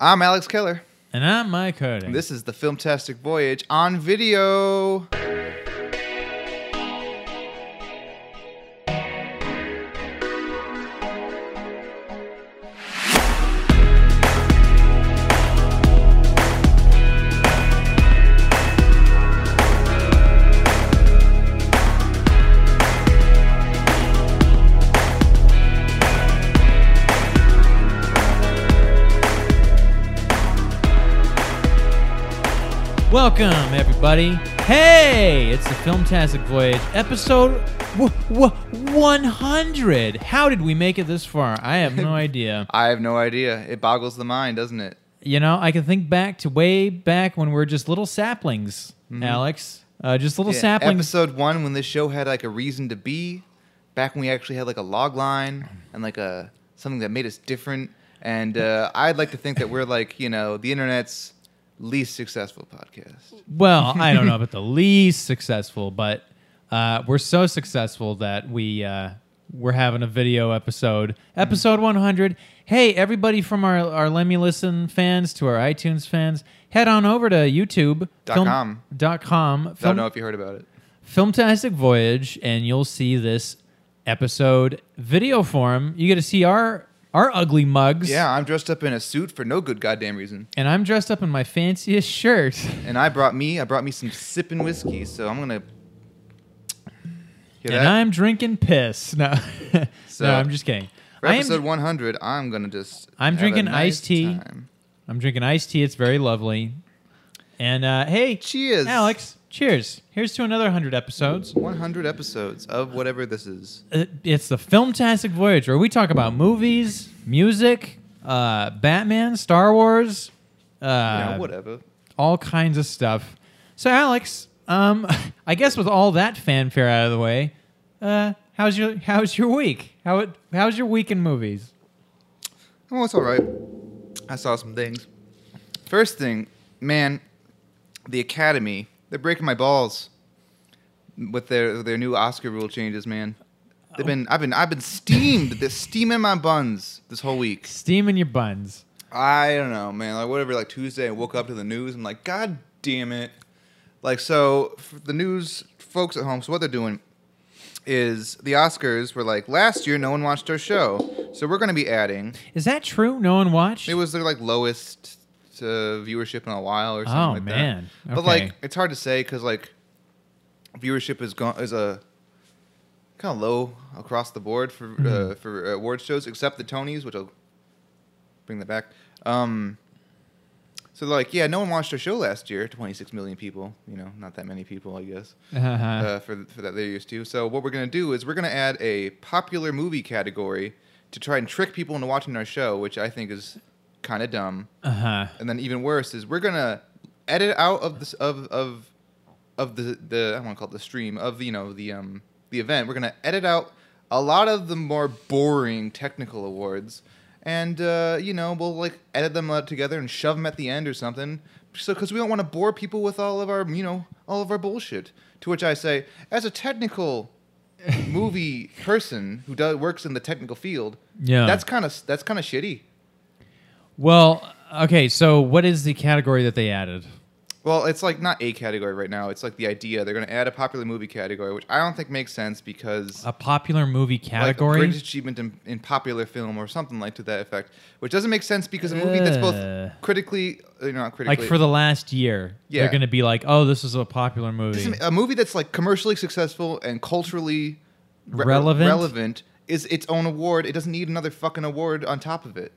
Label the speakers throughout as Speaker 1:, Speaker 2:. Speaker 1: I'm Alex Keller.
Speaker 2: And I'm Mike Harding.
Speaker 1: This is the Filmtastic Voyage on video.
Speaker 2: Welcome, everybody. Hey, it's the Filmtastic Voyage, episode w- w- 100. How did we make it this far? I have no idea.
Speaker 1: I have no idea. It boggles the mind, doesn't it?
Speaker 2: You know, I can think back to way back when we were just little saplings, Alex. Uh, just little
Speaker 1: Mm-hmm. Yeah,
Speaker 2: saplings.
Speaker 1: Episode one, when this show had like a reason to be, back when we actually had like a log line and like a something that made us different. And uh, I'd like to think that we're like you know the internet's least successful podcast.
Speaker 2: Well, I don't know about the least successful, but uh, we're so successful that we uh, we're having a video episode, episode 100. Hey, everybody from our our Let Me Listen fans to our iTunes fans, head on over to YouTube
Speaker 1: Dot com.
Speaker 2: dot com
Speaker 1: I don't
Speaker 2: film,
Speaker 1: know if you heard about it.
Speaker 2: Filmtastic Voyage, and you'll see this episode video form. You get to see our our ugly mugs.
Speaker 1: Yeah, I'm dressed up in a suit for no good goddamn reason,
Speaker 2: And I'm dressed up in my fanciest shirt.
Speaker 1: and I brought me I brought me some sipping whiskey, so I'm gonna. Hear
Speaker 2: and I'm drinking piss. No,
Speaker 1: So-
Speaker 2: no, I'm just kidding.
Speaker 1: For
Speaker 2: I
Speaker 1: episode
Speaker 2: am,
Speaker 1: 100, I'm gonna just.
Speaker 2: I'm
Speaker 1: have a
Speaker 2: drinking
Speaker 1: nice
Speaker 2: iced tea.
Speaker 1: time.
Speaker 2: I'm drinking iced tea. It's very lovely. And uh, hey,
Speaker 1: Cheers,
Speaker 2: Alex, cheers. Here's to another 100 episodes.
Speaker 1: 100 episodes of whatever this is.
Speaker 2: Uh, It's the Filmtastic Voyage, where we talk about movies, music, uh, Batman, Star Wars, uh,
Speaker 1: You know, whatever.
Speaker 2: all kinds of stuff. So, Alex, um, I guess with all that fanfare out of the way, uh, how's your how's your week? How it, how's your week in movies?
Speaker 1: Oh, it's all right. I saw some things. First thing, man, the Academy. They're breaking my balls with their their new Oscar rule changes, man.
Speaker 2: Oh.
Speaker 1: They've been I've been I've been steamed. They're steaming my buns this whole week.
Speaker 2: Steam in your buns.
Speaker 1: I don't know, man. Like whatever. Like Tuesday, I woke up to the news. I'm like, God damn it! Like so, f the news folks at home. So what they're doing is the Oscars were like last year, no one watched our show, so we're going to be adding.
Speaker 2: Is that true? No one watched?
Speaker 1: It was their like lowest uh, viewership in a while, or something
Speaker 2: Oh,
Speaker 1: like that.
Speaker 2: man.
Speaker 1: But
Speaker 2: Okay.
Speaker 1: like, it's hard to say because like viewership is gone is a kind of low across the board for uh, for award shows, except the Tonys, which I'll bring that back. Um, so like, yeah, no one watched our show last year. Twenty six million people, you know, not that many people, I guess,
Speaker 2: Uh-huh.
Speaker 1: uh, for for that they're used to. So what we're gonna do is we're gonna add a popular movie category to try and trick people into watching our show, which I think is kind of dumb
Speaker 2: Uh-huh.
Speaker 1: and then even worse is we're gonna edit out of this of of of the the I don't want to call it the stream of you know the um the event. We're gonna edit out a lot of the more boring technical awards, and uh, you know we'll like edit them out together and shove them at the end or something. So because we don't want to bore people with all of our you know all of our bullshit. To which I say, as a technical movie person who does works in the technical field,
Speaker 2: Yeah.
Speaker 1: that's kind of that's kind of shitty.
Speaker 2: Well, okay, so what is the category that they added?
Speaker 1: Well, it's like not a category right now. It's like the idea they're going to add a popular movie category, which I don't think makes sense because
Speaker 2: A popular movie
Speaker 1: like the
Speaker 2: category?
Speaker 1: greatest achievement in, in popular film or something like to that effect, which doesn't make sense because a movie that's
Speaker 2: Ugh.
Speaker 1: both critically, uh, not critically,
Speaker 2: Like for the last year,
Speaker 1: Yeah.
Speaker 2: they're going to be like, "Oh, this is a popular movie."
Speaker 1: doesn't- a movie that's like commercially successful and culturally re-
Speaker 2: Relevant?
Speaker 1: relevant is its own award. It doesn't need another fucking award on top of it.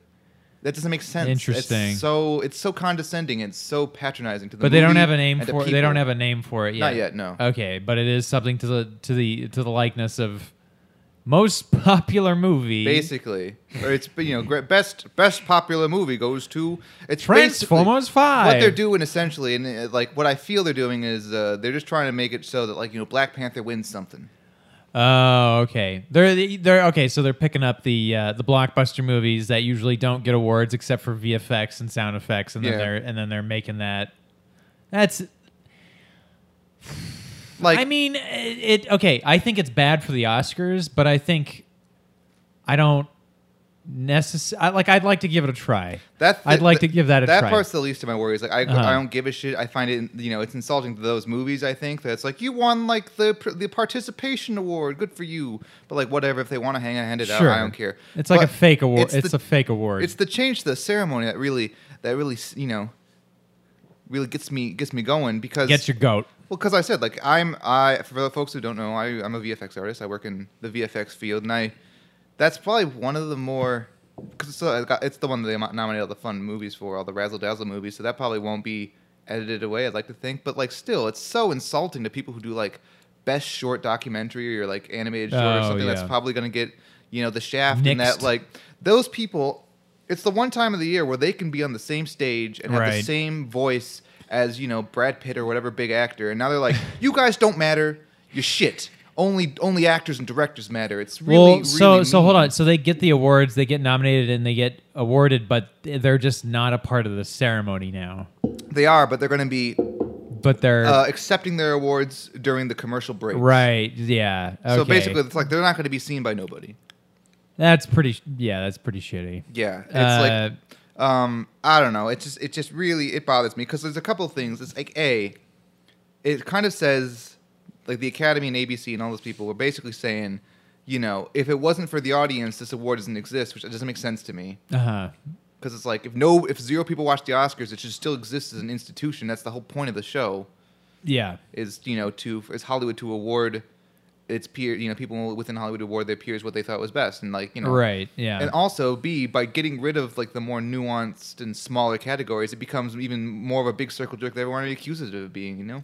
Speaker 1: That doesn't make sense. It's
Speaker 2: Interesting.
Speaker 1: so it's so condescending and so patronizing to the.
Speaker 2: But they don't
Speaker 1: movie
Speaker 2: have a name
Speaker 1: and to
Speaker 2: for it. They don't
Speaker 1: people.
Speaker 2: have a name for it yet.
Speaker 1: Not yet, no.
Speaker 2: Okay, but it is something to the to the to the likeness of most popular movie.
Speaker 1: basically or it's you know gre- best best popular movie goes to it's basically
Speaker 2: Transformers 5.
Speaker 1: what they're doing essentially and uh, like what i feel they're doing is uh, they're just trying to make it so that like you know black panther wins something
Speaker 2: Oh, okay. They're they're okay. So they're picking up the uh, the blockbuster movies that usually don't get awards except for VFX and sound effects, and then
Speaker 1: Yeah.
Speaker 2: they're and then they're making that. That's.
Speaker 1: like
Speaker 2: I mean, it, it. Okay, I think it's bad for the Oscars, but I think I don't necess- I, like I'd like to give it a try.
Speaker 1: That's
Speaker 2: I'd like to give that a
Speaker 1: that
Speaker 2: try.
Speaker 1: part's the least of my worries. Like I,
Speaker 2: Uh-huh.
Speaker 1: I don't give a shit. I find it, you know, it's insulting to those movies. I think that's like you won like the pr- the participation award. Good for you. But like whatever, if they want to hang hand it out,
Speaker 2: Sure.
Speaker 1: I don't care.
Speaker 2: It's like
Speaker 1: But
Speaker 2: a fake award. It's,
Speaker 1: the-
Speaker 2: a fake award.
Speaker 1: It's the change to the ceremony that really that really you know really gets me gets me going because
Speaker 2: Get your goat.
Speaker 1: well, because I said, like, I'm I for the folks who don't know, I, I'm a VFX artist. I work in the VFX field, and I that's probably one of the more because it's, uh, got- it's the one that they mo- nominated all the fun movies for, all the razzle dazzle movies. So that probably won't be edited away. I'd like to think, but like, still, it's so insulting to people who do like best short documentary or like animated short or
Speaker 2: Oh,
Speaker 1: something
Speaker 2: yeah.
Speaker 1: that's probably going to get you know the shaft and that
Speaker 2: Nixed.
Speaker 1: like those people. It's the one time of the year where they can be on the same stage and have the same
Speaker 2: Right.
Speaker 1: same voice as you know Brad Pitt or whatever big actor, and now they're like, "You guys don't matter. You're shit. Only only actors and directors matter." It's really
Speaker 2: well, so
Speaker 1: really
Speaker 2: so hold
Speaker 1: mean.
Speaker 2: on. So they get the awards, they get nominated, and they get awarded, but they're just not a part of the ceremony now.
Speaker 1: They are, but they're going to be
Speaker 2: But they're
Speaker 1: uh, accepting their awards during the commercial break.
Speaker 2: right. Yeah.
Speaker 1: So
Speaker 2: okay.
Speaker 1: basically, it's like they're not going to be seen by nobody.
Speaker 2: that's pretty. sh- Yeah, that's pretty shitty.
Speaker 1: Yeah, it's
Speaker 2: Uh,
Speaker 1: like um, I don't know. It just it just really it bothers me because there's a couple things. It's like a, it kind of says like the Academy and ABC and all those people were basically saying, you know, if it wasn't for the audience, this award doesn't exist, which doesn't make sense to me
Speaker 2: Uh huh.
Speaker 1: because it's like if no if zero people watch the Oscars, it should still exist as an institution. That's the whole point of the show
Speaker 2: Yeah.
Speaker 1: is you know to is Hollywood to award its peer you know people within Hollywood award their peers what they thought was best and like you know
Speaker 2: Right. Yeah.
Speaker 1: and also b by getting rid of like the more nuanced and smaller categories it becomes even more of a big circle jerk that everyone already accuses it of being you know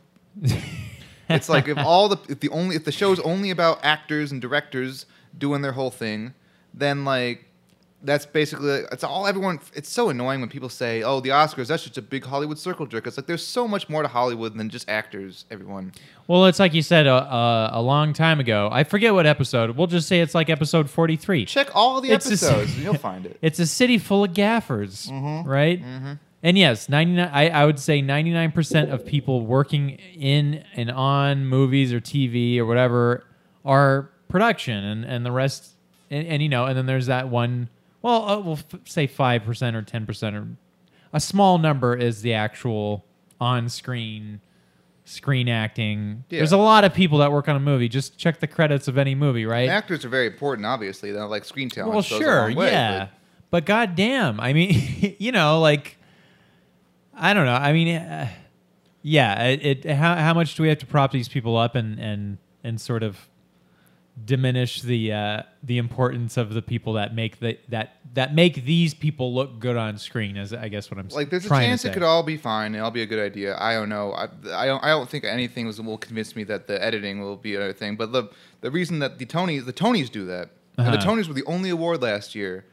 Speaker 1: it's like if all the if the only if the show's only about actors and directors doing their whole thing then like that's basically it's all everyone it's so annoying when people say oh the oscars that's just a big hollywood circle jerk it's like there's so much more to hollywood than just actors everyone
Speaker 2: Well, it's like you said uh, uh, a long time ago. I forget what episode. We'll just say it's like episode 43.
Speaker 1: check all the
Speaker 2: It's just-
Speaker 1: episodes and you'll find it
Speaker 2: It's a city full of gaffers, right? And yes, 99 I, I would say 99% of people working in and on movies or TV or whatever are production and, and the rest and, and you know, and then there's that one well, uh, we'll f- say 5% or 10% or a small number is the actual on-screen screen acting.
Speaker 1: Yeah.
Speaker 2: There's a lot of people that work on a movie. Just check the credits of any movie, right?
Speaker 1: actors are very important obviously they're like screen talent
Speaker 2: Well,
Speaker 1: goes a
Speaker 2: sure,
Speaker 1: long way,
Speaker 2: yeah,
Speaker 1: but-
Speaker 2: but, goddamn, I mean, you know, like, I don't know, I mean, uh, yeah, it, it how how much do we have to prop these people up and and and sort of diminish the uh, the importance of the people that make the that that make these people look good on screen? Is I guess what I'm s-
Speaker 1: like there's a
Speaker 2: trying to
Speaker 1: chance it
Speaker 2: say.
Speaker 1: could all be fine it'll be a good idea i don't know i, I don't i don't think anything was, will convince me that the editing will be another thing but the the reason that the tonys the tonys do that and the
Speaker 2: Uh-huh.
Speaker 1: tonys were the only award last year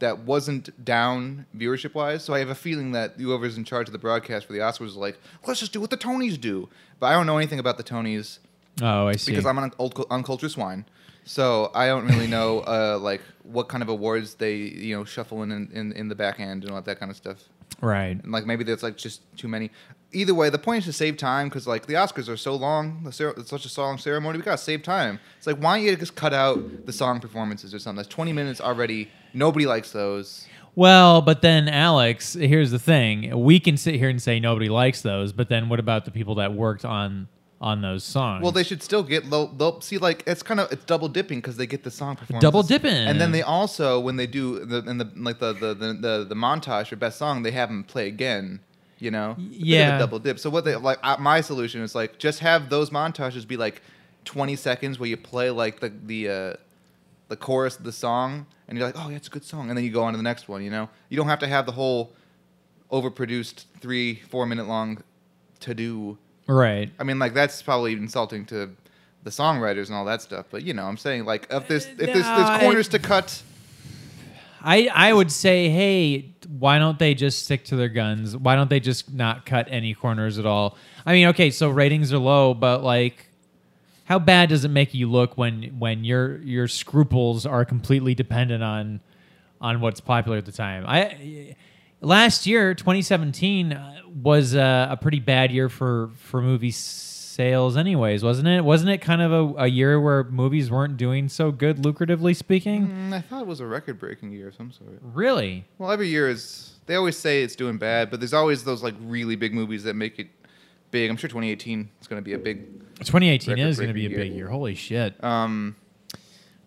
Speaker 1: that wasn't down viewership wise so i have a feeling that whoever's in charge of the broadcast for the oscars was like let's just do what the tonys do but i don't know anything about the tonys
Speaker 2: oh, I see.
Speaker 1: because I'm an old uncultured swine. So I don't really know uh, like what kind of awards they you know shuffle in, in in the back end and all that kind of stuff.
Speaker 2: right.
Speaker 1: And like maybe there's like just too many. Either way, the point is to save time because like the Oscars are so long, the cer- it's such a long ceremony. We gotta save time. It's like why don't you just cut out the song performances or something? That's 20 minutes already. Nobody likes those.
Speaker 2: Well, but then Alex, here's the thing: we can sit here and say nobody likes those, but then what about the people that worked on on those songs?
Speaker 1: Well, they should still get they'll, they'll see like it's kind of it's double dipping because they get the song performance.
Speaker 2: Double dipping.
Speaker 1: and then they also when they do the and the like the the, the the the montage or best song they have them play again. You know, It's a bit of a
Speaker 2: Yeah.
Speaker 1: double dip. So what they like I, my solution is like just have those montages be like twenty seconds where you play like the the uh, the chorus of the song and you're like oh yeah it's a good song and then you go on to the next one. You know, you don't have to have the whole overproduced three four minute long to do
Speaker 2: right.
Speaker 1: I mean, like that's probably insulting to the songwriters and all that stuff. But you know, I'm saying like if there's if there's,
Speaker 2: No,
Speaker 1: there's corners to cut,
Speaker 2: I, I would say, hey, why don't they just stick to their guns? Why don't they just not cut any corners at all? I mean, okay, so ratings are low, but like, how bad does it make you look when when your your scruples are completely dependent on on what's popular at the time? I last year, 2017 uh, was a, a pretty bad year for for movies sales, anyways, wasn't it? Wasn't it kind of a, a year where movies weren't doing so good, lucratively speaking?
Speaker 1: Mm, I thought it was a record breaking year of some sort.
Speaker 2: Really?
Speaker 1: Well, every year is. They always say it's doing bad, but there's always those like really big movies that make it big. I'm sure 2018 is going to be a big.
Speaker 2: 2018 is going to
Speaker 1: Record-breaking
Speaker 2: be a big
Speaker 1: year.
Speaker 2: year. Holy shit.
Speaker 1: Um,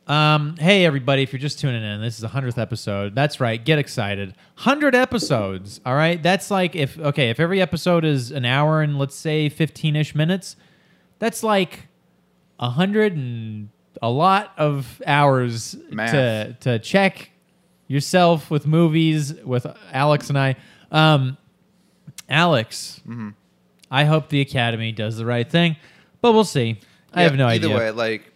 Speaker 2: Um, hey, everybody, if you're just tuning in, this is the 100th episode. That's right. Get excited. 100 episodes. All right. That's like if, okay, if every episode is an hour and let's say 15 ish minutes, that's like a 100 and a lot of hours
Speaker 1: Math.
Speaker 2: to, to check yourself with movies with Alex and I. Um, Alex,
Speaker 1: Mm-hmm.
Speaker 2: I hope the Academy does the right thing, but we'll see. I
Speaker 1: yeah,
Speaker 2: have no
Speaker 1: either
Speaker 2: idea.
Speaker 1: way, like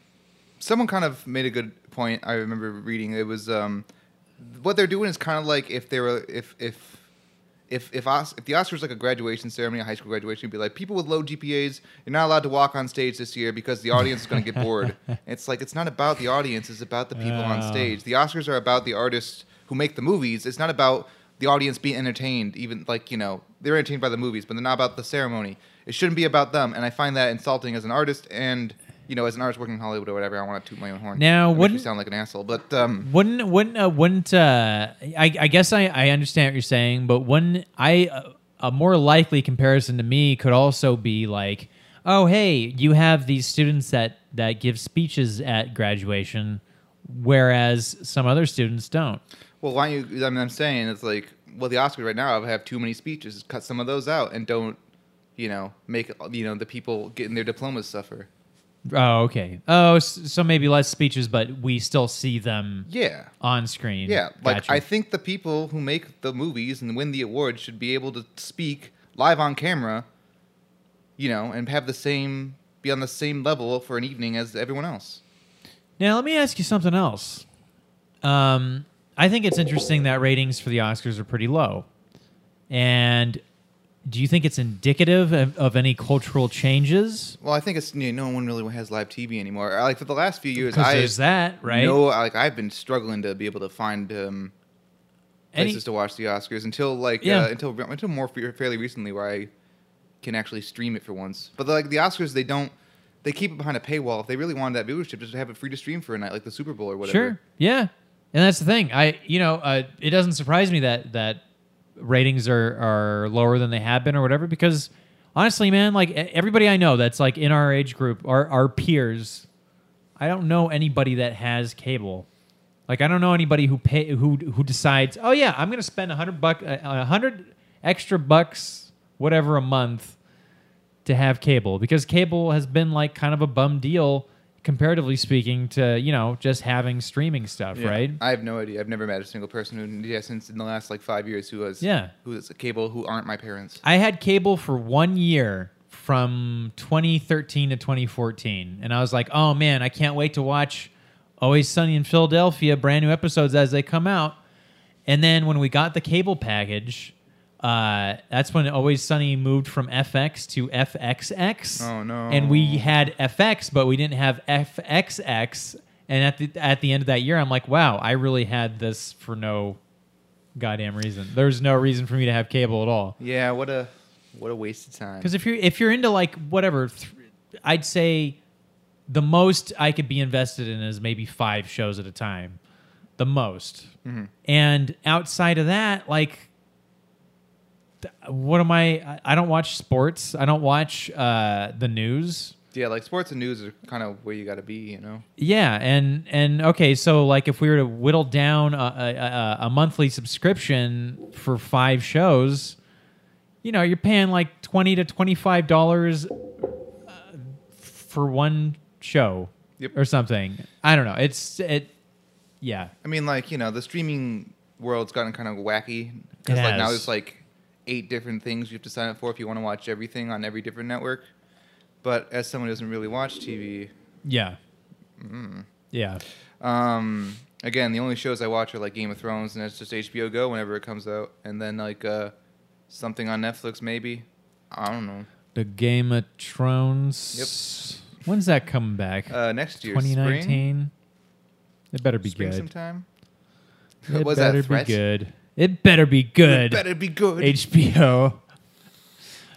Speaker 1: someone kind of made a good point. I remember reading it was um, what they're doing is kind of like if they were if if. If if, Os- if the Oscars like a graduation ceremony, a high school graduation, it'd be like people with low GPAs, you're not allowed to walk on stage this year because the audience is going to get bored. It's like it's not about the audience; it's about the people on
Speaker 2: Oh.
Speaker 1: stage. The Oscars are about the artists who make the movies. It's not about the audience being entertained. Even like you know, they're entertained by the movies, but they're not about the ceremony. It shouldn't be about them. And I find that insulting as an artist and you know, as an artist working in Hollywood or whatever. I want to toot my own horn. That
Speaker 2: Now,
Speaker 1: makes me
Speaker 2: wouldn't-
Speaker 1: sound like an asshole, but um,
Speaker 2: Wouldn't wouldn't uh, wouldn't uh, I, I guess I, I understand what you're saying, but when I uh, a more likely comparison to me could also be like, oh hey, you have these students that that give speeches at graduation, whereas some other students don't.
Speaker 1: well, why you? I mean, I'm saying it's like, well, the Oscars right now have too many speeches. Cut some of those out and don't, you know, make you know the people getting their diplomas suffer.
Speaker 2: Oh okay. Oh, s- so maybe less speeches, but we still see them
Speaker 1: Yeah.
Speaker 2: on screen.
Speaker 1: Yeah, like
Speaker 2: Gotcha.
Speaker 1: I think the people who make the movies and win the awards should be able to speak live on camera, you know, and have the same be on the same level for an evening as everyone else.
Speaker 2: Now, let me ask you something else. Um, I think it's interesting that ratings for the Oscars are pretty low. And do you think it's indicative of, of any cultural changes?
Speaker 1: Well, I think it's you know, no one really has live TV anymore. Like for the last few years,
Speaker 2: Because
Speaker 1: I
Speaker 2: there's that, right?
Speaker 1: know like I've been struggling to be able to find um,
Speaker 2: Any-
Speaker 1: places to watch the Oscars until like
Speaker 2: Yeah.
Speaker 1: uh, until until more fe- fairly recently where I can actually stream it for once. But like the Oscars, they don't they keep it behind a paywall. If they really wanted that viewership, just have it free to stream for a night, like the Super Bowl or whatever.
Speaker 2: Sure. Yeah. And that's the thing. I you know, uh, it doesn't surprise me that that ratings are are lower than they have been or whatever because honestly, man, like e- everybody I know that's like in our age group, our our peers, I don't know anybody that has cable. Like I don't know anybody who pay who who decides, "Oh yeah, I'm going to spend 100 buck uh, 100 extra bucks whatever a month to have cable because cable has been like kind of a bum deal comparatively speaking to you know just having streaming stuff right
Speaker 1: I have no idea. I've never met a single person who, yeah, since in the last like five years, who was
Speaker 2: Yeah.
Speaker 1: who is cable, who aren't my parents.
Speaker 2: i had cable for one year from 2013 to 2014 and i was like oh man i can't wait to watch always sunny in philadelphia brand new episodes as they come out and then when we got the cable package uh, that's when always sunny moved from fx to fxx
Speaker 1: Oh, no.
Speaker 2: and we had FX, but we didn't have FXX. And at the at the end of that year, I'm like, wow, I really had this for no goddamn reason. There's no reason for me to have cable at all.
Speaker 1: Yeah, what a what a waste of time.
Speaker 2: Because if you're if you're into like whatever, th- I'd say the most I could be invested in is maybe five shows at a time, the most. And outside of that, like, th- what am I? I- I don't watch sports. I don't watch uh, the news.
Speaker 1: Yeah, like sports and news are kind of where you got to be, you know.
Speaker 2: Yeah, and and okay, so like if we were to whittle down a, a- a, a monthly subscription for five shows, you know, you're paying like twenty to twenty five dollars uh, for one show
Speaker 1: Yep.
Speaker 2: or something. I don't know. It's it, yeah.
Speaker 1: I mean, like you know, the streaming world's gotten kind of wacky because
Speaker 2: It
Speaker 1: like now
Speaker 2: has.
Speaker 1: there's like eight different things you have to sign up for if you want to watch everything on every different network. But as someone who doesn't really watch TV,
Speaker 2: Yeah.
Speaker 1: Mm.
Speaker 2: Yeah.
Speaker 1: um, again, the only shows I watch are like Game of Thrones, and that's just HBO Go whenever it comes out, and then like uh, something on Netflix maybe. I don't know.
Speaker 2: The Game of Thrones. Yep. When's that coming back?
Speaker 1: Uh, next year,
Speaker 2: Twenty nineteen. It better be
Speaker 1: spring, spring
Speaker 2: good.
Speaker 1: sometime.
Speaker 2: It
Speaker 1: Was that a
Speaker 2: better
Speaker 1: threat?
Speaker 2: be good. It better be good.
Speaker 1: It better be good.
Speaker 2: HBO.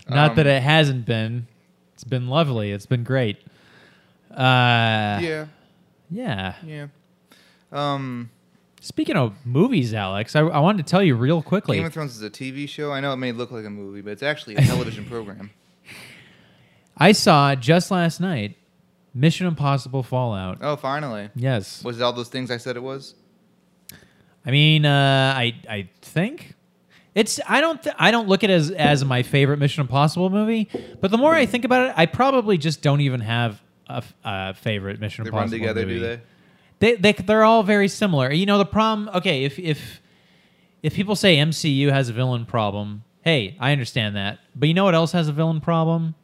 Speaker 2: Not
Speaker 1: Um,
Speaker 2: that it hasn't been. It's been lovely. It's been great. Uh,
Speaker 1: yeah,
Speaker 2: yeah.
Speaker 1: yeah. Um,
Speaker 2: Speaking of movies, Alex, I, I wanted to tell you real quickly.
Speaker 1: Game of Thrones is a TV show. I know it may look like a movie, but it's actually a television program.
Speaker 2: I saw just last night Mission Impossible Fallout.
Speaker 1: Oh, finally.
Speaker 2: Yes.
Speaker 1: Was it all those things I said it was?
Speaker 2: I mean, uh, I I think it's I don't th- I don't look at it as as my favorite Mission Impossible movie, but the more I think about it, I probably just don't even have a, f- a favorite Mission
Speaker 1: They run
Speaker 2: Impossible
Speaker 1: together,
Speaker 2: movie.
Speaker 1: do they?
Speaker 2: They, they they're all very similar. You know the problem. Okay, if if if people say MCU has a villain problem, hey, I understand that. But you know what else has a villain problem?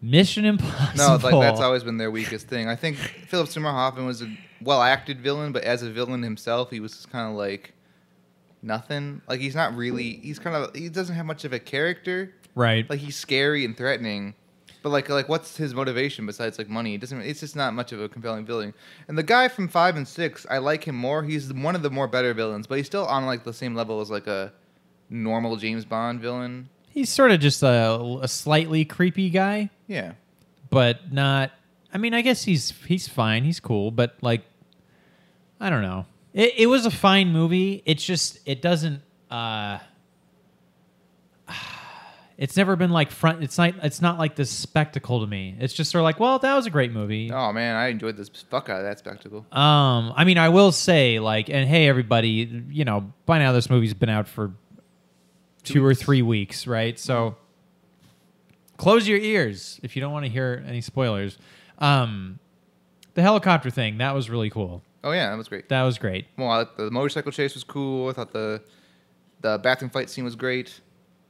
Speaker 2: Mission
Speaker 1: No,
Speaker 2: Impossible.
Speaker 1: like that's always been their weakest thing. I think Philip Seymour Hoffman was a well-acted villain, but as a villain himself, he was kind of like nothing. Like he's not really. He's kind of. He doesn't have much of a character.
Speaker 2: right.
Speaker 1: Like he's scary and threatening, but like like what's his motivation besides like money? It doesn't. It's just not much of a compelling villain. And the guy from five and six, I like him more. He's one of the more better villains, but he's still on like the same level as like a normal James Bond villain.
Speaker 2: He's sort of just a, a slightly creepy guy.
Speaker 1: Yeah.
Speaker 2: but not. I mean, I guess he's he's fine. He's cool, but like, I don't know. It it was a fine movie. It's just it doesn't. uh It's never been like front. It's not. It's not like this spectacle to me. It's just sort of like, well, that was a great movie.
Speaker 1: Oh man, I enjoyed this fuck out of that spectacle.
Speaker 2: Um, I mean, I will say, like, and hey, everybody, you know, by now this movie's been out for two, or three weeks, right? So close your ears if you don't want to hear any spoilers. Um, the helicopter thing that was really cool.
Speaker 1: Oh yeah, that was great.
Speaker 2: That was great.
Speaker 1: Well, I, the motorcycle chase was cool. I thought the the bathroom fight scene was great.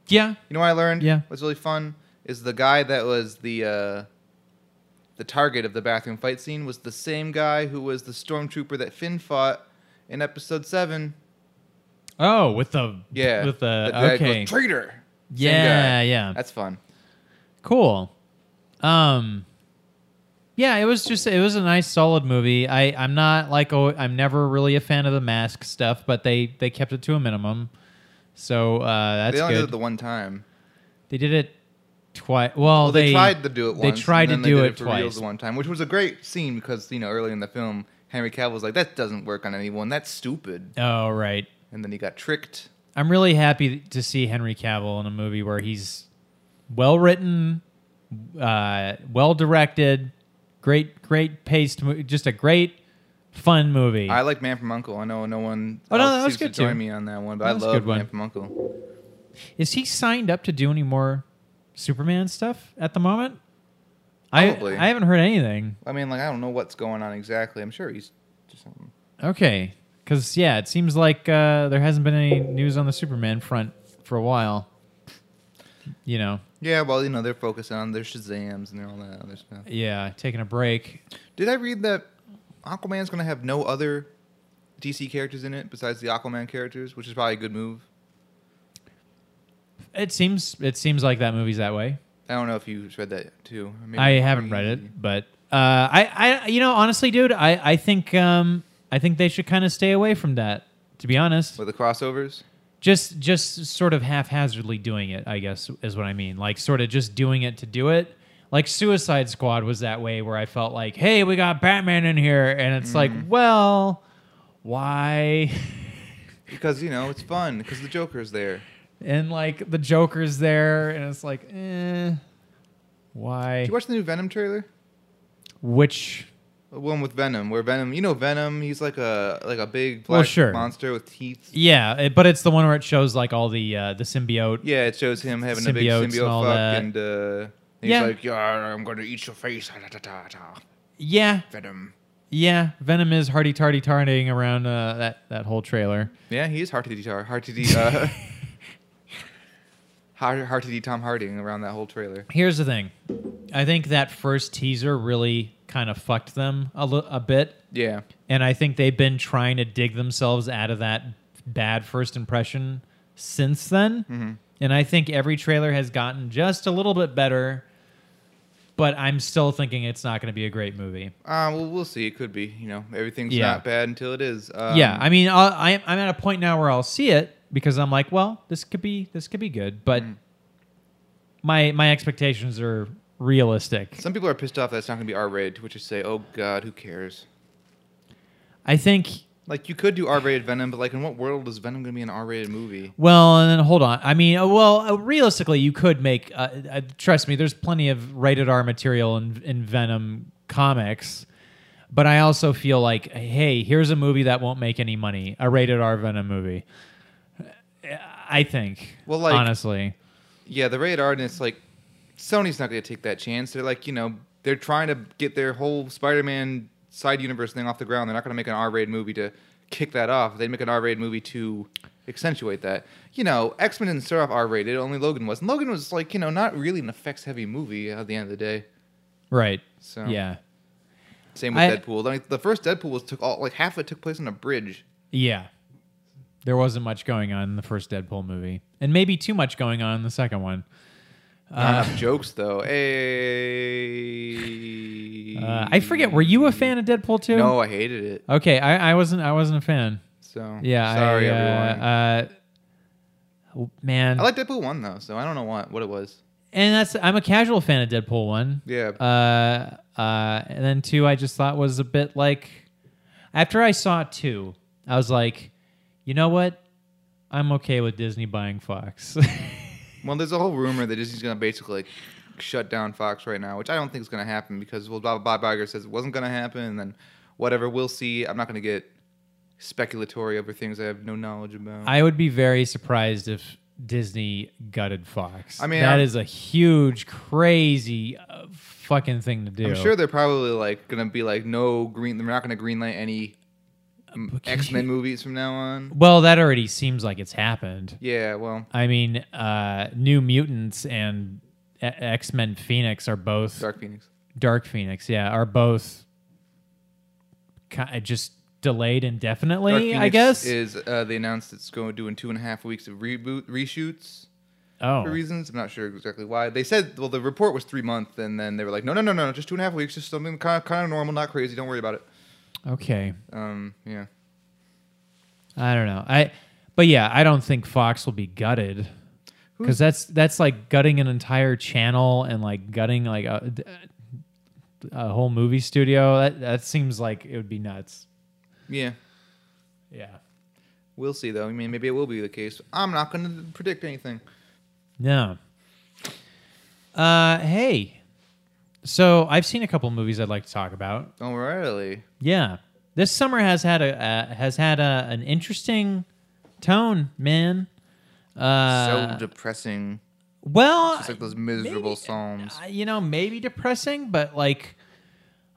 Speaker 2: Yeah,
Speaker 1: You know what I learned?
Speaker 2: Yeah.
Speaker 1: What's really fun is the guy that was the uh, the target of the bathroom fight scene was the same guy who was the stormtrooper that Finn fought in episode seven.
Speaker 2: Oh, with the
Speaker 1: Yeah.
Speaker 2: with the,
Speaker 1: That guy goes,
Speaker 2: okay,
Speaker 1: traitor. Same
Speaker 2: yeah,
Speaker 1: guy.
Speaker 2: yeah,
Speaker 1: That's fun.
Speaker 2: cool. Um, yeah, it was just it was a nice solid movie. I I'm not like oh I'm never really a fan of the mask stuff, but they they kept it to a minimum, so uh, that's
Speaker 1: they only
Speaker 2: good.
Speaker 1: did it the one time.
Speaker 2: they did it twice. Well,
Speaker 1: Well, they, tried to do it once.
Speaker 2: They
Speaker 1: and
Speaker 2: tried to
Speaker 1: then they
Speaker 2: do
Speaker 1: did
Speaker 2: it
Speaker 1: for reals
Speaker 2: twice.
Speaker 1: the one time, which was a great scene because you know early in the film, Henry Cavill was like, "That doesn't work on anyone. That's stupid,"
Speaker 2: Oh right,
Speaker 1: and then he got tricked.
Speaker 2: I'm really happy to see Henry Cavill in a movie where he's well written, uh, well directed, great great paced, mo- just a great fun movie.
Speaker 1: I like Man from Uncle. I know no one
Speaker 2: Oh, no,
Speaker 1: else
Speaker 2: that was
Speaker 1: seems to
Speaker 2: good,
Speaker 1: join
Speaker 2: too.
Speaker 1: me on that one, but
Speaker 2: That
Speaker 1: I
Speaker 2: was a
Speaker 1: love
Speaker 2: good one.
Speaker 1: Man from Uncle.
Speaker 2: Is he signed up to do any more Superman stuff at the moment?
Speaker 1: Probably.
Speaker 2: I I haven't heard anything.
Speaker 1: I mean, like I don't know what's going on exactly. I'm sure he's just something.
Speaker 2: Okay, because yeah, it seems like uh, there hasn't been any news on the Superman front for a while. You know,
Speaker 1: Yeah, well, you know they're focusing on their Shazams and all that other stuff.
Speaker 2: yeah, taking a break.
Speaker 1: Did I read that Aquaman's gonna have no other DC characters in it besides the Aquaman characters, which is probably a good move.
Speaker 2: It seems it seems like that movie's that way.
Speaker 1: I don't know if you read that too. Maybe Mm-hmm.
Speaker 2: I haven't read it, but uh, I I you know honestly, dude, I I think um I think they should kind of stay away from that. To be honest,
Speaker 1: With the crossovers,
Speaker 2: just just sort of haphazardly doing it i guess is what i mean like sort of just doing it to do it like suicide squad was that way where i felt like hey we got batman in here and it's like
Speaker 1: Mm.
Speaker 2: well why
Speaker 1: because you know it's fun because the Joker's there.
Speaker 2: and like the joker's there and it's like eh why
Speaker 1: Did you watch the new Venom trailer?
Speaker 2: which
Speaker 1: The one with Venom, where Venom, you know Venom, he's like a like a big black
Speaker 2: Well, sure.
Speaker 1: monster with teeth.
Speaker 2: yeah it, but it's the one where it shows like all the uh, the symbiote
Speaker 1: Yeah, it shows him having a
Speaker 2: Symbiotes
Speaker 1: big
Speaker 2: and
Speaker 1: symbiote
Speaker 2: all
Speaker 1: fuck,
Speaker 2: that.
Speaker 1: and uh, he's
Speaker 2: Yeah.
Speaker 1: like, "Yeah, I'm gonna eat your face." Da, da, da, da,
Speaker 2: yeah
Speaker 1: Venom.
Speaker 2: yeah venom is hardy tardy tardying around uh, that that whole trailer
Speaker 1: Yeah, he is hard to guitar, hard to D, uh, hard, hard to D Tom Harding around that whole trailer.
Speaker 2: here's the thing i think that first teaser really kind of fucked them a, li- a bit
Speaker 1: Yeah,
Speaker 2: and i think they've been trying to dig themselves out of that bad first impression since then and i think every trailer has gotten just a little bit better but i'm still thinking it's not going to be a great movie
Speaker 1: uh, well, we'll see. It could be, you know, everything's
Speaker 2: Yeah.
Speaker 1: not bad until it is. Um,
Speaker 2: yeah i mean I'll, I, i'm at a point now where i'll see it because i'm like well this could be this could be good but my my expectations are realistic.
Speaker 1: Some people are pissed off that it's not going to be R-rated, to which I say, oh god, who cares?
Speaker 2: I think
Speaker 1: Like you could do R-rated Venom, but like in what world is Venom going to be an R-rated movie?
Speaker 2: Well, and then hold on. I mean, uh, well, uh, realistically, you could make. Uh, uh, trust me, there's plenty of rated R material in, in Venom comics, but I also feel like, hey, here's a movie that won't make any money. A rated R Venom movie. I think.
Speaker 1: Well, like-
Speaker 2: honestly,
Speaker 1: Yeah, the rated R, and it's like Sony's not going to take that chance. They're like, you know, they're trying to get their whole Spider-Man side universe thing off the ground. They're not going to make an R-rated movie to kick that off. They'd make an R-rated movie to accentuate that. You know, X-Men didn't start off R-rated. Only Logan was, and Logan was like, you know, not really an effects-heavy movie at the end of the day.
Speaker 2: right?
Speaker 1: So
Speaker 2: Yeah,
Speaker 1: Same with
Speaker 2: I-
Speaker 1: Deadpool. Like the first Deadpool was took all like half of it took place on a bridge.
Speaker 2: yeah. There wasn't much going on in the first Deadpool movie, and maybe too much going on in the second one. Uh,
Speaker 1: Not enough jokes though. Hey,
Speaker 2: Uh, I forget. Were you a fan of Deadpool too?
Speaker 1: No, I hated it.
Speaker 2: Okay, I, I wasn't. I wasn't a fan.
Speaker 1: So
Speaker 2: Yeah.
Speaker 1: sorry
Speaker 2: I,
Speaker 1: everyone.
Speaker 2: uh, everyone. Uh, man,
Speaker 1: I like Deadpool one though, so I don't know what what it was.
Speaker 2: and that's I'm a casual fan of Deadpool one.
Speaker 1: Yeah,
Speaker 2: Uh, uh, and then two, I just thought was a bit like. After I saw two, I was like, you know what? I'm okay with Disney buying Fox.
Speaker 1: Well, there's a whole rumor that Disney's going to basically like, shut down Fox right now, which I don't think is going to happen because well, Bob, Bob Iger says it wasn't going to happen, and then whatever, we'll see. I'm not going to get speculatory over things I have no knowledge about.
Speaker 2: I would be very surprised if Disney gutted Fox.
Speaker 1: I mean,
Speaker 2: that
Speaker 1: I'm-
Speaker 2: is a huge, crazy, uh, fucking thing to do.
Speaker 1: I'm sure they're probably like going to be like no green. They're not going to greenlight any
Speaker 2: can
Speaker 1: X Men movies from now on.
Speaker 2: Well, that already seems like it's happened.
Speaker 1: Yeah, well,
Speaker 2: I mean, uh, New Mutants and X Men Phoenix are both Dark.
Speaker 1: Dark Phoenix.
Speaker 2: Phoenix, yeah, are both kind just delayed indefinitely.
Speaker 1: Dark
Speaker 2: I
Speaker 1: Phoenix
Speaker 2: guess.
Speaker 1: is uh, they announced it's going to do in two and a half weeks of reboot reshoots. for
Speaker 2: oh,
Speaker 1: reasons. I'm not sure exactly why. They said, well, the report was three months, and then they were like, no, no, no, no, just two and a half weeks, just something kind of, kind of normal, not crazy. Don't worry about it.
Speaker 2: okay.
Speaker 1: Um, yeah.
Speaker 2: I don't know. I, but yeah, I don't think Fox will be gutted because that's that's like gutting an entire channel and like gutting like a, a whole movie studio. That that seems like it would be nuts.
Speaker 1: Yeah.
Speaker 2: Yeah.
Speaker 1: We'll see, though. I mean, maybe it will be the case. I'm not going to predict anything.
Speaker 2: No. Uh, hey. So I've seen a couple movies I'd like to talk about.
Speaker 1: Oh, really?
Speaker 2: Yeah, this summer has had a uh, has had a, an interesting tone, man. Uh,
Speaker 1: so depressing.
Speaker 2: well,
Speaker 1: It's like those miserable psalms.
Speaker 2: uh, you know, maybe depressing, but like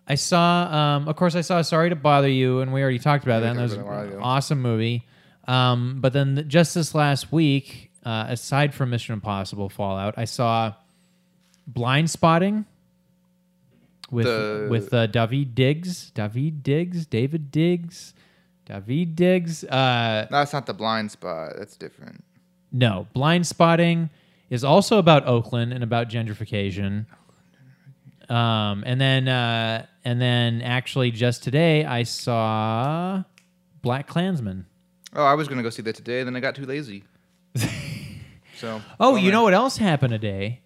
Speaker 2: I saw, um, of course, I saw Sorry to Bother You, and we already talked about
Speaker 1: Yeah,
Speaker 2: that. And
Speaker 1: we
Speaker 2: that was
Speaker 1: talked about it a while
Speaker 2: an
Speaker 1: ago.
Speaker 2: awesome movie. Um, but then th- just this last week, uh, aside from Mission Impossible Fallout, I saw Blind Spotting with
Speaker 1: The-
Speaker 2: with uh, David Diggs, David Diggs, David Diggs, David Diggs. Uh,
Speaker 1: No, that's not the blind spot. That's different.
Speaker 2: no, blind spotting is also about Oakland and about gentrification. Um, and then uh, and then actually just today I saw Black Klansman.
Speaker 1: Oh, I was going to go see that today, then I got too lazy. so.
Speaker 2: Oh, you know what else happened today?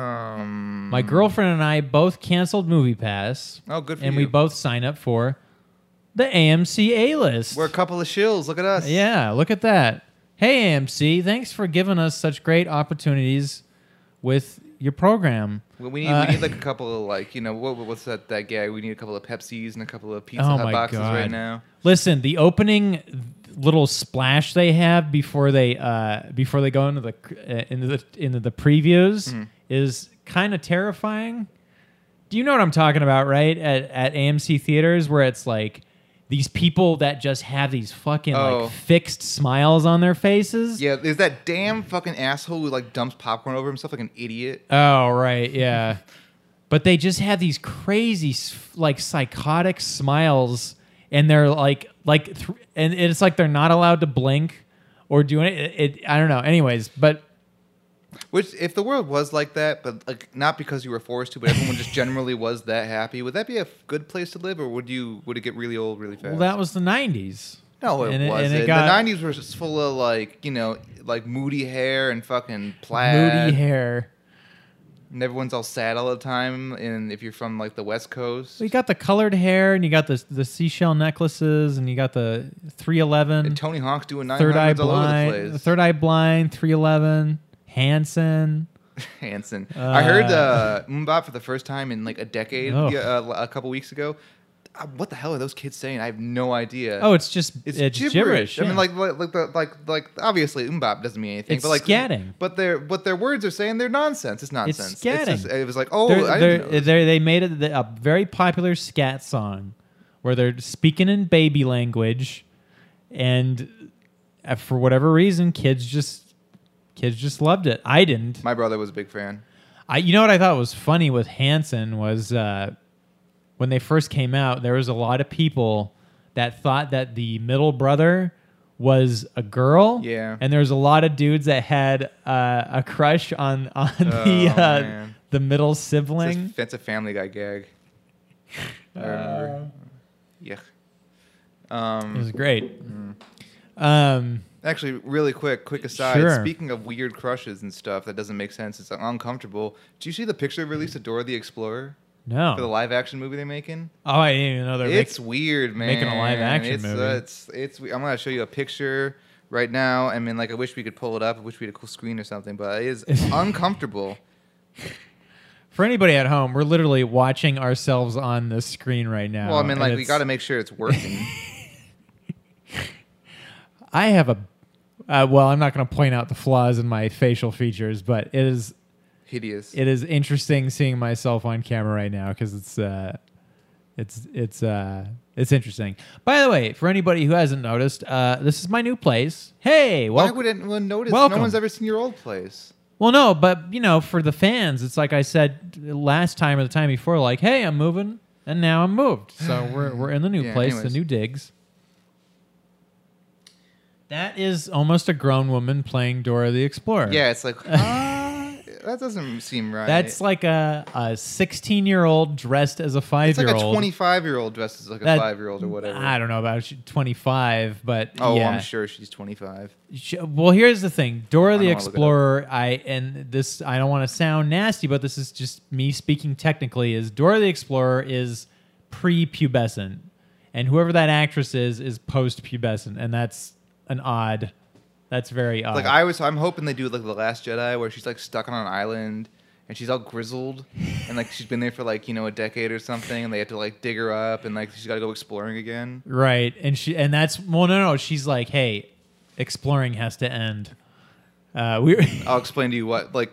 Speaker 1: Um,
Speaker 2: My girlfriend and I both canceled Movie Pass,
Speaker 1: oh, good for
Speaker 2: and
Speaker 1: you.
Speaker 2: we both signed up for the AMC A list.
Speaker 1: We're a couple of shills. Look at us.
Speaker 2: Yeah, look at that. Hey, AMC, thanks for giving us such great opportunities with your program.
Speaker 1: Well, we need,
Speaker 2: Uh,
Speaker 1: we need like a couple of like you know what what's that that gag? We need a couple of Pepsis and a couple of Pizza
Speaker 2: Oh
Speaker 1: Hut
Speaker 2: my
Speaker 1: boxes right
Speaker 2: God.
Speaker 1: now.
Speaker 2: Listen, the opening little splash they have before they uh, before they go into the uh, into the into the previews is kind of terrifying. Do you know what I'm talking about, right? At at AMC theaters where it's like these people that just have these fucking
Speaker 1: Oh.
Speaker 2: like fixed smiles on their faces.
Speaker 1: Yeah, there's that damn fucking asshole who like dumps popcorn over himself like an idiot.
Speaker 2: Oh right, yeah. but they just have these crazy, s- like psychotic smiles, and they're like, like, th- and it's like they're not allowed to blink or do any. It, it, I don't know. Anyways, but
Speaker 1: Which, if the world was like that, but like not because you were forced to, but everyone just generally was that happy, would that be a f- good place to live, or would you would it get really old really fast?
Speaker 2: well, that was the '90s.
Speaker 1: no, it
Speaker 2: and it- and it
Speaker 1: wasn't.
Speaker 2: got-
Speaker 1: the '90s were just full of like you know like moody hair and fucking plaid.
Speaker 2: Moody hair.
Speaker 1: and everyone's all sad all the time. And if you're from like the West Coast,
Speaker 2: So you got the colored hair, and you got the the seashell necklaces, and you got the three eleven,
Speaker 1: and Tony Hawk's doing nine
Speaker 2: Mm-hmm. third eye
Speaker 1: hundreds all
Speaker 2: blind,
Speaker 1: over the place.
Speaker 2: third eye blind, three eleven, Hanson.
Speaker 1: Hanson. I heard
Speaker 2: Uh,
Speaker 1: uh, Mbop for the first time in like a decade,
Speaker 2: Oh.
Speaker 1: yeah, uh, a couple weeks ago. Uh, What the hell are those kids saying? I have no idea.
Speaker 2: Oh, it's just it's, gibberish.
Speaker 1: I
Speaker 2: yeah.
Speaker 1: mean, like, like, like, the- like, like, obviously, umbop doesn't mean anything.
Speaker 2: It's
Speaker 1: but like,
Speaker 2: scatting.
Speaker 1: But their, what their words are saying, they're nonsense. It's nonsense. just-
Speaker 2: scatting.
Speaker 1: it was like, oh,
Speaker 2: They're-
Speaker 1: I
Speaker 2: they're-
Speaker 1: didn't know.
Speaker 2: they're- they made it the- a very popular scat song where they're speaking in baby language, and uh, for whatever reason, kids just kids just loved it. I didn't.
Speaker 1: My brother was a big fan.
Speaker 2: I you know what I thought was funny with Hanson was uh, when they first came out, there was a lot of people that thought that the middle brother was a girl.
Speaker 1: Yeah.
Speaker 2: And there was a lot of dudes that had uh, a crush on on the
Speaker 1: Oh,
Speaker 2: uh,
Speaker 1: man.
Speaker 2: the middle
Speaker 1: It's
Speaker 2: sibling.
Speaker 1: just- That's a Family Guy gag. I remember.
Speaker 2: Uh,
Speaker 1: Yeah. Um,
Speaker 2: It was great. Um,
Speaker 1: Actually, really quick, quick aside.
Speaker 2: Sure.
Speaker 1: Speaking of weird crushes and stuff that doesn't make sense, it's uncomfortable. Do you see the picture released
Speaker 2: Hmm.
Speaker 1: of Dora the Explorer for the
Speaker 2: no.
Speaker 1: live action movie they're making?
Speaker 2: Oh, I didn't even know they were
Speaker 1: It's
Speaker 2: making-
Speaker 1: weird, man.
Speaker 2: making a live action
Speaker 1: it's,
Speaker 2: movie.
Speaker 1: Uh, it's it's. we- I'm gonna show you a picture right now. I mean, like, I wish we could pull it up. I wish we had a cool screen or something, but it is uncomfortable.
Speaker 2: for anybody at home. We're literally watching ourselves on the screen right now.
Speaker 1: Well, I mean,
Speaker 2: and
Speaker 1: like, we
Speaker 2: it's-
Speaker 1: got to make sure it's working.
Speaker 2: I have a. Uh, well, I'm not going to point out the flaws in my facial features, but it is
Speaker 1: Hideous.
Speaker 2: it is interesting seeing myself on camera right now because it's uh, it's it's uh, it's interesting. By the way, for anybody who hasn't noticed, uh, this is my new place. Hey,
Speaker 1: Why
Speaker 2: welcome.
Speaker 1: would anyone notice?
Speaker 2: welcome.
Speaker 1: No one's ever seen your old place.
Speaker 2: Well, no, but you know, for the fans, it's like I said last time or the time before, like, hey, I'm moving, and now I'm moved. So we're we're in the new
Speaker 1: Yeah,
Speaker 2: place,
Speaker 1: anyways.
Speaker 2: the new digs. That is almost a grown woman playing Dora the Explorer.
Speaker 1: Yeah, it's like uh, that doesn't seem right.
Speaker 2: That's like a a 16 year old dressed as a five
Speaker 1: It's like
Speaker 2: year
Speaker 1: a
Speaker 2: old.
Speaker 1: 25 year old dressed as like a
Speaker 2: That-
Speaker 1: five year old or whatever.
Speaker 2: I don't know about she- 25, but
Speaker 1: oh,
Speaker 2: yeah.
Speaker 1: I'm sure she's 25.
Speaker 2: Sh- Well, here's the thing, Dora
Speaker 1: don't
Speaker 2: the
Speaker 1: wanna look it up.
Speaker 2: Explorer. I and this I don't want to sound nasty, but this is just me speaking technically. Is Dora the Explorer is pre-pubescent, and whoever that actress is is post-pubescent, and that's an odd. That's very odd.
Speaker 1: Like I was, I'm hoping they do like the Last Jedi where she's like stuck on an island and she's all grizzled and like she's been there for like you know a decade or something and they have to like dig her up and like she's got to go exploring again.
Speaker 2: right, and she and that's well, no, no. She's like, hey, exploring has to end. Uh, we
Speaker 1: I'll explain to you what like.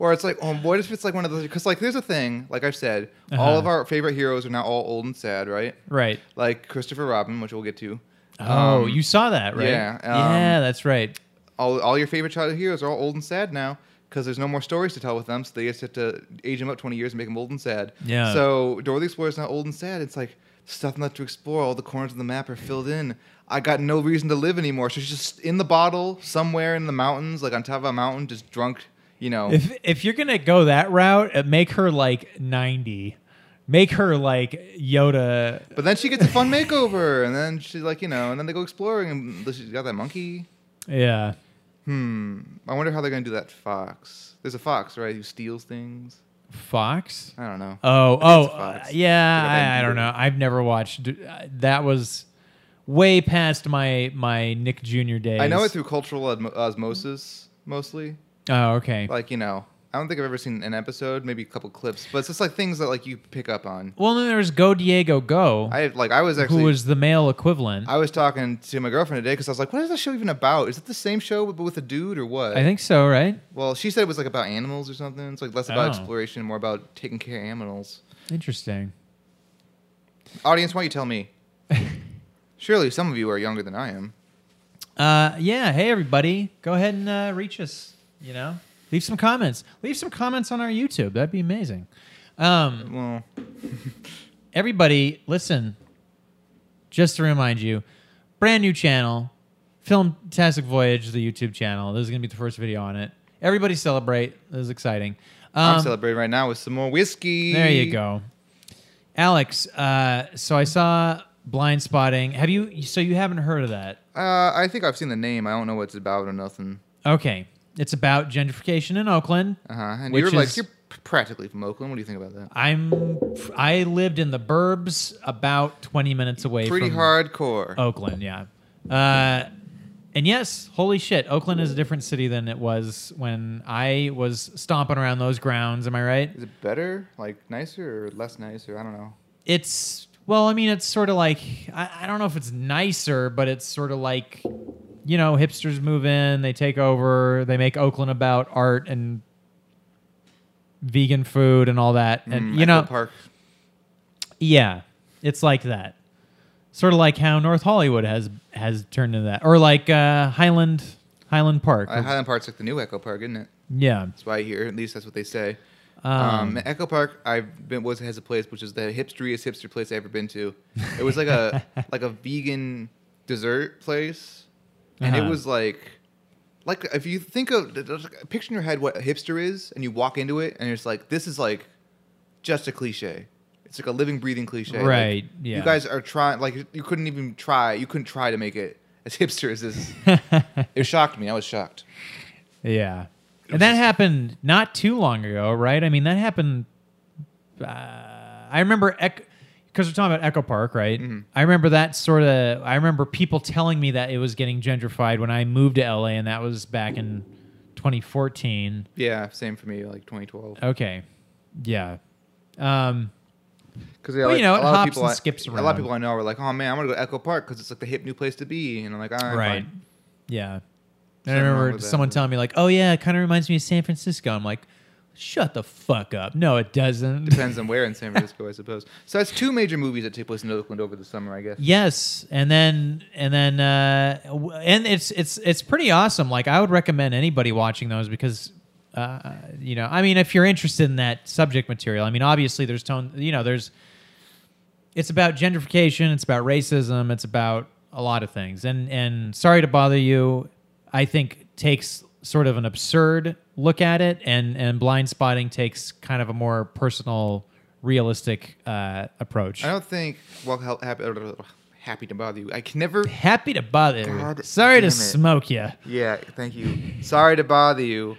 Speaker 1: Or it's like, oh, what if it's like one of those? Because like, there's a thing. Like I've said, all of
Speaker 2: Uh-huh.
Speaker 1: our favorite heroes are now all old and sad, right?
Speaker 2: right.
Speaker 1: Like Christopher Robin, which we'll get to.
Speaker 2: Oh,
Speaker 1: Um,
Speaker 2: you saw that, right?
Speaker 1: yeah, um,
Speaker 2: yeah, that's right.
Speaker 1: all, all your favorite childhood heroes are all old and sad now because there's no more stories to tell with them, so they just have to age them up 20 years and make them old and sad.
Speaker 2: Yeah.
Speaker 1: So Dora the Explorer's not old and sad. It's like stuff left to explore. All the corners of the map are filled in. I got no reason to live anymore. So she's just in the bottle somewhere in the mountains, like on top of a mountain, just drunk. You know,
Speaker 2: If if you're gonna go that route, uh, make her like ninety. Make her like Yoda.
Speaker 1: but then she gets a fun makeover, and then she's like, you know, and then they go exploring, and she's got that monkey.
Speaker 2: Yeah.
Speaker 1: Hmm. I wonder how they're gonna do that fox. There's a fox, right? Who steals things?
Speaker 2: Fox.
Speaker 1: I don't know.
Speaker 2: Oh
Speaker 1: I
Speaker 2: oh
Speaker 1: think it's Fox.
Speaker 2: uh, yeah.
Speaker 1: Yeah,
Speaker 2: I, I don't know. I've never watched. uh, That was way past my my Nick Jr. days.
Speaker 1: I know it through cultural osmo- osmosis mostly.
Speaker 2: Oh okay.
Speaker 1: Like you know, I don't think I've ever seen an episode, maybe a couple clips, but it's just like things that like you pick up on.
Speaker 2: Well, then there's Go Diego Go,
Speaker 1: I like I was
Speaker 2: who
Speaker 1: actually
Speaker 2: was the male equivalent. I,
Speaker 1: I was talking to my girlfriend today because I was like, "What is the show even about? Is it the same show but with a dude or what?"
Speaker 2: think so, right?
Speaker 1: well, she said it was like about animals or something. It's like less about
Speaker 2: Oh.
Speaker 1: exploration, more about taking care of animals.
Speaker 2: Interesting.
Speaker 1: Audience, why don't you tell me? Surely some of you are younger than I am.
Speaker 2: Uh, yeah. Hey, everybody. Go ahead and uh, reach us. You know, leave some comments. Leave some comments on our YouTube. That'd be amazing. Um,
Speaker 1: Well,
Speaker 2: everybody, listen. Just to remind you, brand new channel, Filmtastic Voyage, the YouTube channel. This is gonna be the first video on it. Everybody celebrate. This is exciting.
Speaker 1: I'm
Speaker 2: Um,
Speaker 1: celebrating right now with some more whiskey.
Speaker 2: there you go, Alex. Uh, so I saw Blind Spotting. Have you? So you haven't heard of that?
Speaker 1: Uh, I think I've seen the name. I don't know what it's about or nothing.
Speaker 2: Okay. It's about gentrification in Oakland.
Speaker 1: Uh-huh. And
Speaker 2: Which
Speaker 1: you're like,
Speaker 2: is-
Speaker 1: you're p- practically from Oakland. What do you think about that?
Speaker 2: I'm I lived in the burbs about 20 minutes away
Speaker 1: Pretty
Speaker 2: from Oh.
Speaker 1: hardcore.
Speaker 2: Oakland, yeah. Uh, and yes, holy shit, Oakland is a different city than it was when I was stomping around those grounds, am I right?
Speaker 1: Is it better, like nicer or less nicer? I don't know.
Speaker 2: It's well, I mean, it's sort of like I, I don't know if it's nicer, but it's sort of like you know, hipsters move in, they take over, they make Oakland about art and vegan food and all that, and
Speaker 1: Mm,
Speaker 2: you
Speaker 1: Echo
Speaker 2: know,
Speaker 1: Park.
Speaker 2: yeah, it's like that. Sort of like how North Hollywood has has turned into that, or like uh, Highland Highland Park.
Speaker 1: Uh, Highland Park's like the new Echo Park, isn't it?
Speaker 2: yeah,
Speaker 1: That's why I hear. At least that's what they say.
Speaker 2: Um,
Speaker 1: Um, Echo Park, I've been was has a place which is the hipsteriest hipster place I ever been to. It was like a like a vegan dessert place, and
Speaker 2: Uh-huh.
Speaker 1: it was like like if you think of picture in your head what a hipster is, and you walk into it, and it's like this is like just a cliche. It's like a living, breathing cliche. Like,
Speaker 2: Right, yeah.
Speaker 1: You guys are trying like you couldn't even try. You couldn't try to make it as hipster as this. it shocked me. I was shocked.
Speaker 2: yeah, and that happened not too long ago, right? I mean, that happened. Uh, I remember because we're talking about Echo Park, right?
Speaker 1: Mm-hmm.
Speaker 2: I remember that sort of. I remember people telling me that it was getting gentrified when I moved to LA, and that was back in 2014.
Speaker 1: Yeah, same for me. Like 2012.
Speaker 2: Okay, yeah. Um,
Speaker 1: Because
Speaker 2: Well, you know, it
Speaker 1: a lot
Speaker 2: hops
Speaker 1: of people
Speaker 2: and
Speaker 1: I-
Speaker 2: skips
Speaker 1: A lot
Speaker 2: around.
Speaker 1: of people I know are like, "Oh man, I'm gonna go to Echo Park because it's like the hip new place to be," and I'm like, "All right,
Speaker 2: right.
Speaker 1: right, fine.
Speaker 2: Yeah. And I
Speaker 1: Something wrong
Speaker 2: remember
Speaker 1: with that.
Speaker 2: someone telling me like, "Oh yeah, it kind of reminds me of San Francisco." I'm like, "Shut the fuck up." No, it doesn't.
Speaker 1: depends on where in San Francisco, I suppose." So that's two major movies that take place in Oakland over the summer, I guess.
Speaker 2: yes, and then and then uh, w- and it's it's it's pretty awesome. Like I would recommend anybody watching those because uh, you know, I mean, if you're interested in that subject material, I mean, obviously there's tone, you know, there's it's about gentrification, it's about racism, it's about a lot of things. And and sorry to bother you, I think takes sort of an absurd look at it, and and blind spotting takes kind of a more personal, realistic uh, approach.
Speaker 1: I don't think. Well, hel- happy, happy to bother you. I can never.
Speaker 2: Happy to bother.
Speaker 1: God
Speaker 2: sorry to
Speaker 1: damn it.
Speaker 2: smoke you.
Speaker 1: Yeah, thank you. Sorry to bother you.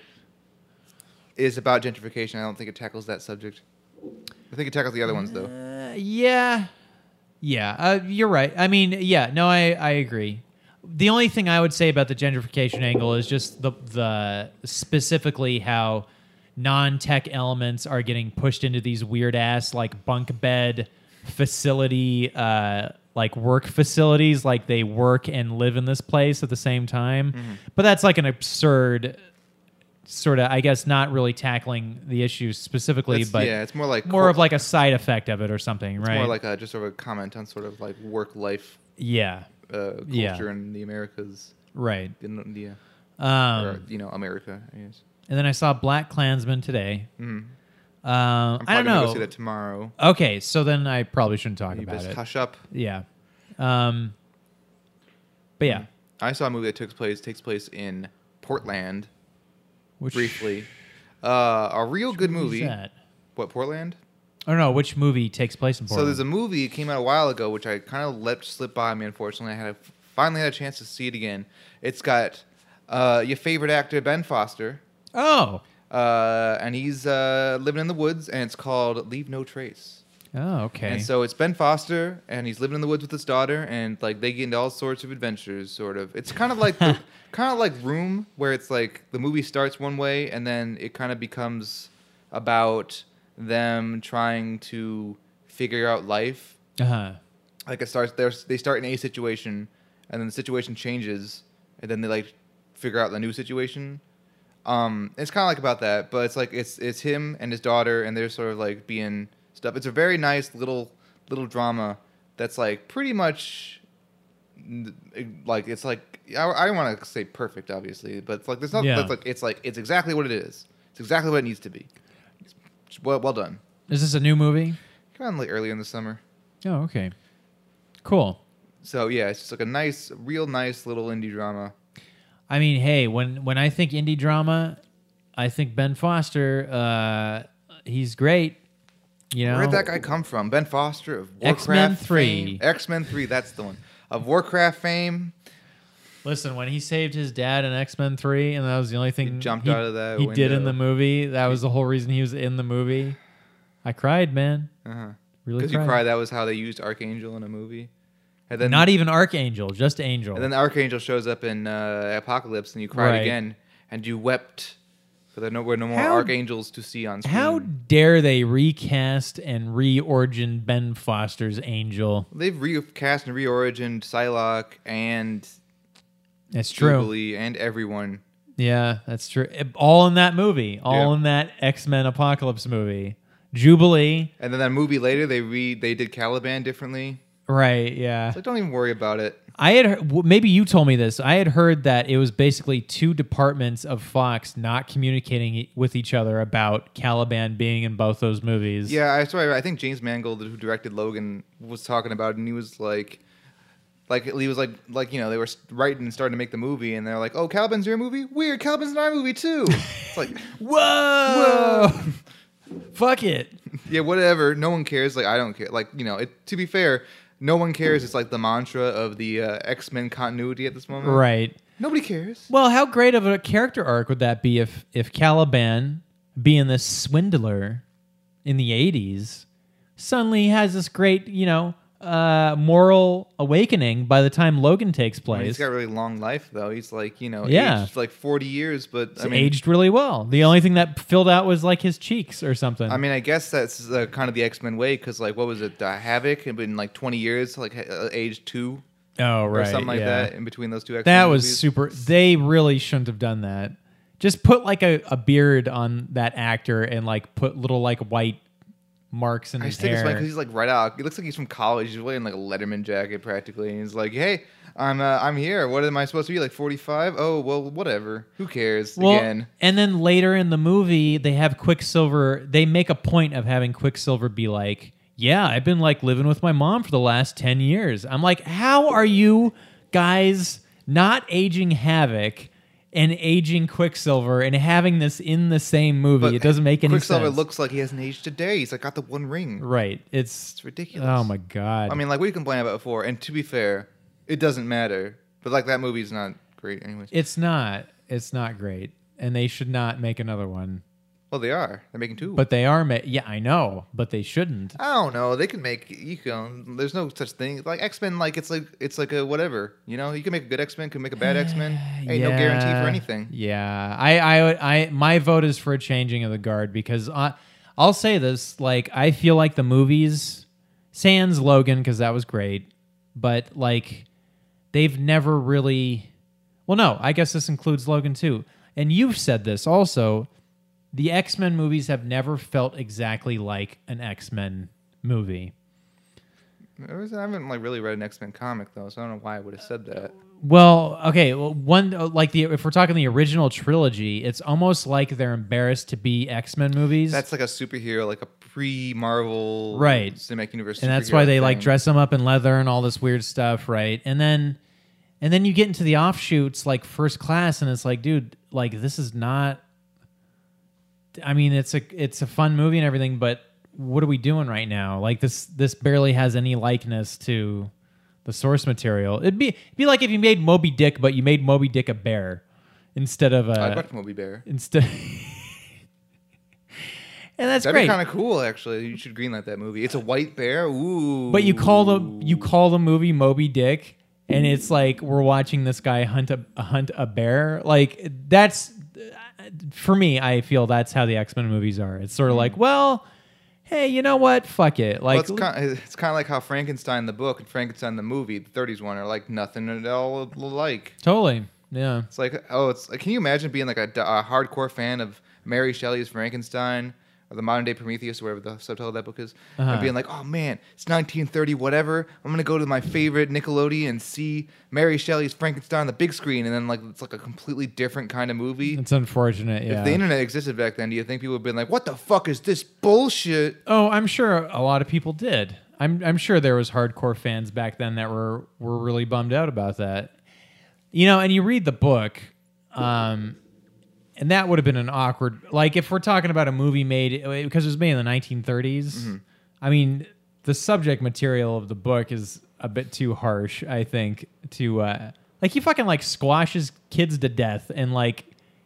Speaker 1: Is about gentrification. I don't think it tackles that subject. I think it tackles the other ones though.
Speaker 2: Uh, yeah, yeah, uh, you're right. I mean, yeah, no, I I agree. The only thing I would say about the gentrification angle is just the the specifically how non-tech elements are getting pushed into these weird ass like bunk bed facility uh like work facilities like they work and live in this place at the same time
Speaker 1: Mm-hmm.
Speaker 2: but that's like an absurd sort of i guess not really tackling the issue specifically
Speaker 1: That's-
Speaker 2: but
Speaker 1: yeah, it's more like
Speaker 2: more of
Speaker 1: cor-
Speaker 2: like a side effect of it or something, right?
Speaker 1: more like a, just sort of a comment on sort of like work life
Speaker 2: yeah,
Speaker 1: uh, culture
Speaker 2: Yeah.
Speaker 1: in the Americas.
Speaker 2: right.
Speaker 1: In India. or,
Speaker 2: Um,
Speaker 1: you know, America. I guess.
Speaker 2: and then I saw Black Klansman today.
Speaker 1: Mm.
Speaker 2: Um,
Speaker 1: I'm probably
Speaker 2: I don't
Speaker 1: gonna
Speaker 2: know.
Speaker 1: go see that tomorrow.
Speaker 2: okay, so then I probably shouldn't talk
Speaker 1: You
Speaker 2: about
Speaker 1: best
Speaker 2: it.
Speaker 1: hush up.
Speaker 2: Yeah. Um, but yeah,
Speaker 1: I saw a movie that took place takes place in Portland
Speaker 2: which
Speaker 1: briefly. Uh, a real good
Speaker 2: movie is
Speaker 1: movie.
Speaker 2: that?
Speaker 1: What Portland?
Speaker 2: I don't know which movie takes place in
Speaker 1: So
Speaker 2: Portland.
Speaker 1: there's a movie that came out a while ago, which I kind of let slip by me. Unfortunately, I had a, finally had a chance to see it again. It's got uh, your favorite actor Ben Foster,
Speaker 2: oh,
Speaker 1: uh, and he's uh, living in the woods, and it's called Leave No Trace.
Speaker 2: oh, okay.
Speaker 1: And so it's Ben Foster, and he's living in the woods with his daughter, and like they get into all sorts of adventures. Sort of, it's kind of like the, kind of like Room, where it's like the movie starts one way, and then it kind of becomes about them trying to figure out life.
Speaker 2: uh-huh.
Speaker 1: Like it starts, they're- they start in a situation, and then the situation changes, and then they like figure out the new situation. Um, it's kind of like about that, but it's like it's it's him and his daughter, and they're sort of like being stuff. It's a very nice little little drama that's like pretty much n- like it's like I, I don't want to say perfect, obviously, but it's like there's not
Speaker 2: Yeah.
Speaker 1: that's like it's like it's exactly what it is. It's exactly what it needs to be. It's well, well done.
Speaker 2: Is this a new movie?
Speaker 1: Kind of like early in the summer,
Speaker 2: Oh, okay. Cool.
Speaker 1: so yeah, it's just like a nice, real nice little indie drama.
Speaker 2: I mean, hey, when when I think indie drama, I think Ben Foster. Uh, he's great. You know,
Speaker 1: Where did that guy come from? Ben Foster of
Speaker 2: X-Men
Speaker 1: Warcraft
Speaker 2: 3.
Speaker 1: X Men Three. That's the one of Warcraft fame.
Speaker 2: Listen, when he saved his dad in X Men Three, and that was the only thing
Speaker 1: jumped
Speaker 2: he-
Speaker 1: out of that
Speaker 2: he did in
Speaker 1: window.
Speaker 2: the movie. That was the whole reason he was in the movie. I cried, man.
Speaker 1: Uh-huh.
Speaker 2: Really
Speaker 1: Because
Speaker 2: cried.
Speaker 1: you cry, that was how they used Archangel in a movie. And then
Speaker 2: Not even Archangel, just Angel.
Speaker 1: and then the Archangel shows up in uh, Apocalypse, and you cried
Speaker 2: Right.
Speaker 1: again, and you wept. But there no- were no more
Speaker 2: How-
Speaker 1: Archangels to see on screen.
Speaker 2: How dare they recast and re-origin Ben Foster's Angel?
Speaker 1: They've recast and reorigined Psylocke and
Speaker 2: That's true.
Speaker 1: Jubilee and everyone.
Speaker 2: Yeah, that's true. It- All in that movie. All
Speaker 1: Yeah.
Speaker 2: in that X Men Apocalypse movie. Jubilee.
Speaker 1: And then that movie later, they re they did Caliban differently.
Speaker 2: Right. Yeah.
Speaker 1: So don't even worry about it.
Speaker 2: I had heard- w- maybe you told me this. I had heard that it was basically two departments of Fox not communicating e- with each other about Caliban being in both those movies.
Speaker 1: Yeah, I sorry. I think James Mangold, who directed Logan, was talking about, it, and he was like, like he was like, like you know, they were writing and starting to make the movie, and they're like, oh, Caliban's your movie? Weird, Caliban's in our movie too. it's like,
Speaker 2: Whoa. Fuck it.
Speaker 1: yeah, whatever. No one cares. Like I don't care. Like you know, it, to be fair, no one cares. It's like the mantra of the uh, X Men continuity at this moment.
Speaker 2: Right.
Speaker 1: Nobody cares.
Speaker 2: Well, how great of a character arc would that be if if Caliban, being this swindler in the '80s, suddenly has this great, you know, uh, moral awakening by the time Logan takes
Speaker 1: I mean,
Speaker 2: place?
Speaker 1: he's got a really long life though. He's like you know,
Speaker 2: Yeah.
Speaker 1: aged like forty years, but I
Speaker 2: It's
Speaker 1: mean,
Speaker 2: aged really well. The only thing that filled out was like his cheeks or something.
Speaker 1: I mean, I guess that's uh, kind of the X Men way, because like, what was it, uh, Havoc? It been like twenty years, like ha- uh, age two
Speaker 2: oh
Speaker 1: or
Speaker 2: right,
Speaker 1: something like
Speaker 2: yeah.
Speaker 1: that, in between those two X Men.
Speaker 2: That was super. They really shouldn't have done that. Just put like a, a beard on that actor and like put little like white marks in
Speaker 1: I
Speaker 2: his
Speaker 1: just think it's
Speaker 2: hair.
Speaker 1: funny because he's like right out. It looks like he's from college. He's wearing like a Letterman jacket practically, and he's like, "Hey, I'm uh, I'm here. What am I supposed to be like? 45? Oh, well, whatever. Who cares?" Again,
Speaker 2: And then later in the movie, they have Quicksilver. They make a point of having Quicksilver be like, "Yeah, I've been like living with my mom for the last ten years." I'm like, "How are you guys not aging Havoc and aging Quicksilver and having this in the same movie?
Speaker 1: But
Speaker 2: it doesn't make any
Speaker 1: Quicksilver
Speaker 2: sense."
Speaker 1: looks like he hasn't aged a day. He's like got the One Ring.
Speaker 2: right. It's,
Speaker 1: It's ridiculous.
Speaker 2: Oh my god.
Speaker 1: I mean, like we complained about it before, and to be fair, it doesn't matter. But like that movie's not great, anyways.
Speaker 2: it's not. It's not great, and they should not make another one.
Speaker 1: well, they are. They're making two.
Speaker 2: But they are. Ma- yeah, I know, but they shouldn't.
Speaker 1: I don't know. They can make you can. There's no such thing like X Men. Like it's like it's like a whatever. You know, you can make a good X Men, can make a bad X Men. Ain't no guarantee
Speaker 2: Yeah.
Speaker 1: for anything.
Speaker 2: Yeah, I, I, I, my vote is for a changing of the guard because I, I'll say this: like, I feel like the movies, sans Logan, because that was great, but like, they've never really. Well, no, I guess this includes Logan too, and you've said this also. The X Men movies have never felt exactly like an X Men movie.
Speaker 1: There was- I haven't like really read an X Men comic though, so I don't know why I would have said that.
Speaker 2: Well, okay. Well, one uh, like the if we're talking the original trilogy, it's almost like they're embarrassed to be X Men movies,
Speaker 1: That's like a superhero, like a pre Marvel
Speaker 2: Right.
Speaker 1: cinematic universe,
Speaker 2: and that's why
Speaker 1: superhero
Speaker 2: they like
Speaker 1: thing.
Speaker 2: dress them up in leather and all this weird stuff, right? And then, and then you get into the offshoots like First Class, and it's like, dude, like this is not. I mean, it's a it's a fun movie and everything, but what are we doing right now? Like this this barely has any likeness to the source material. It'd be it'd be like if you made Moby Dick, but you made Moby Dick a bear instead of a
Speaker 1: I'd watch Moby Bear.
Speaker 2: instead. and that's
Speaker 1: That'd be
Speaker 2: great.
Speaker 1: kind of cool, actually. You should greenlight that movie. It's a white bear. Ooh.
Speaker 2: but you call the you call the movie Moby Dick, and it's like we're watching this guy hunt a hunt a bear. Like that's for me. I feel that's how the X Men movies are. It's sort of like, well, hey, you know what? Fuck it.
Speaker 1: Well,
Speaker 2: Like
Speaker 1: it's kind, of, it's kind of like how Frankenstein the book and Frankenstein the movie, the 30s one, are like nothing at all alike.
Speaker 2: totally, yeah.
Speaker 1: It's like, oh, it's like, can you imagine being like a, d- a hardcore fan of Mary Shelley's Frankenstein or the modern day Prometheus, or whatever the subtitle of that book is,
Speaker 2: Uh-huh.
Speaker 1: and being like, oh man, it's 1930, whatever. I'm gonna go to my favorite Nickelodeon and see Mary Shelley's Frankenstein on the big screen, and then like it's like a completely different kind of movie.
Speaker 2: It's unfortunate. Yeah.
Speaker 1: If the internet existed back then, do you think people would have been like, what the fuck is this bullshit?
Speaker 2: Oh, I'm sure a lot of people did. I'm I'm sure there was hardcore fans back then that were were really bummed out about that. You know, and you read the book, um, and that would have been an awkward. Like if we're talking about a movie made because it was made in the 1930s. I mean, the subject material of the book is a bit too harsh, I think, to uh, Like he fucking like squashes kids to death and like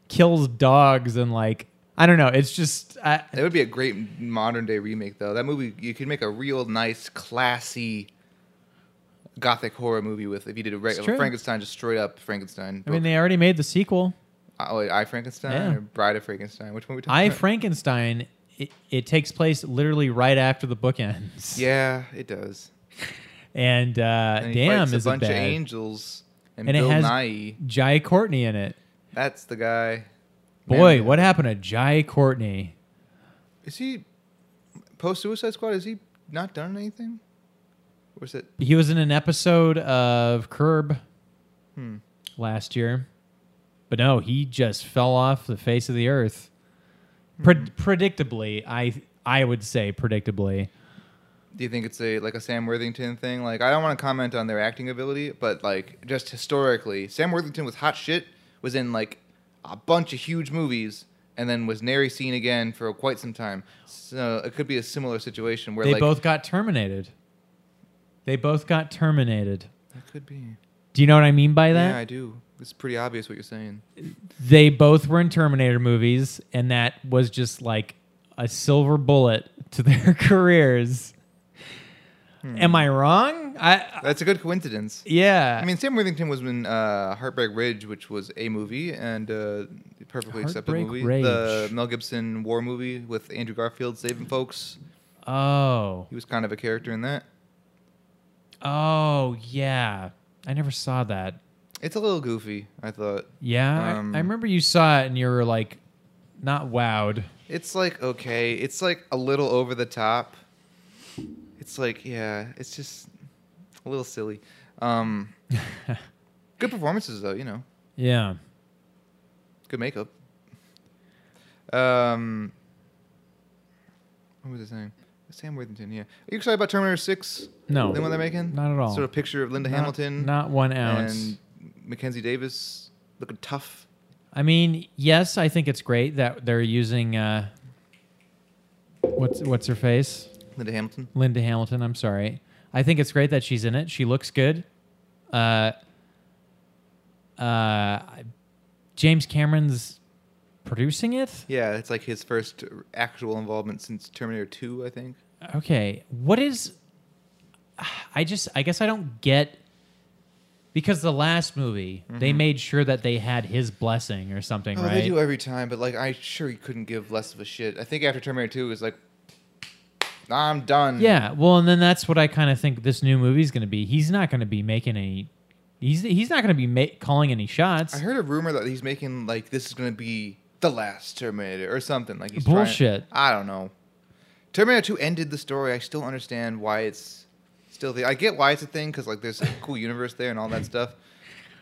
Speaker 2: kills dogs and like I don't know. It's just I,
Speaker 1: That would be a great modern day remake, though. That movie, you could make a real nice, classy gothic horror movie with if you did a regular
Speaker 2: true.
Speaker 1: Frankenstein, just straight up Frankenstein.
Speaker 2: I mean they already made the sequel.
Speaker 1: oh, I Frankenstein
Speaker 2: Yeah.
Speaker 1: or Bride of Frankenstein? Which one we talking
Speaker 2: I
Speaker 1: about?
Speaker 2: Frankenstein. It, it takes place literally right after the book ends.
Speaker 1: yeah, it does.
Speaker 2: And, uh,
Speaker 1: And he
Speaker 2: damn,
Speaker 1: fights
Speaker 2: is
Speaker 1: a bunch
Speaker 2: it
Speaker 1: of
Speaker 2: bad?
Speaker 1: angels and,
Speaker 2: And it
Speaker 1: Bill
Speaker 2: has-
Speaker 1: Nye.
Speaker 2: Jai Courtney in it.
Speaker 1: That's the guy.
Speaker 2: Boy,
Speaker 1: Man,
Speaker 2: what happened to Jai Courtney?
Speaker 1: is he? Post Suicide Squad, is he not done anything? Or is it?
Speaker 2: He was in an episode of Curb
Speaker 1: Hmm.
Speaker 2: last year. But no, he just fell off the face of the earth.
Speaker 1: Hmm.
Speaker 2: Pre- Predictably, I I would say predictably.
Speaker 1: Do you think it's a like a Sam Worthington thing? Like I don't want to comment on their acting ability, but like just historically, Sam Worthington was hot shit. Was in like a bunch of huge movies, and then was nary seen again for quite some time. So it could be a similar situation where
Speaker 2: They
Speaker 1: like
Speaker 2: both got terminated. They both got terminated.
Speaker 1: that could be.
Speaker 2: Do you know what I mean by that?
Speaker 1: Yeah, I do. It's pretty obvious what you're saying.
Speaker 2: they both were in Terminator movies, and that was just like a silver bullet to their careers.
Speaker 1: Hmm.
Speaker 2: Am I wrong? I
Speaker 1: That's a good coincidence.
Speaker 2: yeah.
Speaker 1: I mean, Sam Worthington was in uh, Heartbreak Ridge, which was a movie and uh, perfectly accepted
Speaker 2: Heartbreak
Speaker 1: movie.
Speaker 2: Ridge.
Speaker 1: The Mel Gibson war movie with Andrew Garfield saving folks.
Speaker 2: oh,
Speaker 1: He was kind of a character in that.
Speaker 2: oh yeah. I never saw that.
Speaker 1: It's a little goofy, I thought.
Speaker 2: Yeah,
Speaker 1: Um,
Speaker 2: I, I remember you saw it, and you were like, not wowed.
Speaker 1: It's like okay, it's like a little over the top. It's like yeah, it's just a little silly. Um, good performances though, you know.
Speaker 2: Yeah.
Speaker 1: Good makeup. Um, what was I saying? Sam Worthington. Yeah, are you excited about Terminator Six?
Speaker 2: No.
Speaker 1: the one they're making.
Speaker 2: Not at all.
Speaker 1: Sort of picture of Linda
Speaker 2: Not-
Speaker 1: Hamilton
Speaker 2: Not one ounce.
Speaker 1: and Mackenzie Davis looking tough.
Speaker 2: I mean, yes, I think it's great that they're using uh, what's what's her face,
Speaker 1: Linda Hamilton.
Speaker 2: Linda Hamilton. I'm sorry. I think it's great that she's in it. She looks good. Uh, uh, James Cameron's producing it.
Speaker 1: Yeah, it's like his first actual involvement since Terminator 2, I think.
Speaker 2: Okay, what is? I just I guess I don't get because the last movie they made sure that they had his blessing or something,
Speaker 1: Oh,
Speaker 2: right?
Speaker 1: they do every time, but like I sure he couldn't give less of a shit. I think after Terminator 2 is like I'm done.
Speaker 2: Yeah, well, and then that's what I kind of think this new movie's going to be. He's not going to be making any. He's he's not going to be ma- calling any shots.
Speaker 1: I heard a rumor that he's making like this is going to be the last Terminator or something like he's
Speaker 2: Bullshit.
Speaker 1: Trying, I don't know. Terminator 2 ended the story. I still understand why it's still the I get why it's a thing cuz like there's a cool universe there and all that stuff.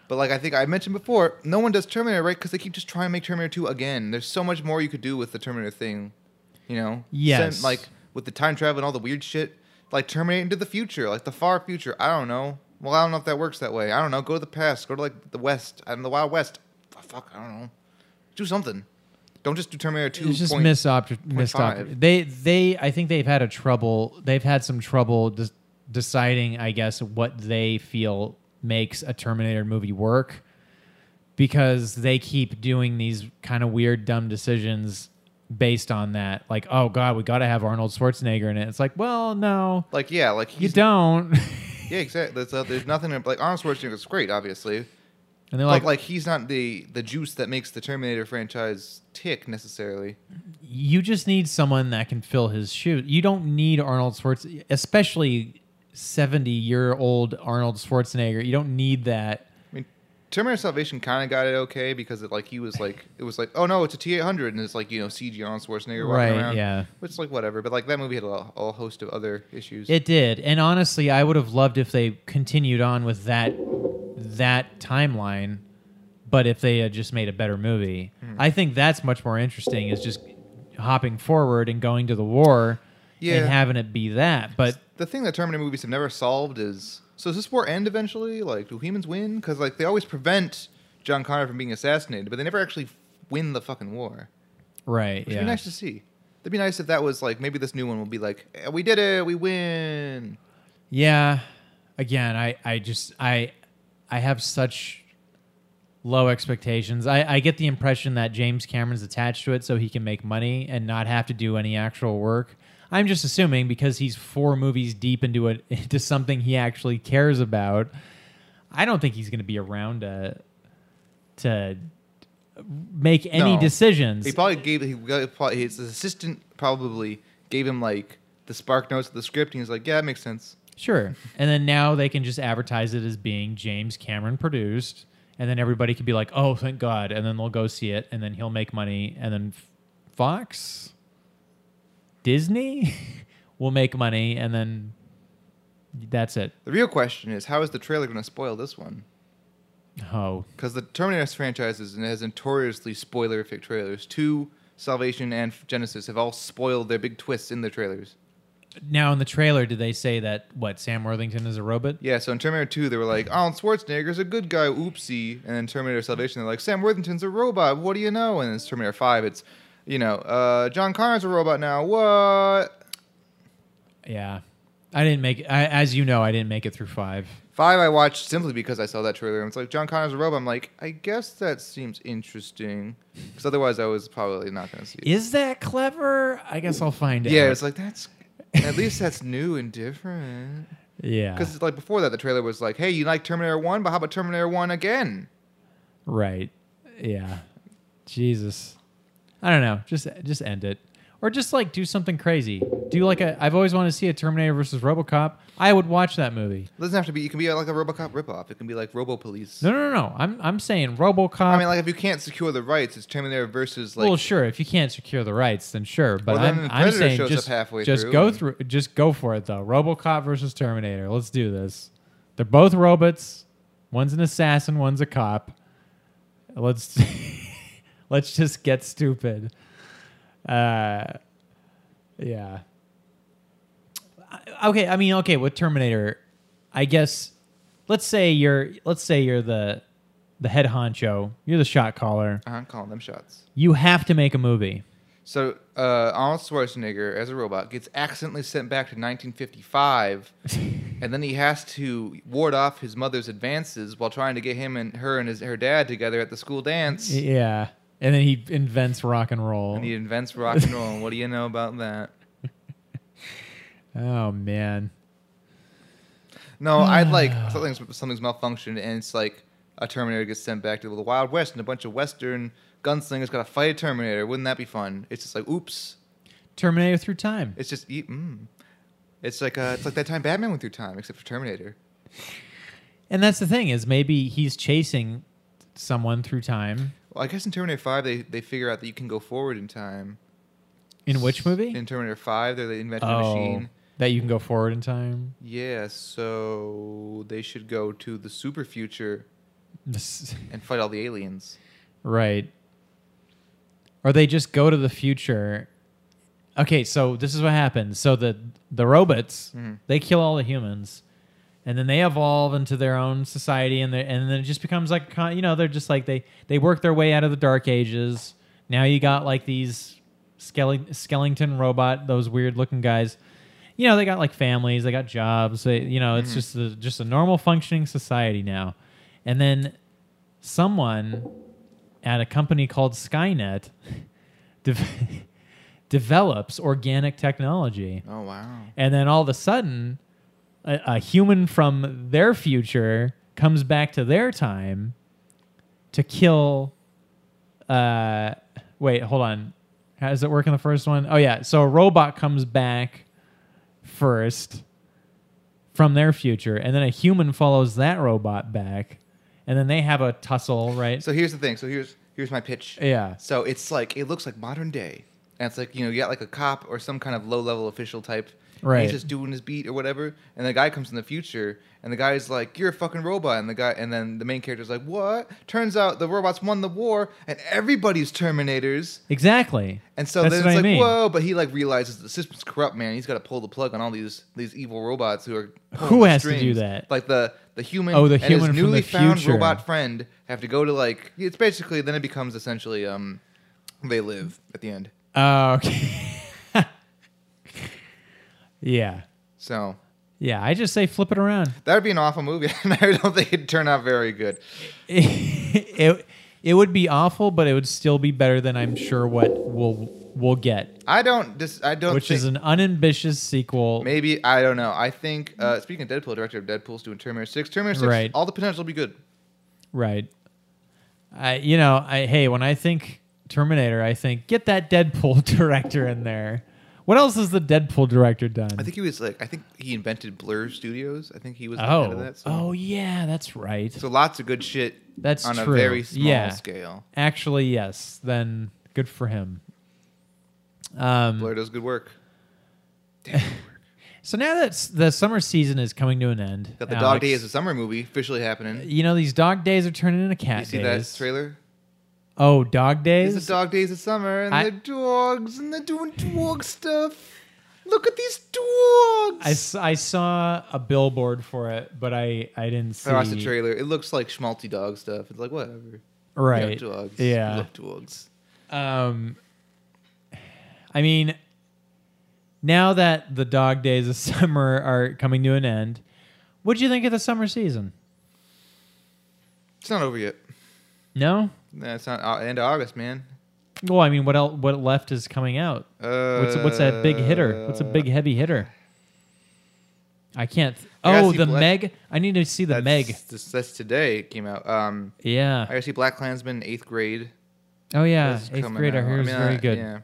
Speaker 1: But like I think I mentioned before, no one does Terminator right because they keep just trying to make Terminator 2 again. There's so much more you could do with the Terminator thing, you know.
Speaker 2: Yes.
Speaker 1: Send, like with the time travel and all the weird shit, like Terminate into the future, like the far future. I don't know. Well, I don't know if that works that way. I don't know. Go to the past. Go to like the West and the Wild West. F- Fuck, I don't know. Do something. Don't just do Terminator 2.
Speaker 2: it's just
Speaker 1: point-
Speaker 2: missed opt- missed
Speaker 1: five.
Speaker 2: opt- They they I think they've had a trouble. They've had some trouble des- deciding, I guess, what they feel makes a Terminator movie work, because they keep doing these kind of weird, dumb decisions based on that. Like, oh god, we got to have Arnold Schwarzenegger in it. It's like, well, no,
Speaker 1: Like yeah, like
Speaker 2: you
Speaker 1: he's
Speaker 2: don't.
Speaker 1: yeah exactly. There's, uh, there's nothing like Arnold Schwarzenegger's great, obviously.
Speaker 2: and they're
Speaker 1: Like,
Speaker 2: like,
Speaker 1: but like he's not the the juice that makes the Terminator franchise tick necessarily.
Speaker 2: you just need someone that can fill his shoes. You don't need Arnold Schwarzenegger, especially 70 year old Arnold Schwarzenegger. You don't need that.
Speaker 1: I mean, Terminator Salvation kind of got it okay because it like he was like it was like oh no it's a T eight hundred and it's like you know CG on Schwarzenegger walking
Speaker 2: Right,
Speaker 1: around
Speaker 2: yeah.
Speaker 1: which is like whatever but like that movie had a, a whole host of other issues
Speaker 2: It did. And honestly, I would have loved if they continued on with that that timeline, but if they had just made a better movie.
Speaker 1: Hmm.
Speaker 2: I think that's much more interesting is just hopping forward and going to the war
Speaker 1: Yeah.
Speaker 2: and having it be that. But
Speaker 1: the thing that Terminator movies have never solved is so does this war end eventually like do humans win because like they always prevent John Connor from being assassinated but they never actually win the fucking war
Speaker 2: right,
Speaker 1: which
Speaker 2: yeah.
Speaker 1: would be nice to see it'd be nice if that was like maybe this new one will be like eh, we did it we win
Speaker 2: Yeah. Again, I, I just I I have such low expectations. I, I get the impression that James Cameron's attached to it so he can make money and not have to do any actual work. I'm just assuming because he's four movies deep into it into something he actually cares about. I don't think he's going to be around to to make any
Speaker 1: No.
Speaker 2: decisions.
Speaker 1: He probably gave he got- probably, his assistant probably gave him like the spark notes of the script, and he's like, "Yeah, it makes sense."
Speaker 2: Sure. And then now they can just advertise it as being James Cameron produced. And then everybody could be like, oh, thank God. And then they'll go see it. And then he'll make money. And then F- Fox, Disney will make money. And then that's it.
Speaker 1: The real question is, how is the trailer going to spoil this one?
Speaker 2: Oh,
Speaker 1: Because the Terminator franchise is, has notoriously spoilerific trailers. Two, Salvation and Genesis have all spoiled their big twists in their trailers.
Speaker 2: now in the trailer, did they say that what Sam Worthington is a robot?
Speaker 1: Yeah, so in Terminator 2, they were like, Arnold Schwarzenegger's a good guy, oopsie. And in Terminator Salvation, they're like, Sam Worthington's a robot, what do you know? And in Terminator 5, it's, you know, uh, John Connor's a robot now, what?
Speaker 2: Yeah, I didn't make. I, as you know, I didn't make it through five.
Speaker 1: Five I watched simply because I saw that trailer and it's like John Connor's a robot. I'm like, I guess that seems interesting, because otherwise I was probably not going to see it.
Speaker 2: Is that clever? I guess I'll find
Speaker 1: Yeah,
Speaker 2: out.
Speaker 1: it's like that's at least that's new and different.
Speaker 2: yeah,
Speaker 1: Because like before that, the trailer was like, "Hey, you like Terminator One, but how about Terminator One again?"
Speaker 2: Right. Yeah. Jesus. I don't know. Just just end it. Or just like do something crazy. Do like a I've always wanted to see a Terminator versus RoboCop. I would watch that movie.
Speaker 1: It doesn't have to be. You can be like a RoboCop ripoff. It can be like RoboPolice.
Speaker 2: No, no, no, no. I'm I'm saying RoboCop.
Speaker 1: I mean, like if you can't secure the rights, it's Terminator versus like.
Speaker 2: well, sure. If you can't secure the rights, then sure. But
Speaker 1: Well, then
Speaker 2: I'm,
Speaker 1: the
Speaker 2: I'm
Speaker 1: Predator
Speaker 2: saying
Speaker 1: shows
Speaker 2: just
Speaker 1: up halfway
Speaker 2: just
Speaker 1: through
Speaker 2: go
Speaker 1: and-
Speaker 2: through. Just go for it though. RoboCop versus Terminator. Let's do this. They're both robots. One's an assassin. One's a cop. Let's let's just get stupid. Uh, yeah. I- Okay, I mean, okay, with Terminator, I guess let's say you're let's say you're the the head honcho, you're the shot caller.
Speaker 1: I'm uh-huh, calling them shots.
Speaker 2: You have to make a movie.
Speaker 1: So uh, Arnold Schwarzenegger as a robot gets accidentally sent back to 1955, and then he has to ward off his mother's advances while trying to get him and her and his her dad together at the school dance.
Speaker 2: Yeah. And then he invents rock and roll.
Speaker 1: And he invents rock and roll. and what do you know about that?
Speaker 2: oh man.
Speaker 1: No, I'd like something's something's malfunctioned, and it's like a Terminator gets sent back to the Wild West, and a bunch of Western gunslingers got to fight a Terminator. Wouldn't that be fun? It's just like, oops.
Speaker 2: Terminator through time.
Speaker 1: It's just, e- mm. it's like uh, it's like that time Batman went through time, except for Terminator.
Speaker 2: And that's the thing is maybe he's chasing someone through time.
Speaker 1: Well, I guess in Terminator Five, they they figure out that you can go forward in time.
Speaker 2: In which movie?
Speaker 1: In Terminator Five, they're the invented
Speaker 2: oh,
Speaker 1: machine.
Speaker 2: that you can go forward in time.
Speaker 1: Yeah, so they should go to the super future
Speaker 2: This-
Speaker 1: and fight all the aliens.
Speaker 2: Right. Or they just go to the future. Okay, so this is what happens. So the the robots
Speaker 1: Mhm.
Speaker 2: they kill all the humans, and then they evolve into their own society, and they- and then it just becomes like con- you know they're just like they they work their way out of the dark ages. Now you got like these skele- skeleton robot, those weird looking guys. You know they got like families, they got jobs. They you know it's just a, just a normal functioning society now, and then someone at a company called Skynet de- develops organic technology.
Speaker 1: Oh wow!
Speaker 2: And then all of a sudden, a, a human from their future comes back to their time to kill. Uh, wait, hold on. How does it work in the first one? Oh, yeah. So a robot comes back first from their future, and then a human follows that robot back, and then they have a tussle, right?
Speaker 1: So here's the thing. So here's here's my pitch.
Speaker 2: yeah.
Speaker 1: So it's like it looks like modern day, and it's like you know you got like a cop or some kind of low level official type. and
Speaker 2: Right.
Speaker 1: He's just doing his beat or whatever, and the guy comes in the future, and the guy's like, "You're a fucking robot," and the guy, and then the main character's like, "What?" Turns out the robots won the war, and everybody's Terminators.
Speaker 2: Exactly.
Speaker 1: And so
Speaker 2: That's
Speaker 1: then it's
Speaker 2: what I
Speaker 1: like,
Speaker 2: mean.
Speaker 1: "Whoa!" But he like realizes the system's corrupt, man. He's got to pull the plug on all these these evil robots who are pulling
Speaker 2: Who
Speaker 1: the
Speaker 2: has to do
Speaker 1: strings.
Speaker 2: that?
Speaker 1: Like the the human.
Speaker 2: Oh, the
Speaker 1: and
Speaker 2: human from
Speaker 1: his
Speaker 2: the
Speaker 1: newly found
Speaker 2: future.
Speaker 1: robot friend have to go to like it's basically then it becomes essentially um they live at the end.
Speaker 2: Oh, okay. yeah.
Speaker 1: So
Speaker 2: Yeah, I just say flip it around.
Speaker 1: That would be an awful movie, and I don't think it'd turn out very good.
Speaker 2: it it would be awful, but it would still be better than I'm sure what we'll we'll get,
Speaker 1: I don't. Dis- I don't.
Speaker 2: which
Speaker 1: think,
Speaker 2: is an unambitious sequel.
Speaker 1: maybe I don't know. I think uh, speaking of Deadpool, director of Deadpool's doing Terminator Six. Terminator Six,
Speaker 2: Right.
Speaker 1: all the potential will be good.
Speaker 2: Right. I you know, I hey, when I think Terminator, I think get that Deadpool director in there. What else has the Deadpool director done?
Speaker 1: I think he was like. I think he invented Blur Studios. I think he was the head of
Speaker 2: oh.
Speaker 1: that. So.
Speaker 2: Oh yeah, that's right.
Speaker 1: So lots of good shit.
Speaker 2: That's
Speaker 1: on
Speaker 2: true.
Speaker 1: a very small
Speaker 2: Yeah.
Speaker 1: scale.
Speaker 2: Actually, yes. Then good for him. Um
Speaker 1: Blur does good work. Damn good work.
Speaker 2: so now that s- the summer season is coming to an end.
Speaker 1: Got the Dog
Speaker 2: Alex,
Speaker 1: Days of Summer movie officially happening.
Speaker 2: You know these dog days are turning into
Speaker 1: You
Speaker 2: cat
Speaker 1: see
Speaker 2: days.
Speaker 1: that trailer?
Speaker 2: Oh, dog days.
Speaker 1: It's the Dog Days of Summer, and
Speaker 2: I-
Speaker 1: they're dogs, and they're doing dog stuff. Look at these dogs.
Speaker 2: I, s- I saw a billboard for it, but I, I didn't see.
Speaker 1: I watched the trailer. It looks like schmaltzy dog stuff. It's like whatever.
Speaker 2: Right.
Speaker 1: You know, dogs.
Speaker 2: Yeah.
Speaker 1: You love dogs.
Speaker 2: Um, I mean, now that the dog days of summer are coming to an end, what do you think of the summer season?
Speaker 1: It's not over yet.
Speaker 2: No.
Speaker 1: Nah, it's not uh, end of August, man.
Speaker 2: Well, I mean, what else? What left is coming out?
Speaker 1: Uh,
Speaker 2: What's what's that big hitter? What's a big heavy hitter? I can't. Th-
Speaker 1: I gotta
Speaker 2: oh,
Speaker 1: see
Speaker 2: the
Speaker 1: Black-
Speaker 2: Meg. I need to see the
Speaker 1: That's,
Speaker 2: Meg.
Speaker 1: That's, that's today. It came out. Um, I
Speaker 2: Yeah.
Speaker 1: gotta see Black Klansman, eighth grade.
Speaker 2: Oh yeah.
Speaker 1: That's
Speaker 2: Eighth
Speaker 1: coming
Speaker 2: grade, I
Speaker 1: out.
Speaker 2: hear is
Speaker 1: mean,
Speaker 2: very
Speaker 1: I-
Speaker 2: good.
Speaker 1: Yeah.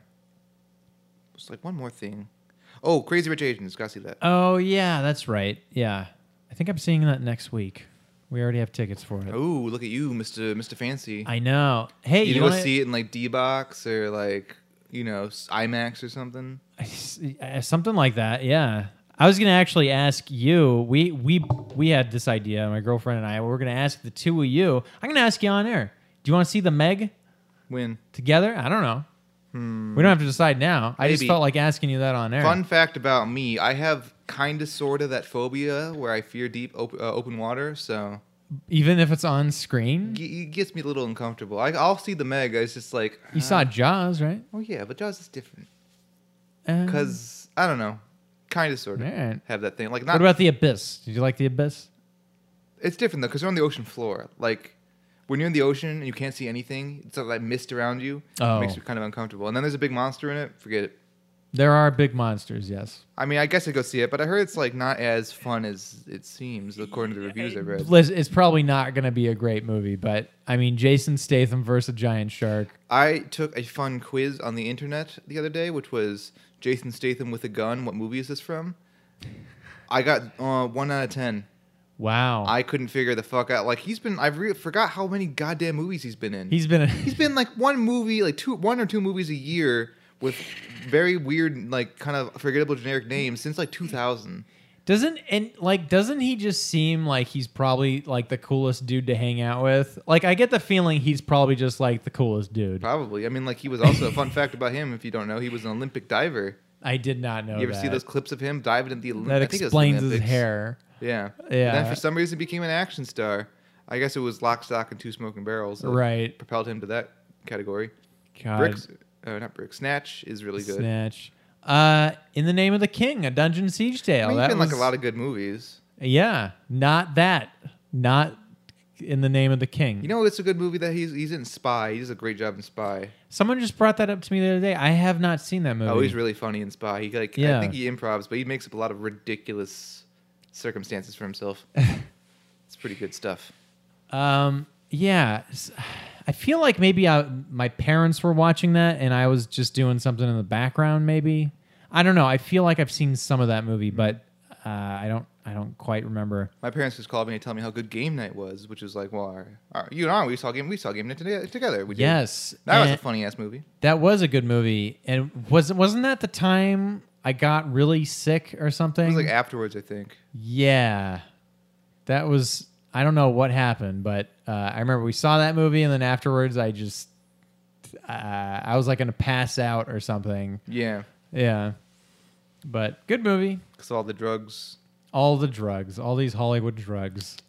Speaker 1: Just like one more thing. Oh, Crazy Rich Asians. Gotta see that.
Speaker 2: Oh yeah, that's right. Yeah, I think I'm seeing that next week. We already have tickets for it.
Speaker 1: Ooh, look at you, Mister Mister Fancy.
Speaker 2: I know. Hey,
Speaker 1: Oh. you
Speaker 2: you,
Speaker 1: go
Speaker 2: want
Speaker 1: see it in like D box or like you know s- IMAX or something.
Speaker 2: uh, something like that? Yeah. I was gonna actually ask you. We we we had this idea, my girlfriend and I. We are gonna ask the two of you. I'm gonna ask you on air. Do you want to see the Meg
Speaker 1: Win.
Speaker 2: together? I don't know. We don't have to decide now. I just
Speaker 1: Hmm. Maybe.
Speaker 2: felt like asking you that on air.
Speaker 1: Fun fact about me: I have kinda, sorta that phobia where I fear deep op- uh, open water. So
Speaker 2: Even if it's on screen,
Speaker 1: g- it gets me a little uncomfortable. I, I'll see the Meg. It's just like
Speaker 2: you
Speaker 1: uh,
Speaker 2: saw Jaws, right?
Speaker 1: Oh yeah, but Jaws is different
Speaker 2: Uh,
Speaker 1: because I don't know, kinda, sorta
Speaker 2: Alright.
Speaker 1: have that thing. Like
Speaker 2: what
Speaker 1: not
Speaker 2: about the Abyss? Did you like the Abyss?
Speaker 1: It's different though, because you're on the ocean floor. Like when you're in the ocean and you can't see anything, it's all that mist around you.
Speaker 2: Oh.
Speaker 1: It makes you kind of uncomfortable. And then there's a big monster in it. Forget it.
Speaker 2: There are big monsters, yes.
Speaker 1: I mean, I guess I go see it, but I heard it's like not as fun as it seems according to the reviews I read.
Speaker 2: Listen, it's probably not going to be a great movie, but I mean, Jason Statham versus a giant shark.
Speaker 1: I took a fun quiz on the internet the other day, which was Jason Statham with a gun. What movie is this from? I got uh, one out of ten.
Speaker 2: Wow,
Speaker 1: I couldn't figure the fuck out. Like he's been, I re- forgot how many goddamn movies he's been in.
Speaker 2: he's been.
Speaker 1: he's been like one movie, like two, one or two movies a year with very weird, like kind of forgettable generic names since like 2000.
Speaker 2: doesn't and like doesn't he just seem like he's probably like the coolest dude to hang out with? Like, I get the feeling he's probably just like the coolest dude.
Speaker 1: Probably. I mean, like he was also a fun fact about him. If you don't know, he was an Olympic diver.
Speaker 2: I did not know.
Speaker 1: You ever
Speaker 2: Oh, that.
Speaker 1: see those clips of him diving at the Olympics?
Speaker 2: That explains his hair.
Speaker 1: Yeah. And
Speaker 2: Yeah.
Speaker 1: then for some reason became an action star. I guess it was Lock, Stock, and Two Smoking Barrels. that
Speaker 2: Right.
Speaker 1: Propelled him to that category.
Speaker 2: God,
Speaker 1: Bricks, uh, not Bricks. Snatch is really good.
Speaker 2: snatch. Uh, in the name of the king, a dungeon siege tale.
Speaker 1: I mean, he's
Speaker 2: that
Speaker 1: been
Speaker 2: was,
Speaker 1: like a lot of good movies.
Speaker 2: Yeah, not that. Not in the name of the king.
Speaker 1: You know, it's a good movie that he's he's in Spy. He does a great job in Spy.
Speaker 2: Someone just brought that up to me the other day. I have not seen that movie.
Speaker 1: Oh, he's really funny in Spy. He like
Speaker 2: Yeah.
Speaker 1: I think he improvs, but he makes up a lot of ridiculous circumstances for himself. it's pretty good stuff.
Speaker 2: um, yeah, S- I feel like maybe I, my parents were watching that, and I was just doing something in the background. Maybe I don't know. I feel like I've seen some of that
Speaker 1: Mm-hmm.
Speaker 2: movie, but uh, I don't. I don't quite remember.
Speaker 1: My parents just called me to tell me how good game night was, which was like, well, our, our, you and I we saw game we saw game night toge- together. We did.
Speaker 2: Yes,
Speaker 1: that was a
Speaker 2: and
Speaker 1: funny ass movie.
Speaker 2: that was a good movie, and was wasn't that the time I got really sick or
Speaker 1: It
Speaker 2: something?
Speaker 1: was like afterwards, I think.
Speaker 2: Yeah. That was I don't know what happened, but uh, I remember we saw that movie and then afterwards I just uh, I was like going to pass out or something.
Speaker 1: Yeah,
Speaker 2: Yeah. But good movie.
Speaker 1: because all the drugs.
Speaker 2: All the drugs, all these Hollywood drugs.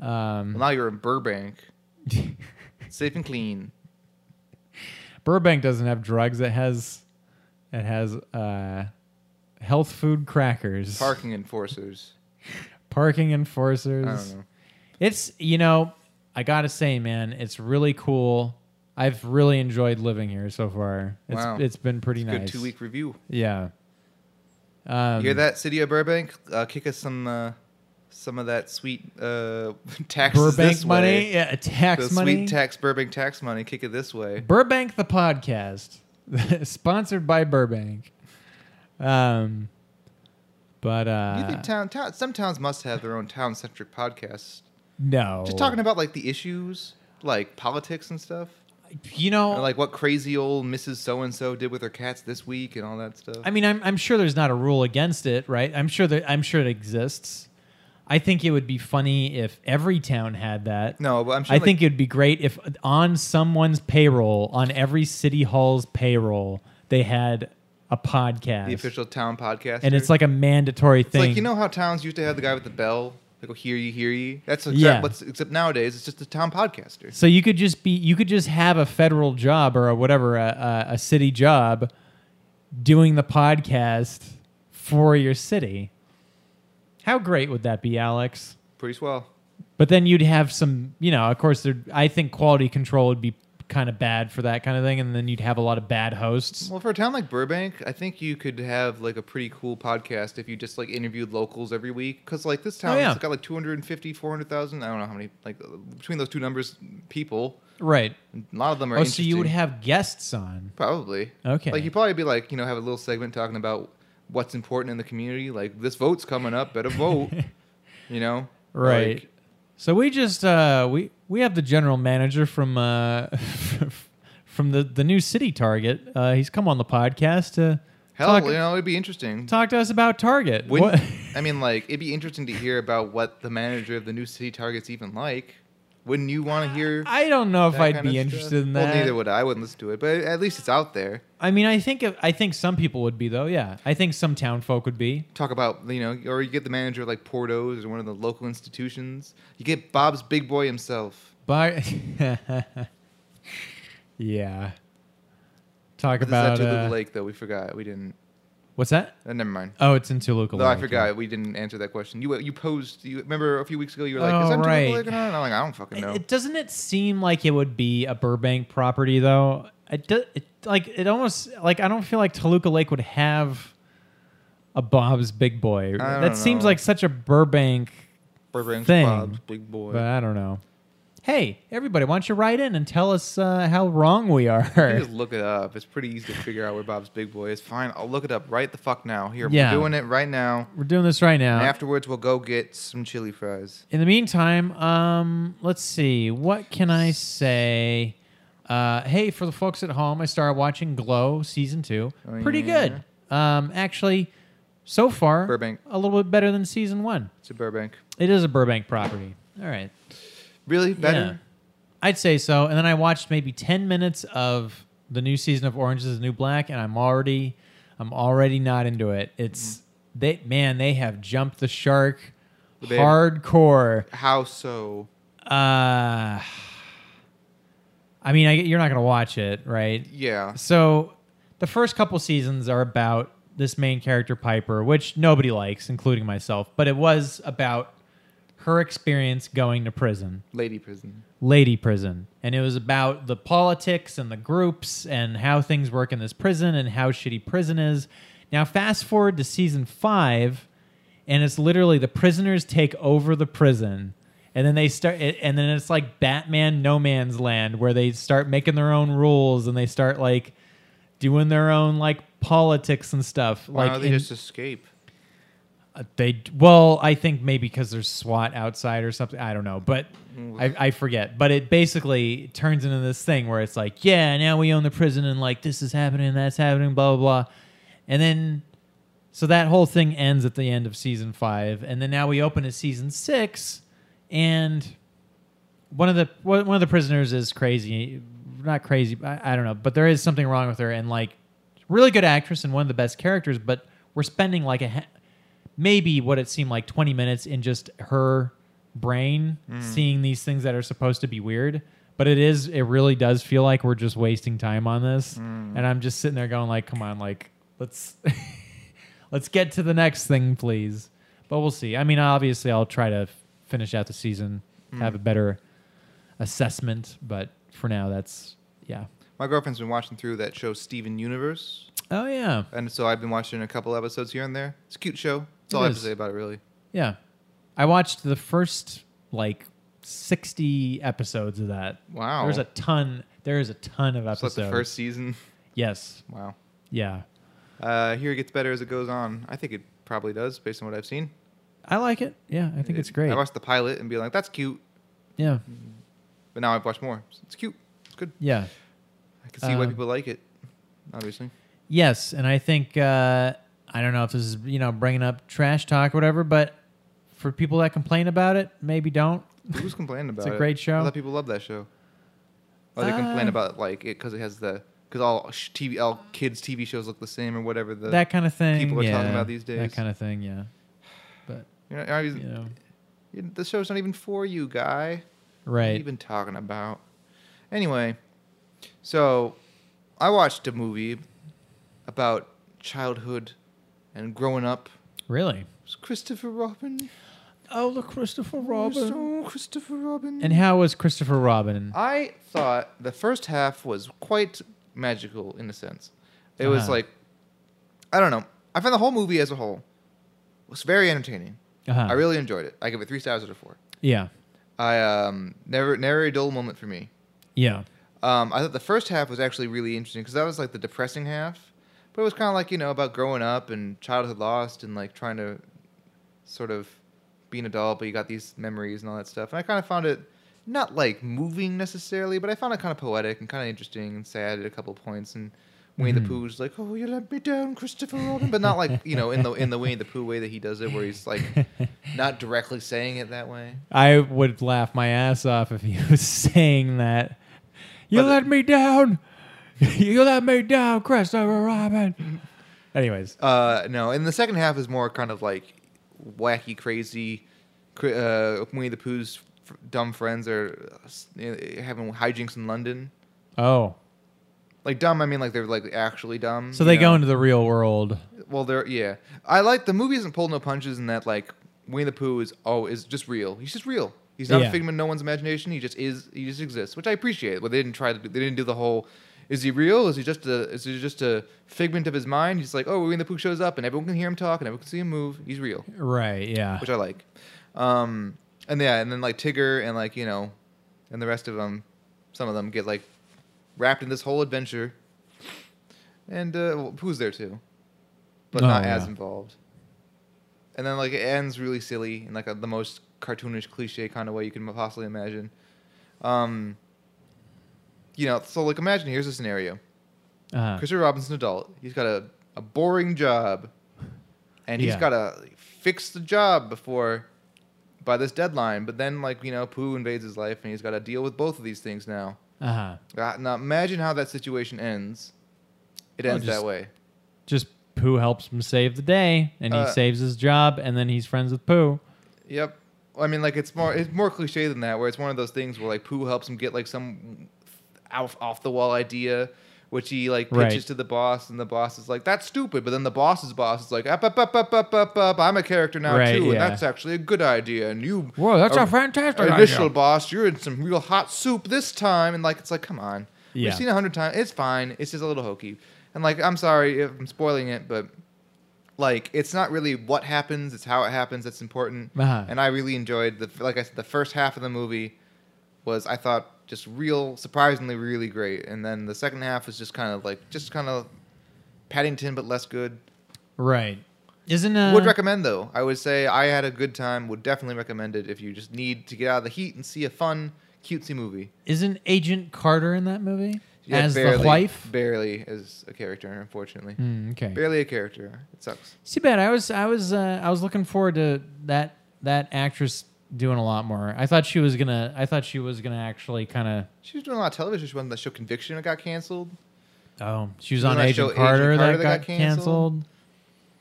Speaker 1: Well,
Speaker 2: Um,
Speaker 1: now you're in Burbank, safe and clean.
Speaker 2: Burbank doesn't have drugs. It has it has uh, health food crackers,
Speaker 1: Parking enforcers.
Speaker 2: parking
Speaker 1: I
Speaker 2: enforcers.
Speaker 1: don't know.
Speaker 2: It's you know, I gotta say, man, it's really cool. I've really enjoyed living here so far. It's,
Speaker 1: Wow.
Speaker 2: it's been pretty nice.
Speaker 1: Good two week review.
Speaker 2: Yeah. Um,
Speaker 1: You hear that, City of Burbank? Uh, kick us some uh, some of that sweet uh, tax
Speaker 2: Burbank
Speaker 1: this
Speaker 2: money,
Speaker 1: Way.
Speaker 2: yeah, tax
Speaker 1: the
Speaker 2: money.
Speaker 1: sweet tax Burbank tax money. Kick it this way.
Speaker 2: Burbank the podcast, sponsored by Burbank. Um, but
Speaker 1: you
Speaker 2: uh,
Speaker 1: think town, town some towns must have their own town centric podcasts.
Speaker 2: no,
Speaker 1: Just talking about like the issues, like politics and stuff,
Speaker 2: you know,
Speaker 1: and like what crazy old Mrs. So and So did with her cats this week and all that stuff.
Speaker 2: I mean, I'm, I'm sure there's not a rule against it, right? I'm sure that I'm sure it exists. I think it would be funny if every town had that.
Speaker 1: no, but I'm sure.
Speaker 2: I
Speaker 1: like,
Speaker 2: think it'd be great if on someone's payroll, on every city hall's payroll, they had a podcast,
Speaker 1: the official town podcast.
Speaker 2: and it's like a mandatory
Speaker 1: It's
Speaker 2: thing.
Speaker 1: like you know how towns used to have the guy with the bell, like "Oh, hear you, hear you. That's exact,
Speaker 2: Yeah.
Speaker 1: what's, except nowadays it's just a town podcaster.
Speaker 2: So you could just be, you could just have a federal job or a whatever, a, a, a city job, doing the podcast for your city. How great would that be, Alex?
Speaker 1: Pretty swell.
Speaker 2: But then you'd have some, you know, of course, there. I think quality control would be kind of bad for that kind of thing, and then you'd have a lot of bad hosts.
Speaker 1: Well, for a town like Burbank, I think you could have like a pretty cool podcast if you just like interviewed locals every week. Because like this town,
Speaker 2: Oh, yeah.
Speaker 1: it's got like 250, 400,000, I don't know how many, like between those two numbers, people.
Speaker 2: Right.
Speaker 1: and A lot of them are.
Speaker 2: Oh, so you would
Speaker 1: interesting.
Speaker 2: have guests on.
Speaker 1: probably
Speaker 2: Okay.
Speaker 1: Like you'd probably be like you know have a little segment talking about what's important in the community. Like this vote's coming up, better vote. you know.
Speaker 2: Right.
Speaker 1: Like,
Speaker 2: so we just uh, we we have the general manager from uh, from the the new city Target. Uh, he's come on the podcast to
Speaker 1: hell,
Speaker 2: talk,
Speaker 1: you know it'd be interesting.
Speaker 2: talk to us about Target.
Speaker 1: Wouldn't-
Speaker 2: What-
Speaker 1: I mean, like, it'd be interesting to hear about what the manager of the new city target's even like. Wouldn't you want to hear?
Speaker 2: I don't know if
Speaker 1: that
Speaker 2: I'd
Speaker 1: kind of
Speaker 2: be
Speaker 1: stuff?
Speaker 2: interested in that.
Speaker 1: Well, neither would I. I wouldn't listen to it, but at least it's out there.
Speaker 2: I mean, I think if, I think some people would be though. Yeah, I think some town folk would be.
Speaker 1: Talk about you know, or you get the manager of like Portos or one of the local institutions. You get Bob's big boy himself.
Speaker 2: But yeah, talk
Speaker 1: But
Speaker 2: about
Speaker 1: this is at Tulu
Speaker 2: uh,
Speaker 1: Lake though. We forgot. We didn't.
Speaker 2: what's that?
Speaker 1: Uh, never mind.
Speaker 2: Oh, it's in Toluca.
Speaker 1: No, I
Speaker 2: Lake.
Speaker 1: forgot. We didn't answer that question. You you posed. You remember a few weeks ago? You were like,
Speaker 2: Oh,
Speaker 1: "Is that
Speaker 2: right.
Speaker 1: Tulu Lake or not?" And I'm like, "I don't fucking
Speaker 2: It-
Speaker 1: know."
Speaker 2: It, doesn't it seem like it would be a Burbank property though? It, do, it like it almost like I don't feel like Toluca Lake would have a Bob's Big Boy.
Speaker 1: I
Speaker 2: that
Speaker 1: don't
Speaker 2: seems
Speaker 1: know.
Speaker 2: like such a Burbank,
Speaker 1: Burbank's
Speaker 2: thing.
Speaker 1: Bob's big boy.
Speaker 2: but I don't know. Hey, everybody, why don't you write in and tell us uh, how wrong we
Speaker 1: You
Speaker 2: are?
Speaker 1: just look it up. It's pretty easy to figure out where Bob's Big Boy is. Fine, I'll look it up right the fuck now. Here,
Speaker 2: Yeah.
Speaker 1: we're doing it right now.
Speaker 2: We're doing this right now.
Speaker 1: And afterwards, we'll go get some chili fries.
Speaker 2: In the meantime, um, let's see. What can I say? Uh, hey, for the folks at home, I started watching Glow season two.
Speaker 1: Oh,
Speaker 2: Pretty
Speaker 1: yeah.
Speaker 2: good. Um, actually, so far,
Speaker 1: Burbank.
Speaker 2: a little bit better than season one.
Speaker 1: It's a Burbank.
Speaker 2: It is a Burbank property. All right.
Speaker 1: Really?
Speaker 2: Yeah.
Speaker 1: Better?
Speaker 2: I'd say so. And then I watched maybe 10 minutes of the new season of Orange is the New Black and I'm already I'm already not into it.
Speaker 1: Mm.
Speaker 2: It's they man, they have jumped the shark
Speaker 1: They-
Speaker 2: hardcore.
Speaker 1: How so?
Speaker 2: Uh, I mean, I, you're not gonna watch it, right?
Speaker 1: Yeah.
Speaker 2: So, the first couple seasons are about this main character Piper, which nobody likes, including myself. But it was about her experience going to prison,
Speaker 1: Lady prison.
Speaker 2: lady prison, and it was about the politics and the groups and how things work in this prison and how shitty prison is. Now, fast forward to season five, and it's literally the prisoners take over the prison and then they start it- and then it's like batman no man's land where they start making their own rules and they start like doing their own like politics and stuff
Speaker 1: Why
Speaker 2: like
Speaker 1: don't they
Speaker 2: in-
Speaker 1: just escape?
Speaker 2: uh, they well i think maybe because there's swat outside or something i don't know but I, I forget but it basically turns into this thing where it's like yeah now we own the prison and like this is happening that's happening blah blah blah and then so that whole thing ends at the end of season five and then now we open to season six and one of the one one of the prisoners is crazy not crazy I, I don't know but there is something wrong with her and like really good actress and one of the best characters but we're spending like a ha- maybe what it seemed like 20 minutes in just her brain seeing these things that are supposed to be weird but it is it really does feel like we're just wasting time on this and i'm just sitting there going like come on like let's Let's get to the next thing, please. But we'll see. I mean, obviously, I'll try to finish out the season, have a better assessment. But for now, that's yeah.
Speaker 1: My girlfriend's been watching through that show Steven Universe,
Speaker 2: Oh yeah,
Speaker 1: and so I've been watching a couple episodes here and there. It's a cute show. That's
Speaker 2: It
Speaker 1: all I have
Speaker 2: is.
Speaker 1: to say about it, really.
Speaker 2: yeah. I watched the first like sixty episodes of that.
Speaker 1: Wow.
Speaker 2: There's a ton. There is a ton of
Speaker 1: so
Speaker 2: episodes.
Speaker 1: that's the first season.
Speaker 2: Yes.
Speaker 1: Wow.
Speaker 2: Yeah.
Speaker 1: Uh, here it gets better as it goes on. I think it probably does, based on what I've seen.
Speaker 2: I like it. Yeah, I
Speaker 1: It-
Speaker 2: think it's great.
Speaker 1: I watched the pilot and be like, "That's cute,"
Speaker 2: yeah.
Speaker 1: but now I've watched more. It's cute. It's good.
Speaker 2: Yeah.
Speaker 1: I can see why
Speaker 2: Um,
Speaker 1: people like it. Obviously.
Speaker 2: Yes, and I think uh, I don't know if this is you know bringing up trash talk or whatever, but for people that complain about it, maybe don't.
Speaker 1: Who's complaining about
Speaker 2: a
Speaker 1: it?
Speaker 2: great show.
Speaker 1: A lot of people love that show. Or they complain
Speaker 2: Uh,
Speaker 1: about like it because it has the because all sh- TV all kids TV shows look the same or whatever. The
Speaker 2: that kind of thing.
Speaker 1: people are talking
Speaker 2: yeah,
Speaker 1: about these
Speaker 2: That
Speaker 1: days.
Speaker 2: kind of thing. Yeah, but
Speaker 1: you're not, you're not even-
Speaker 2: you know,
Speaker 1: you- the show's not even for you, guy. What have
Speaker 2: right?
Speaker 1: you been talking about? Anyway, so I watched a movie about childhood and growing up.
Speaker 2: really?
Speaker 1: It was Christopher Robin.
Speaker 2: Oh, look, Christopher
Speaker 1: So Christopher Robin.
Speaker 2: And how was Christopher Robin?
Speaker 1: I thought the first half was quite magical in a sense. It was
Speaker 2: Uh-huh.
Speaker 1: like, I don't know. I found the whole movie as a whole was very entertaining.
Speaker 2: Uh-huh.
Speaker 1: I really enjoyed it. I give it three stars out of four.
Speaker 2: yeah,
Speaker 1: I um, never, never a dull moment for me.
Speaker 2: yeah,
Speaker 1: Um, I thought the first half was actually really interesting because that was like the depressing half, but it was kind of like you know about growing up and childhood lost and like trying to sort of be an adult, but you got these memories and all that stuff. And I kind of found it not like moving necessarily, but I found it kind of poetic and kind of interesting and sad at a couple points. And Winnie
Speaker 2: Mhm.
Speaker 1: the Pooh's like, "Oh, you let me down, Christopher Robin," but not like you know in the in the Winnie the Pooh way that he does it, where he's like not directly saying it that way.
Speaker 2: I would laugh my ass off if he was saying that. You
Speaker 1: But-
Speaker 2: let me down. you let me down, Christopher Robin. Anyways,
Speaker 1: Uh, no, and the second half is more kind of like wacky, crazy. cr- Uh, Winnie the Pooh's f- dumb friends are uh, s- eh, having hijinks in London.
Speaker 2: oh,
Speaker 1: Like dumb, I mean like they're like actually dumb.
Speaker 2: so they
Speaker 1: you
Speaker 2: go
Speaker 1: know?
Speaker 2: into the real world.
Speaker 1: Well, they're yeah. I like the movie doesn't pull no punches in that like Winnie the Pooh is oh is just real. He's just real. He's not
Speaker 2: Yeah.
Speaker 1: a figment of no one's imagination. He just is. He just exists, which I appreciate. But they didn't try to. Do, they didn't do the whole. Is he real? Is he just a? Is he just a figment of his mind? He's like, oh, Winnie the Pooh shows up, and everyone can hear him talk, and everyone can see him move. He's real,
Speaker 2: Right, yeah.
Speaker 1: which I like. Um, and yeah, and then like Tigger and like you know, and the rest of them, some of them get like wrapped in this whole adventure. And uh, well, Pooh's there too, but
Speaker 2: Oh,
Speaker 1: not as
Speaker 2: yeah.
Speaker 1: involved. And then like it ends really silly in like a, the most cartoonish cliche kind of way you can possibly imagine. Um, you know, so like imagine here's a scenario:
Speaker 2: Uh-huh.
Speaker 1: Christopher Robin's an adult. He's got a, a boring job, and he's
Speaker 2: Yeah.
Speaker 1: got to fix the job before by this deadline. But then like you know, Pooh invades his life, and he's got to deal with both of these things now.
Speaker 2: uh-huh.
Speaker 1: Uh, Now imagine how that situation ends. It
Speaker 2: Well,
Speaker 1: ends
Speaker 2: just-
Speaker 1: that way.
Speaker 2: Just Pooh helps him save the day, and he
Speaker 1: Uh,
Speaker 2: saves his job, and then he's friends with Pooh.
Speaker 1: Yep. I mean, like it's more it's more cliche than that. Where it's one of those things where like Pooh helps him get like some off off the wall idea, which he like
Speaker 2: Right.
Speaker 1: pitches to the boss, and the boss is like, "That's stupid." But then the boss's boss is like, "Up up up up up up up! I'm a character now
Speaker 2: Right,
Speaker 1: too,
Speaker 2: yeah.
Speaker 1: and that's actually a good idea." And you,
Speaker 2: Whoa, that's
Speaker 1: our
Speaker 2: a fantastic
Speaker 1: initial
Speaker 2: idea.
Speaker 1: boss, you're in some real hot soup this time, and like it's like, come on,
Speaker 2: Yeah.
Speaker 1: we've seen a hundred times. It's fine. It's just a little hokey, and like I'm sorry if I'm spoiling it, but like it's not really what happens it's how it happens that's important
Speaker 2: Uh-huh.
Speaker 1: and i really enjoyed the like i said the first half of the movie was i thought just real surprisingly really great and then the second half was just kind of like just kind of paddington but less good
Speaker 2: Right. Isn't uh,
Speaker 1: would recommend though i would say i had a good time would definitely recommend it if you just need to get out of the heat and see a fun cutesy movie
Speaker 2: isn't Agent Carter in that movie
Speaker 1: Yeah,
Speaker 2: as the
Speaker 1: barely-
Speaker 2: wife?
Speaker 1: barely as a character unfortunately
Speaker 2: Hmm, okay.
Speaker 1: barely a character it sucks
Speaker 2: It's too bad. I was I was uh, I was looking forward to that that actress doing a lot more. I thought she was gonna. I thought she was gonna actually kind
Speaker 1: she was doing a lot of television she was on the show conviction that got canceled
Speaker 2: of. Oh, she was
Speaker 1: Remember
Speaker 2: on
Speaker 1: that
Speaker 2: Agent,
Speaker 1: show,
Speaker 2: Carter,
Speaker 1: Agent
Speaker 2: that, got, canceled.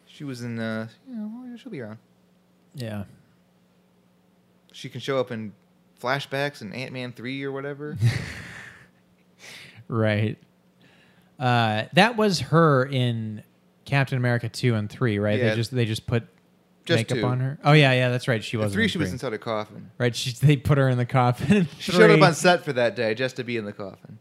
Speaker 1: She was in uh you know, she'll be around.
Speaker 2: Yeah.
Speaker 1: She can show up in flashbacks in Ant Man three or whatever.
Speaker 2: Right. Uh, that was her in Captain America two and three, right?
Speaker 1: Yeah.
Speaker 2: They just they just put
Speaker 1: Just
Speaker 2: makeup
Speaker 1: two.
Speaker 2: on her. Oh yeah, yeah, that's right. She
Speaker 1: At
Speaker 2: was
Speaker 1: three, she was inside a coffin.
Speaker 2: Right, she, they put her in the coffin. in
Speaker 1: She showed up
Speaker 2: three. Uh.
Speaker 1: on set for that day just to be in the coffin.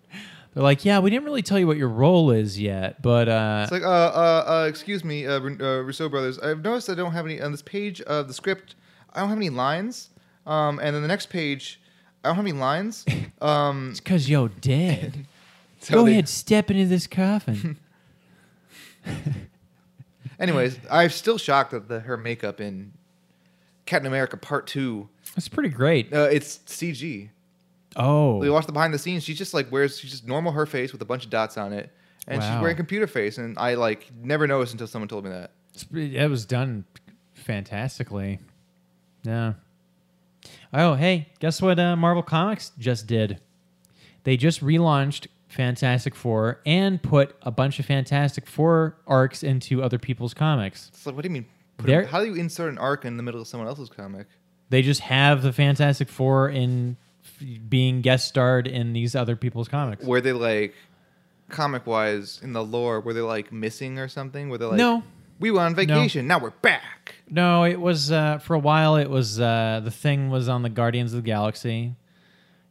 Speaker 2: They're like, yeah, we didn't really tell you what your role is yet, but uh,
Speaker 1: It's like, uh, uh, uh excuse me, uh, Ru- uh, Rousseau brothers. I've noticed I don't have any on this page of the script. I don't have any lines. Um, and then the next page, I don't have any lines. Um,
Speaker 2: it's because yo dead.
Speaker 1: so
Speaker 2: Go
Speaker 1: they-
Speaker 2: ahead, step into this coffin.
Speaker 1: Anyways, I'm still shocked at the, her makeup in Captain America Part Two.
Speaker 2: That's pretty great.
Speaker 1: Uh, it's CG. We
Speaker 2: Oh,
Speaker 1: watched the behind the scenes. She just like wears she's just normal her face with a bunch of dots on it, and she's
Speaker 2: Wow.
Speaker 1: wearing computer face. And I like never noticed until someone told me that.
Speaker 2: it's- that was done fantastically. Yeah. Oh, hey, guess what? Uh, Marvel Comics just did. They just relaunched Fantastic Four and put a bunch of Fantastic Four arcs into other people's comics.
Speaker 1: It's like, what do you mean? Put
Speaker 2: There-
Speaker 1: a- how do you insert an arc in the middle of someone else's comic?
Speaker 2: They just have the Fantastic Four in f- being guest starred in these other people's comics.
Speaker 1: Were they like comic wise in the lore? Were they like missing or something? Were they like
Speaker 2: No.
Speaker 1: We were on vacation. Now we're back.
Speaker 2: No, it was uh, for a while. It was uh, the thing was on the Guardians of the Galaxy,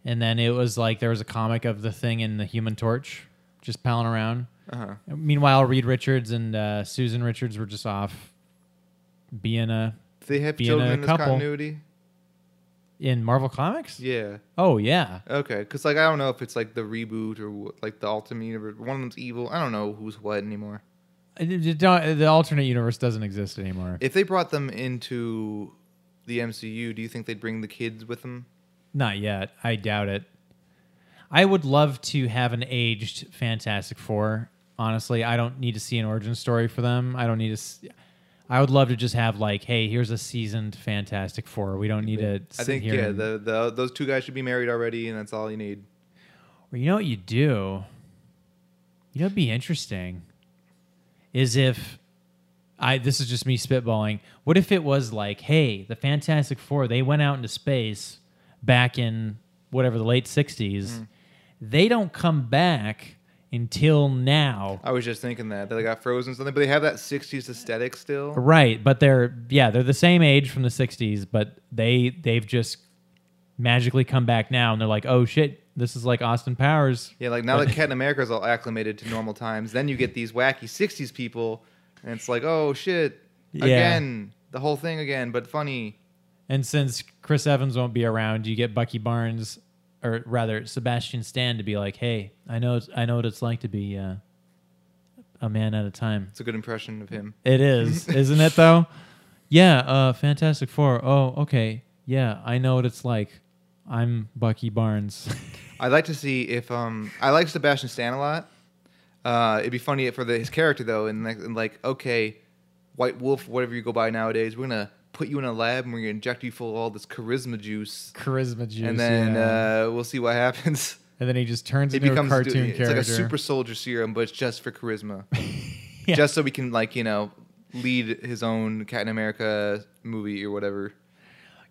Speaker 2: and then it was like there was a comic of the thing and the Human Torch just palling around.
Speaker 1: Uh-huh.
Speaker 2: Meanwhile, Reed Richards and uh, Susan Richards were just off being uh, a
Speaker 1: They have
Speaker 2: Being
Speaker 1: children
Speaker 2: a
Speaker 1: in this
Speaker 2: couple.
Speaker 1: continuity.
Speaker 2: in Marvel Comics.
Speaker 1: Yeah.
Speaker 2: Oh yeah,
Speaker 1: Okay, because like I don't know if it's like the reboot or wh- like the ultimate universe. One of them's evil. I don't know who's what anymore.
Speaker 2: It- it- it don't- the alternate universe doesn't exist anymore.
Speaker 1: If they brought them into the MCU, do you think they'd bring the kids with them?
Speaker 2: Not yet. I doubt it. I would love to have an aged Fantastic Four. Honestly, I don't need to see an origin story for them. I don't need to. s I would love to just have like, hey, here's a seasoned Fantastic Four. We don't need to. Sit
Speaker 1: I think
Speaker 2: here
Speaker 1: yeah,
Speaker 2: and-
Speaker 1: the, the those two guys should be married already, and that's all you need.
Speaker 2: Well, you know what you do? You know what'd be interesting? Is if I this is just me spitballing. What if it was like, hey, the Fantastic Four, they went out into space back in whatever the late sixties. They don't come back until now.
Speaker 1: I was just thinking that that they got frozen something, but they have that '60s aesthetic still.
Speaker 2: Right, but they're yeah, they're the same age from the sixties, but they they've just magically come back now and they're like, Oh shit, this is like Austin Powers.
Speaker 1: Yeah, like now that Captain America's all acclimated to normal times, then you get these wacky '60s people, and it's like, oh shit,
Speaker 2: Yeah.
Speaker 1: again, the whole thing again, but funny.
Speaker 2: And since Chris Evans won't be around, you get Bucky Barnes, or rather Sebastian Stan, to be like, "Hey, I know, I know what it's like to be uh, a man at a time."
Speaker 1: It's a good impression of him.
Speaker 2: It is, isn't it though? Yeah, uh, Fantastic Four. Oh, okay. Yeah, I know what it's like. I'm Bucky Barnes.
Speaker 1: I'd like to see if um I like Sebastian Stan a lot. Uh, it'd be funny for the, his character though, and like, and like okay, White Wolf, whatever you go by nowadays, we're gonna put you in a lab and we're gonna inject you full of all this charisma juice,
Speaker 2: Charisma juice.
Speaker 1: and then
Speaker 2: yeah.
Speaker 1: uh, we'll see what happens.
Speaker 2: and then he just turns
Speaker 1: It
Speaker 2: into a
Speaker 1: becomes
Speaker 2: cartoon
Speaker 1: it's
Speaker 2: character.
Speaker 1: like a super soldier serum, but it's just for charisma,
Speaker 2: Yeah.
Speaker 1: just so we can like you know lead his own Captain America movie or whatever.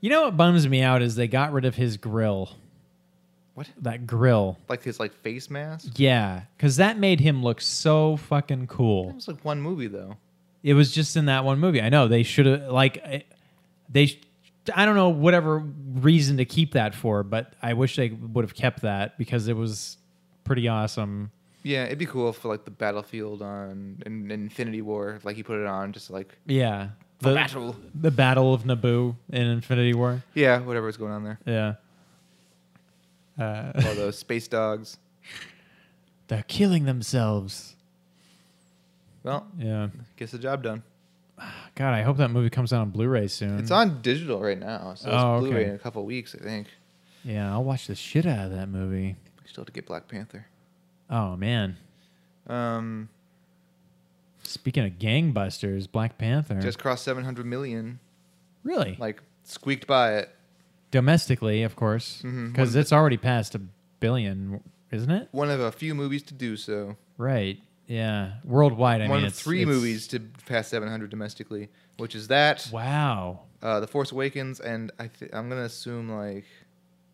Speaker 2: you know what bums me out is they got rid of his grill.
Speaker 1: What?
Speaker 2: That grill.
Speaker 1: Like his like face mask.
Speaker 2: Yeah, because that made him look so fucking
Speaker 1: It
Speaker 2: cool.
Speaker 1: was like one movie though.
Speaker 2: It was just in that one movie. I know they should have like I- they. sh- I don't know whatever reason to keep that for, but I wish they would have kept that because it was pretty awesome.
Speaker 1: Yeah, it'd be cool if like the battlefield on in Infinity War, like he put it on, just like
Speaker 2: Yeah, the
Speaker 1: battle.
Speaker 2: the battle of Naboo in Infinity War.
Speaker 1: yeah, whatever was going on there.
Speaker 2: Yeah, uh,
Speaker 1: All those space dogs.
Speaker 2: they're killing themselves.
Speaker 1: Well,
Speaker 2: Yeah,
Speaker 1: gets the job done.
Speaker 2: God, I hope that movie comes out on Blu-ray soon.
Speaker 1: It's on digital right now, so it's
Speaker 2: Mm. Oh,
Speaker 1: Blu-ray
Speaker 2: okay.
Speaker 1: in a couple weeks, I think.
Speaker 2: Yeah, I'll watch the shit out of that movie.
Speaker 1: We still have to get Black Panther.
Speaker 2: Oh man.
Speaker 1: Um,
Speaker 2: Speaking of gangbusters, Black Panther.
Speaker 1: just crossed 700 million,
Speaker 2: really?
Speaker 1: like squeaked by it.
Speaker 2: Domestically, of course, because
Speaker 1: Mhm.
Speaker 2: it's already past a billion, isn't it?
Speaker 1: One of a few movies to do so.
Speaker 2: Right. Yeah. Worldwide, I
Speaker 1: One
Speaker 2: mean,
Speaker 1: of
Speaker 2: it's-
Speaker 1: three
Speaker 2: it's-
Speaker 1: movies to pass 700 domestically, which is that,
Speaker 2: Wow.
Speaker 1: uh, The Force Awakens, and I th- I'm gonna assume like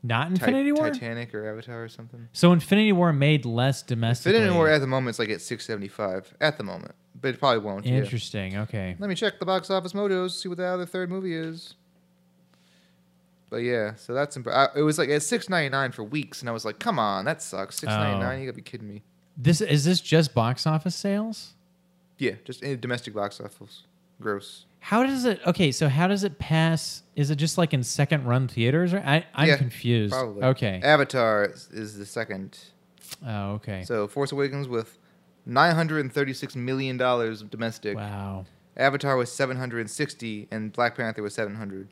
Speaker 2: Not
Speaker 1: Ti-
Speaker 2: Infinity War.
Speaker 1: Titanic or Avatar or something.
Speaker 2: So Infinity War made less domestically.
Speaker 1: Infinity War at the moment it's like at 675 at the moment, but it probably won't. yeah.
Speaker 2: Interesting. Okay.
Speaker 1: Let me check the box office motos, see what the other third movie is. But yeah, so that's imp- I, it was like at 699 for weeks, and I was like, come on, that
Speaker 2: Oh.
Speaker 1: sucks. 699, you gotta be kidding me.
Speaker 2: This is this just box office sales?
Speaker 1: Yeah, just in domestic box office, gross.
Speaker 2: How does it? Okay, so how does it pass? Is it just like in second run theaters? Or I, I'm
Speaker 1: Yeah,
Speaker 2: confused.
Speaker 1: Probably.
Speaker 2: Okay.
Speaker 1: Avatar is, is the second.
Speaker 2: Oh, okay.
Speaker 1: So Force Awakens with 936 million dollars domestic.
Speaker 2: Wow.
Speaker 1: Avatar was 760, and Black Panther was 700.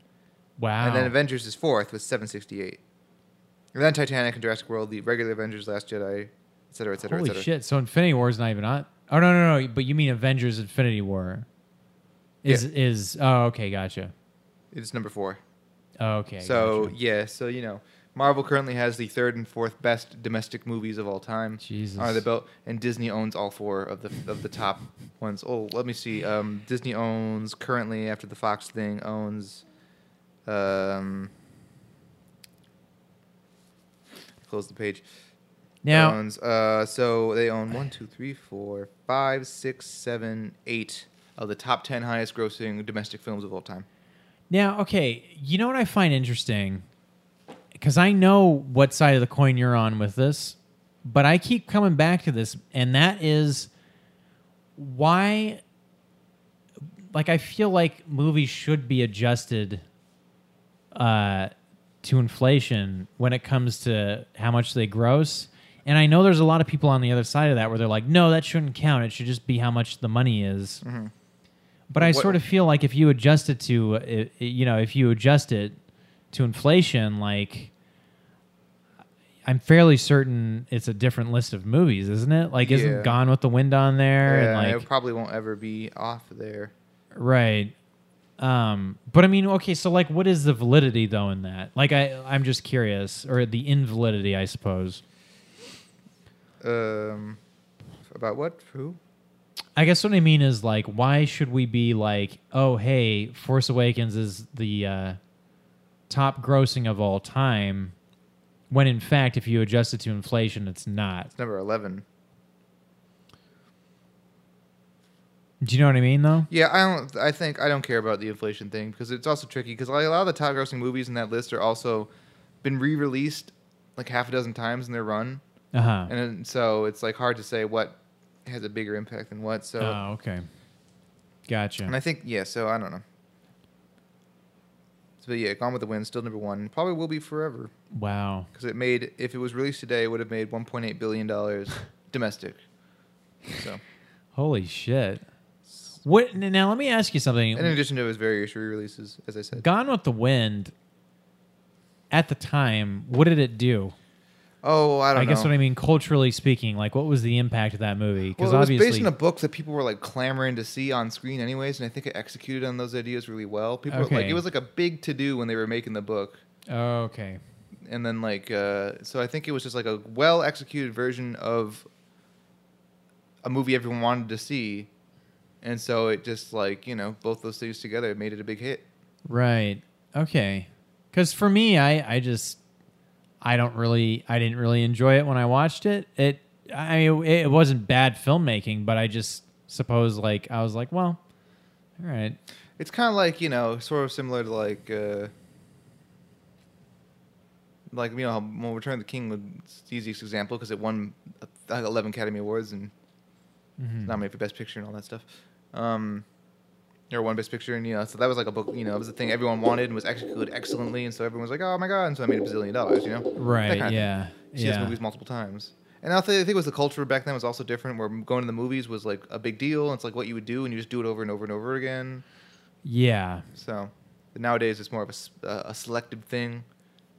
Speaker 2: Wow.
Speaker 1: And then Avengers is fourth with 768. And then Titanic and Jurassic World, the regular Avengers, Last Jedi, et cetera, et cetera, et
Speaker 2: Holy
Speaker 1: cetera.
Speaker 2: shit! So Infinity War is not even on. Oh no, no, no! But you mean Avengers: Infinity War? Is is? Oh, okay, gotcha.
Speaker 1: It's number four.
Speaker 2: Oh, okay.
Speaker 1: so,
Speaker 2: gotcha.
Speaker 1: yeah, so, you know, Marvel currently has the third and fourth best domestic movies of all time
Speaker 2: Jesus.
Speaker 1: under the belt, and Disney owns all four of the of the top ones. Oh, let me see. Um, Disney owns currently after the Fox thing owns. Um, close the page.
Speaker 2: now,
Speaker 1: owns, uh, so they own one, two, three, four, five, six, seven, eight of the top ten highest-grossing domestic films of all time.
Speaker 2: now, okay. You know what I find interesting, because I know what side of the coin you're on with this, but I keep coming back to this, and that is why. Like I feel like movies should be adjusted uh, to inflation when it comes to how much they gross. And I know there's a lot of people on the other side of that where they're like, no, that shouldn't count. It should just be how much the money is. But I
Speaker 1: What-
Speaker 2: sort of feel like if you adjust it to, uh, i- i- you know, if you adjust it to inflation, like, I'm fairly certain it's a different list of movies, isn't it? Like,
Speaker 1: Yeah.
Speaker 2: isn't Gone with the Wind on there?
Speaker 1: Yeah,
Speaker 2: and
Speaker 1: it
Speaker 2: like,
Speaker 1: probably won't ever be off there.
Speaker 2: Right. Um, but I mean, okay, so like what is the validity though in that? Like I I'm just curious or the invalidity, I suppose.
Speaker 1: Um, about what? Who?
Speaker 2: I guess what I mean is like why should we be like, "Oh, hey, Force Awakens is the uh top grossing of all time." When in fact, if you adjust it to inflation, it's not.
Speaker 1: It's number eleven.
Speaker 2: Do you know what I mean, though?
Speaker 1: Yeah, I don't. I think I don't care about the inflation thing because it's also tricky because like, a lot of the top-grossing movies in that list are also been re-released like half a dozen times in their run,
Speaker 2: Uh huh.
Speaker 1: and then- so it's like hard to say what has a bigger impact than what. So,
Speaker 2: Oh, okay. Gotcha.
Speaker 1: And I think yeah, so I don't know. So but yeah, Gone with the Wind still number one. Probably will be forever
Speaker 2: wow.
Speaker 1: because it made if it was released today, it would have made 1.8 billion dollars domestic. So
Speaker 2: Holy shit. What now? Let me ask you something.
Speaker 1: in addition to his various re-releases, as I said.
Speaker 2: Gone with the Wind. At the time, what did it do?
Speaker 1: Oh, I
Speaker 2: I,
Speaker 1: don't know.
Speaker 2: guess what I mean, culturally speaking, like what was the impact of that movie? Because
Speaker 1: well, it was
Speaker 2: obviously,
Speaker 1: based on a book that people were like clamoring to see on screen, anyways, and I think it executed on those ideas really well. People were, like
Speaker 2: Okay.
Speaker 1: it was like a big to do when they were making the book,
Speaker 2: oh, okay,
Speaker 1: and then like uh, so I think it was just like a well executed version of a movie everyone wanted to see, and so it just like you know both those things together made it a big hit.
Speaker 2: right, okay. Because for me, I I just I don't really I didn't really enjoy it when I watched it. It I mean, it wasn't bad filmmaking, but I just suppose like I was like, well, all right,
Speaker 1: It's kind of like you know sort of similar to like. Uh, like you know, how- when Return of the King was the easiest example because it won uh, like, eleven Academy Awards and
Speaker 2: Mhm.
Speaker 1: nominated for Best Picture and all that stuff. Um, or one Best Picture, and you know, so that was like a book. You know, it was the thing everyone wanted and was executed excellently, and so everyone was like, "Oh my god!" And so I made a bazillion dollars. You know,
Speaker 2: right,
Speaker 1: kinda thing.
Speaker 2: yeah,
Speaker 1: She has
Speaker 2: yeah,
Speaker 1: movies multiple times. And I think, I think it was the culture back then was also different, where going to the movies was like a big deal. And it's like what you would do, and you just do it over and over and over again.
Speaker 2: yeah.
Speaker 1: So but nowadays, it's more of a, s- uh, a selective thing.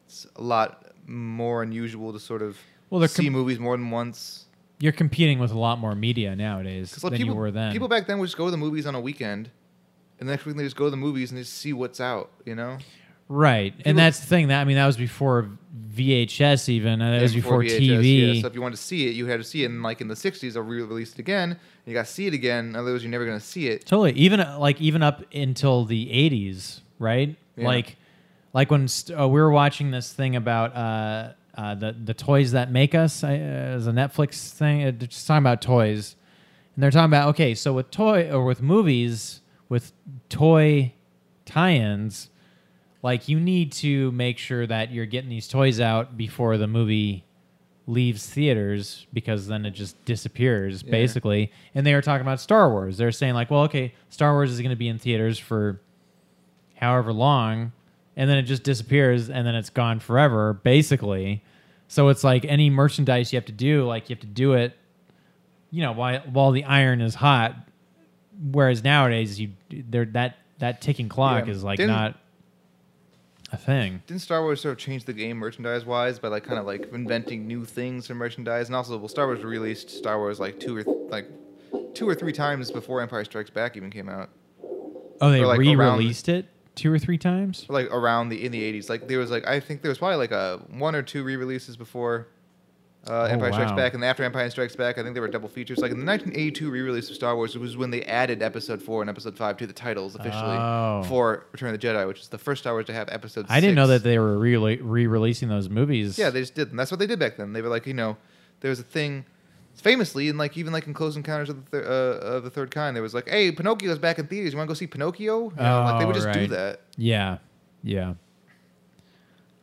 Speaker 1: It's a lot more unusual to sort of
Speaker 2: Well, they're
Speaker 1: see
Speaker 2: com-
Speaker 1: movies more than once.
Speaker 2: You're competing with a lot more media nowadays
Speaker 1: 'Cause, like,
Speaker 2: than
Speaker 1: people,
Speaker 2: you were then.
Speaker 1: People back then would just go to the movies on a weekend, and the next week they just go to the movies and just see what's out. You know,
Speaker 2: Right,
Speaker 1: People-
Speaker 2: and that's the thing. That I mean, that was before VHS, even and that was
Speaker 1: And
Speaker 2: before,
Speaker 1: VHS,
Speaker 2: TV.
Speaker 1: Yeah. So if you wanted to see it, you had to see it. And like in the '60s, they'll re-release it again. And you got to see it again. Otherwise, you're never going to see it.
Speaker 2: totally, even uh, like even up until the '80s, right?
Speaker 1: Yeah.
Speaker 2: Like, Like when st- uh, we were watching this thing about uh, uh, the the toys that make us I- uh, as a Netflix thing. uh, They're just talking about toys, and they're talking about okay, so with toy or with movies with toy tie-ins, like you need to make sure that you're getting these toys out before the movie leaves theaters because then it just disappears
Speaker 1: Yeah.
Speaker 2: basically and they were talking about star wars they're saying like well okay star wars is going to be in theaters for however long and then it just disappears and then it's gone forever basically so it's like any merchandise you have to do like you have to do it you know while while the iron is hot whereas nowadays you there that that ticking clock
Speaker 1: Yeah.
Speaker 2: is like
Speaker 1: Didn't-
Speaker 2: not a thing
Speaker 1: Didn't Star Wars sort of change the game merchandise wise by like kind of like inventing new things for merchandise? And also, well, Star Wars released Star Wars like two or th- like two or three times before Empire Strikes Back even came out.
Speaker 2: oh they
Speaker 1: Or, like, around-
Speaker 2: re-released it two or three times
Speaker 1: Like around the in the eighties, like there was like I think there was probably like a one or two re-releases before uh, Empire Strikes
Speaker 2: Oh, wow.
Speaker 1: Back, and after Empire Strikes Back, I think there were double features. Like in the 1982 re-release of Star Wars was when they added Episode Four and Episode Five to the titles officially
Speaker 2: Oh.
Speaker 1: for Return of the Jedi, which is the first Star Wars to have Episode.
Speaker 2: i didn't know
Speaker 1: six.
Speaker 2: that they were re- re-releasing those movies
Speaker 1: Yeah, they just did. And that's what they did back then. They were like, you know, there was a thing, famously, and like even like in Close Encounters of the, thir- uh, of the Third Kind, they was like, hey, Pinocchio's back in theaters. You want to go see Pinocchio? You know, like they
Speaker 2: Oh,
Speaker 1: would just do
Speaker 2: right.
Speaker 1: that.
Speaker 2: yeah yeah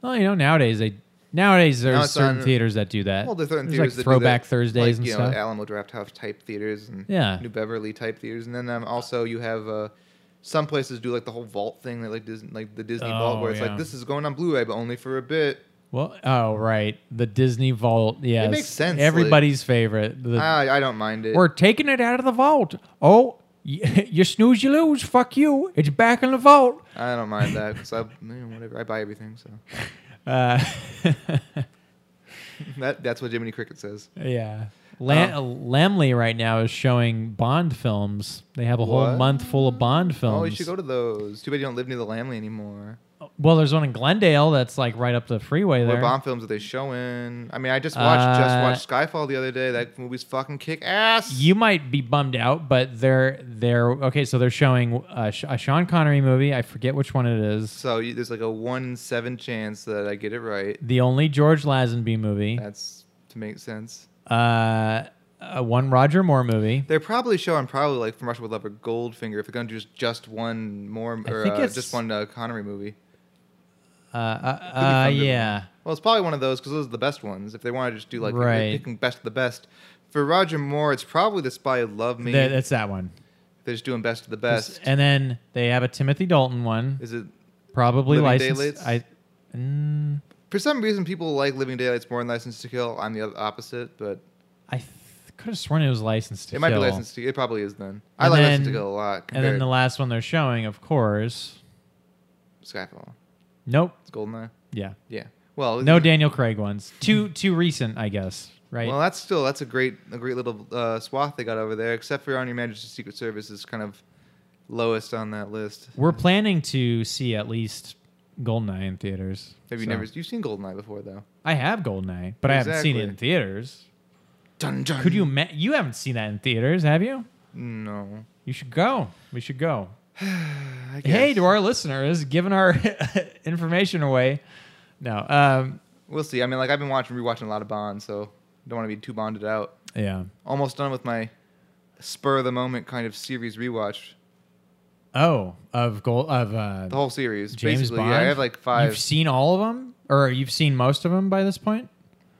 Speaker 2: well you know nowadays they nowadays there's
Speaker 1: it's
Speaker 2: certain
Speaker 1: on-
Speaker 2: theaters that do that
Speaker 1: Well, there's certain
Speaker 2: There's,
Speaker 1: theaters that do that,
Speaker 2: like throwback thursdays
Speaker 1: like,
Speaker 2: and
Speaker 1: you
Speaker 2: stuff
Speaker 1: know, Alamo Drafthouse type theaters and
Speaker 2: Yeah.
Speaker 1: New Beverly type theaters, and then um, also you have uh, some places do like the whole vault thing, that like Disney, like the Disney vault,
Speaker 2: Oh,
Speaker 1: where it's
Speaker 2: yeah.
Speaker 1: like this is going on Blu-ray, but only for a bit.
Speaker 2: Well, oh right, the Disney Vault. Yes,
Speaker 1: makes sense, like-
Speaker 2: Everybody's favorite. The-
Speaker 1: I, I don't mind it.
Speaker 2: we're taking it out of the vault. Oh, y- you snooze, you lose. Fuck you. It's back in the vault.
Speaker 1: I don't mind that because I, you know, whatever, I buy everything. So
Speaker 2: Uh,
Speaker 1: that that's what Jiminy Cricket says.
Speaker 2: yeah. Lam-
Speaker 1: Um,
Speaker 2: Lamley right now is showing Bond films. They have a whole
Speaker 1: What?
Speaker 2: month full of Bond films.
Speaker 1: Oh, you should go to those. Too bad you don't live near the Lamley anymore.
Speaker 2: well, there's one in Glendale that's like right up the freeway
Speaker 1: What
Speaker 2: there.
Speaker 1: bomb films are they showing? I mean, I just watched
Speaker 2: Uh,
Speaker 1: just watched Skyfall the other day. That movie's fucking kick ass.
Speaker 2: you might be bummed out, but they're they're okay. So they're showing a, Sh- a Sean Connery movie. I forget which one it is.
Speaker 1: so you, there's like a one in seven chance that I get it right.
Speaker 2: The only George Lazenby movie.
Speaker 1: That's to make sense.
Speaker 2: uh, uh, one Roger Moore movie.
Speaker 1: They're probably showing probably like From Russia with Love or Goldfinger if they're gonna do just, just one more
Speaker 2: I
Speaker 1: or
Speaker 2: think
Speaker 1: uh,
Speaker 2: it's-
Speaker 1: just one uh, Connery movie.
Speaker 2: Uh, uh,
Speaker 1: Could be
Speaker 2: uh,
Speaker 1: Thunder Moon.
Speaker 2: yeah.
Speaker 1: Well, it's probably one of those because those are the best ones. If they want to just do like if they're
Speaker 2: Right.
Speaker 1: picking best of the best. For Roger Moore, it's probably The Spy Who Loved Me.
Speaker 2: Th- that's that one.
Speaker 1: they're just doing best of the best.
Speaker 2: And then they have a Timothy Dalton one,
Speaker 1: Is it
Speaker 2: probably
Speaker 1: Living
Speaker 2: licensed.
Speaker 1: Daylights?
Speaker 2: I, mm,
Speaker 1: For some reason, people like Living Daylights more than License to Kill. I'm the opposite, but
Speaker 2: I th- could have sworn it was licensed to
Speaker 1: it might be
Speaker 2: Kill.
Speaker 1: License to. It probably is then. I
Speaker 2: And
Speaker 1: like License to
Speaker 2: then-
Speaker 1: Kill a lot
Speaker 2: And
Speaker 1: compared
Speaker 2: then the last one they're showing, of course.
Speaker 1: to Skyfall.
Speaker 2: Nope.
Speaker 1: It's Goldeneye.
Speaker 2: Yeah.
Speaker 1: Yeah. Well,
Speaker 2: No Daniel Craig ones. Too too recent, I guess. Right.
Speaker 1: Well, that's still that's a great a great little uh, swath they got over there. Except for on Your Majesty's Secret Service is kind of lowest on that list.
Speaker 2: We're planning to see at least Goldeneye in theaters.
Speaker 1: Maybe you
Speaker 2: so-
Speaker 1: never you've seen Goldeneye before though.
Speaker 2: I have Goldeneye, but I haven't seen
Speaker 1: Exactly.
Speaker 2: it in theaters.
Speaker 1: Dun, dun.
Speaker 2: Could you? Ma- you haven't seen that in theaters, have you?
Speaker 1: No.
Speaker 2: You should go. We should go.
Speaker 1: I
Speaker 2: Hey,
Speaker 1: guess.
Speaker 2: to our listeners, giving our information away. No. Um,
Speaker 1: We'll see. I mean, like I've been watching rewatching a lot of Bond, so don't want to be too bonded out.
Speaker 2: yeah.
Speaker 1: Almost done with my spur of the moment kind of series rewatch.
Speaker 2: Oh, of gold of uh,
Speaker 1: The whole series.
Speaker 2: James
Speaker 1: Basically,
Speaker 2: Bond.
Speaker 1: Yeah, I have like five.
Speaker 2: You've seen all of them, or you've seen most of them by this point.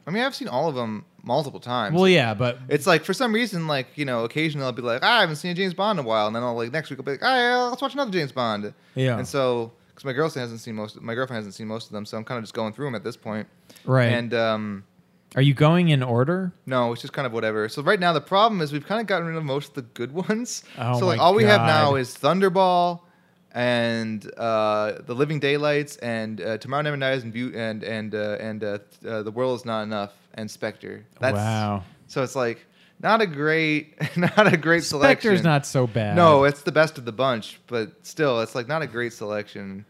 Speaker 1: I mean, I've seen all of them multiple times.
Speaker 2: Well, yeah, but
Speaker 1: it's like for some reason, like you know, occasionally I'll be like, ah, I haven't seen a James Bond in a while, and then I'll like next week I'll be like, ah, yeah, let's watch another James Bond.
Speaker 2: Yeah.
Speaker 1: And so, because my girlfriend hasn't seen most, my girlfriend hasn't seen most of them, so I'm kind of just going through them at this point.
Speaker 2: right.
Speaker 1: And um,
Speaker 2: Are you going in order?
Speaker 1: no, it's just kind of whatever. So right now the problem is we've kind of gotten rid of most of the good ones.
Speaker 2: Oh
Speaker 1: so like
Speaker 2: my
Speaker 1: all we have now
Speaker 2: God.
Speaker 1: is Thunderball and uh, the Living Daylights and uh, Tomorrow Never Dies and Beaut and and uh, and uh, th- uh, the World Is Not Enough and Spectre. That's,
Speaker 2: wow.
Speaker 1: So it's like not a great not a great selection.
Speaker 2: Spectre's not so bad.
Speaker 1: No, it's the best of the bunch, but still, it's like not a great selection.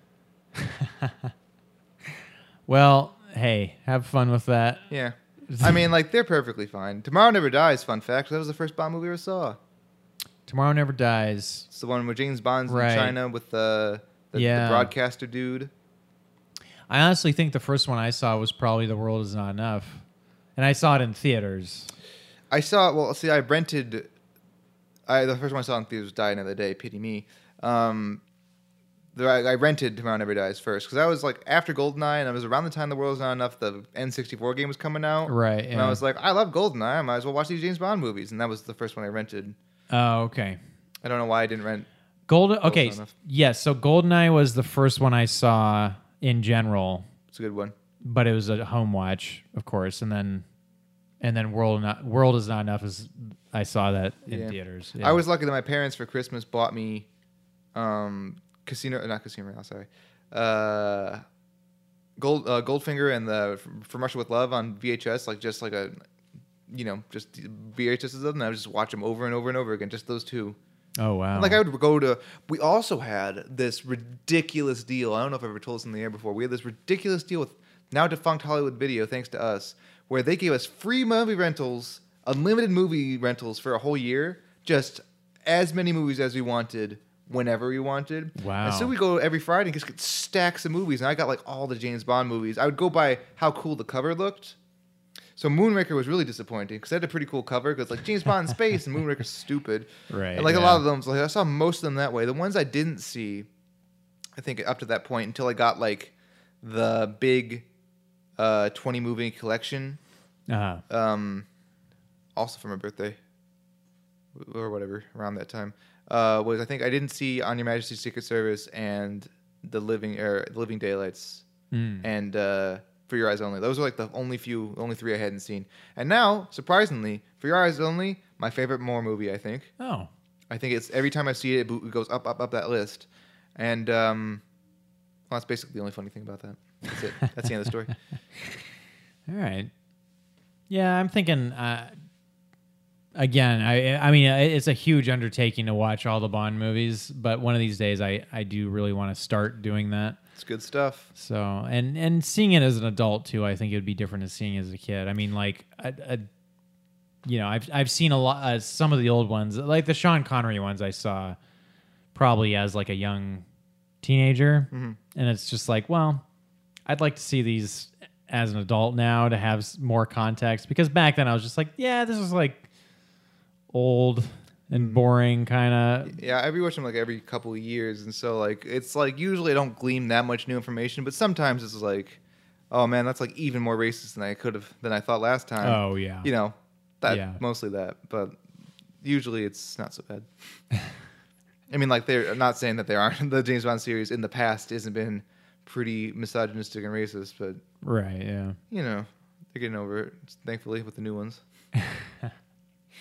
Speaker 2: Well, hey, have fun with that.
Speaker 1: Yeah. I mean, like they're perfectly fine. Tomorrow Never Dies. Fun fact: that was the first Bond movie I ever saw.
Speaker 2: Tomorrow never dies.
Speaker 1: It's the one where James Bond's
Speaker 2: Right.
Speaker 1: in China with the the, the
Speaker 2: Yeah.
Speaker 1: broadcaster dude.
Speaker 2: I honestly think the first one I saw was probably The World Is Not Enough, and I saw it in theaters.
Speaker 1: I saw. Well, see, I rented. I the first one I saw in theaters was Die Another Day. Pity me. Um, the, I, I rented Tomorrow Never Dies first because I was like after Goldeneye, and I was around the time the world's not enough. The N64 game was coming out,
Speaker 2: Right,
Speaker 1: And
Speaker 2: yeah.
Speaker 1: I was like, I love Goldeneye. I might as well watch these James Bond movies, and that was the first one I rented.
Speaker 2: Oh, okay.
Speaker 1: I don't know why I didn't rent.
Speaker 2: Golden. Okay.
Speaker 1: Not Enough.
Speaker 2: Yes. So Goldeneye was the first one I saw in general,
Speaker 1: It's a good one.
Speaker 2: but it was a home watch, of course, and then and then World not World is not enough. Is I saw that in
Speaker 1: Yeah.
Speaker 2: theaters.
Speaker 1: I was lucky that my parents for Christmas bought me um, Casino, not Casino Royale, sorry, uh, Gold uh, Goldfinger and the From Russia with Love on VHS, like just like a, you know, just VHSs of them. And I would just watch them over and over and over again, just those two.
Speaker 2: Oh wow.
Speaker 1: Like I would go to. We also had this ridiculous deal. I don't know if I ever told this in the air before. We had this ridiculous deal with now defunct Hollywood Video, thanks to us, where they gave us free movie rentals, unlimited movie rentals for a whole year, just as many movies as we wanted. Whenever we wanted,
Speaker 2: Wow.
Speaker 1: And so we go every Friday and just get stacks of movies. And I got like all the James Bond movies. I would go by how cool the cover looked. So Moonraker was really disappointing because it had a pretty cool cover because like James Bond in space and Moonraker's stupid.
Speaker 2: Right,
Speaker 1: And like a lot
Speaker 2: yeah.
Speaker 1: of them, like I saw most of them that way. The ones I didn't see, I think up to that point until I got like the big uh, twenty movie collection,
Speaker 2: uh
Speaker 1: um, also for my birthday or whatever around that time. Uh, was I think I didn't see On Your Majesty's Secret Service and the Living or the Living Daylights and uh, For Your Eyes Only. Those were like the only few, only three I hadn't seen. And now, surprisingly, For Your Eyes Only, my favorite Moore movie. I think.
Speaker 2: Oh.
Speaker 1: I think it's every time I see it, it bo- it goes up, up, up that list. And um, well, that's basically the only funny thing about that. That's it. That's the end of the story.
Speaker 2: All right. Yeah, I'm thinking. Uh, again, I I mean, I- it's a huge undertaking to watch all the Bond movies, but one of these days, I I do really want to start doing that.
Speaker 1: It's good stuff.
Speaker 2: So and and seeing it as an adult too, I think it would be different to seeing it as a kid. I mean, like a, a you know, I've I've seen a lot uh, some of the old ones, like the Sean Connery ones. I saw probably as like a young teenager, and it's just like, well, I'd like to see these as an adult now to have s- more context because back then I was just like, yeah, this is like old and boring kind of.
Speaker 1: Yeah, I rewatch them like every couple of years, and so like it's like usually I don't glean that much new information, but sometimes it's like, oh man, that's like even more racist than I could have than I thought last time.
Speaker 2: Oh yeah,
Speaker 1: you know, that
Speaker 2: Yeah.
Speaker 1: mostly that, but usually it's not so bad. I mean, like they're not saying that they aren't. The James Bond series in the past hasn't been pretty misogynistic and racist, but
Speaker 2: right, yeah.
Speaker 1: you know, they're getting over it. Thankfully, with the new ones,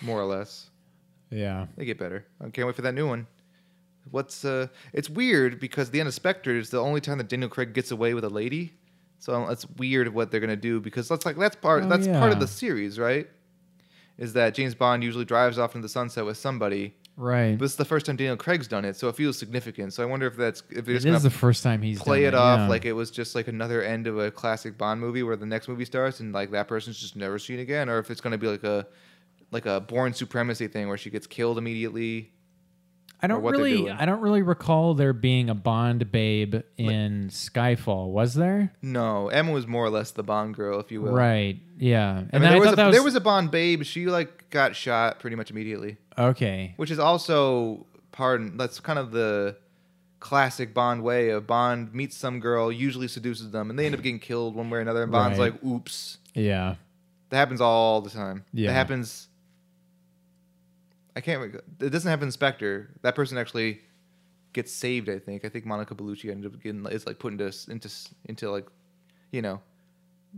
Speaker 1: more or less,
Speaker 2: Yeah.
Speaker 1: they get better. I can't wait for that new one. What's uh? It's weird because the end of Spectre is the only time that Daniel Craig gets away with a lady. So it's weird what they're gonna do because that's like that's part
Speaker 2: Oh,
Speaker 1: that's part
Speaker 2: yeah.
Speaker 1: of the series, right? Is that James Bond usually drives off into the sunset with somebody?
Speaker 2: Right.
Speaker 1: But it's the first time Daniel Craig's done it, so it feels significant. So I wonder if that's if they're
Speaker 2: It
Speaker 1: just
Speaker 2: is
Speaker 1: gonna
Speaker 2: the first time he's
Speaker 1: play it
Speaker 2: done
Speaker 1: off
Speaker 2: yeah.
Speaker 1: like it was just like another end of a classic Bond movie where the next movie starts and like that person's just never seen again, or if it's gonna be like a like a born supremacy thing where she gets killed immediately.
Speaker 2: I don't
Speaker 1: what they're
Speaker 2: really
Speaker 1: doing.
Speaker 2: I don't really recall there being a Bond babe in Skyfall, was there?
Speaker 1: No, Emma was more or less the Bond girl, if you will.
Speaker 2: Right. Yeah. And
Speaker 1: I mean,
Speaker 2: then
Speaker 1: there
Speaker 2: I
Speaker 1: was,
Speaker 2: thought
Speaker 1: a,
Speaker 2: that was,
Speaker 1: there was a Bond babe. She like got shot pretty much immediately,
Speaker 2: Okay.
Speaker 1: which is also pardon. That's kind of the classic Bond way of Bond meets some girl, usually seduces them, and they end up getting killed one way or another. And Bond's
Speaker 2: Right.
Speaker 1: like, "Oops."
Speaker 2: Yeah.
Speaker 1: That happens all the time.
Speaker 2: Yeah.
Speaker 1: That happens. I can't. rec- It doesn't happen in Spectre. That person actually gets saved. I think. I think Monica Bellucci ended up getting is like put into s- into s- into like, you know,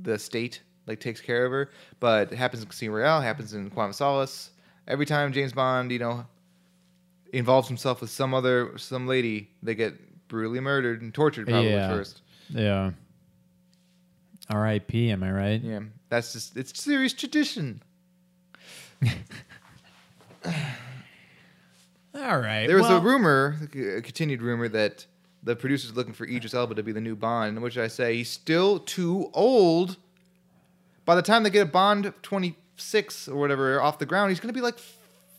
Speaker 1: the state like takes care of her. But it happens in Casino Royale. Happens in Quantum of Solace. Every time James Bond, you know, involves himself with some other some lady, they get brutally murdered and tortured probably
Speaker 2: Yeah.
Speaker 1: first.
Speaker 2: Yeah. R.I.P. Am I right?
Speaker 1: Yeah, that's just it's serious tradition.
Speaker 2: All right.
Speaker 1: There was
Speaker 2: well,
Speaker 1: a rumor, a continued rumor, that the producers looking for Idris Elba to be the new Bond, which I say he's still too old. By the time they get a Bond 26 or whatever off the ground, he's going to be like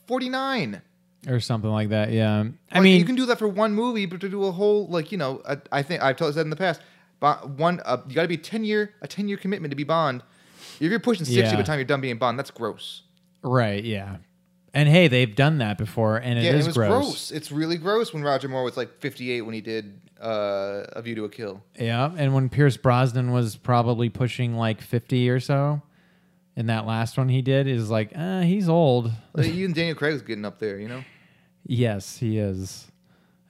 Speaker 1: 49.
Speaker 2: or something like that. Yeah. I
Speaker 1: Like,
Speaker 2: mean,
Speaker 1: you can do that for one movie, but to do a whole, like, you know, I, I think I've told said in the past, Bo- one, uh, you got to be ten year a ten year commitment to be Bond. If you're pushing sixty by
Speaker 2: Yeah.
Speaker 1: the time you're done being Bond, that's gross.
Speaker 2: Right. Yeah. And hey, they've done that before, and it is
Speaker 1: Yeah, it was gross.
Speaker 2: gross.
Speaker 1: It's really gross when Roger Moore was like 58 when he did uh, A View to a Kill.
Speaker 2: Yeah, and when Pierce Brosnan was probably pushing like fifty or so, in that last one he did is like, uh, he's old.
Speaker 1: Like, Even Daniel Craig was getting up there, you know.
Speaker 2: Yes, he is.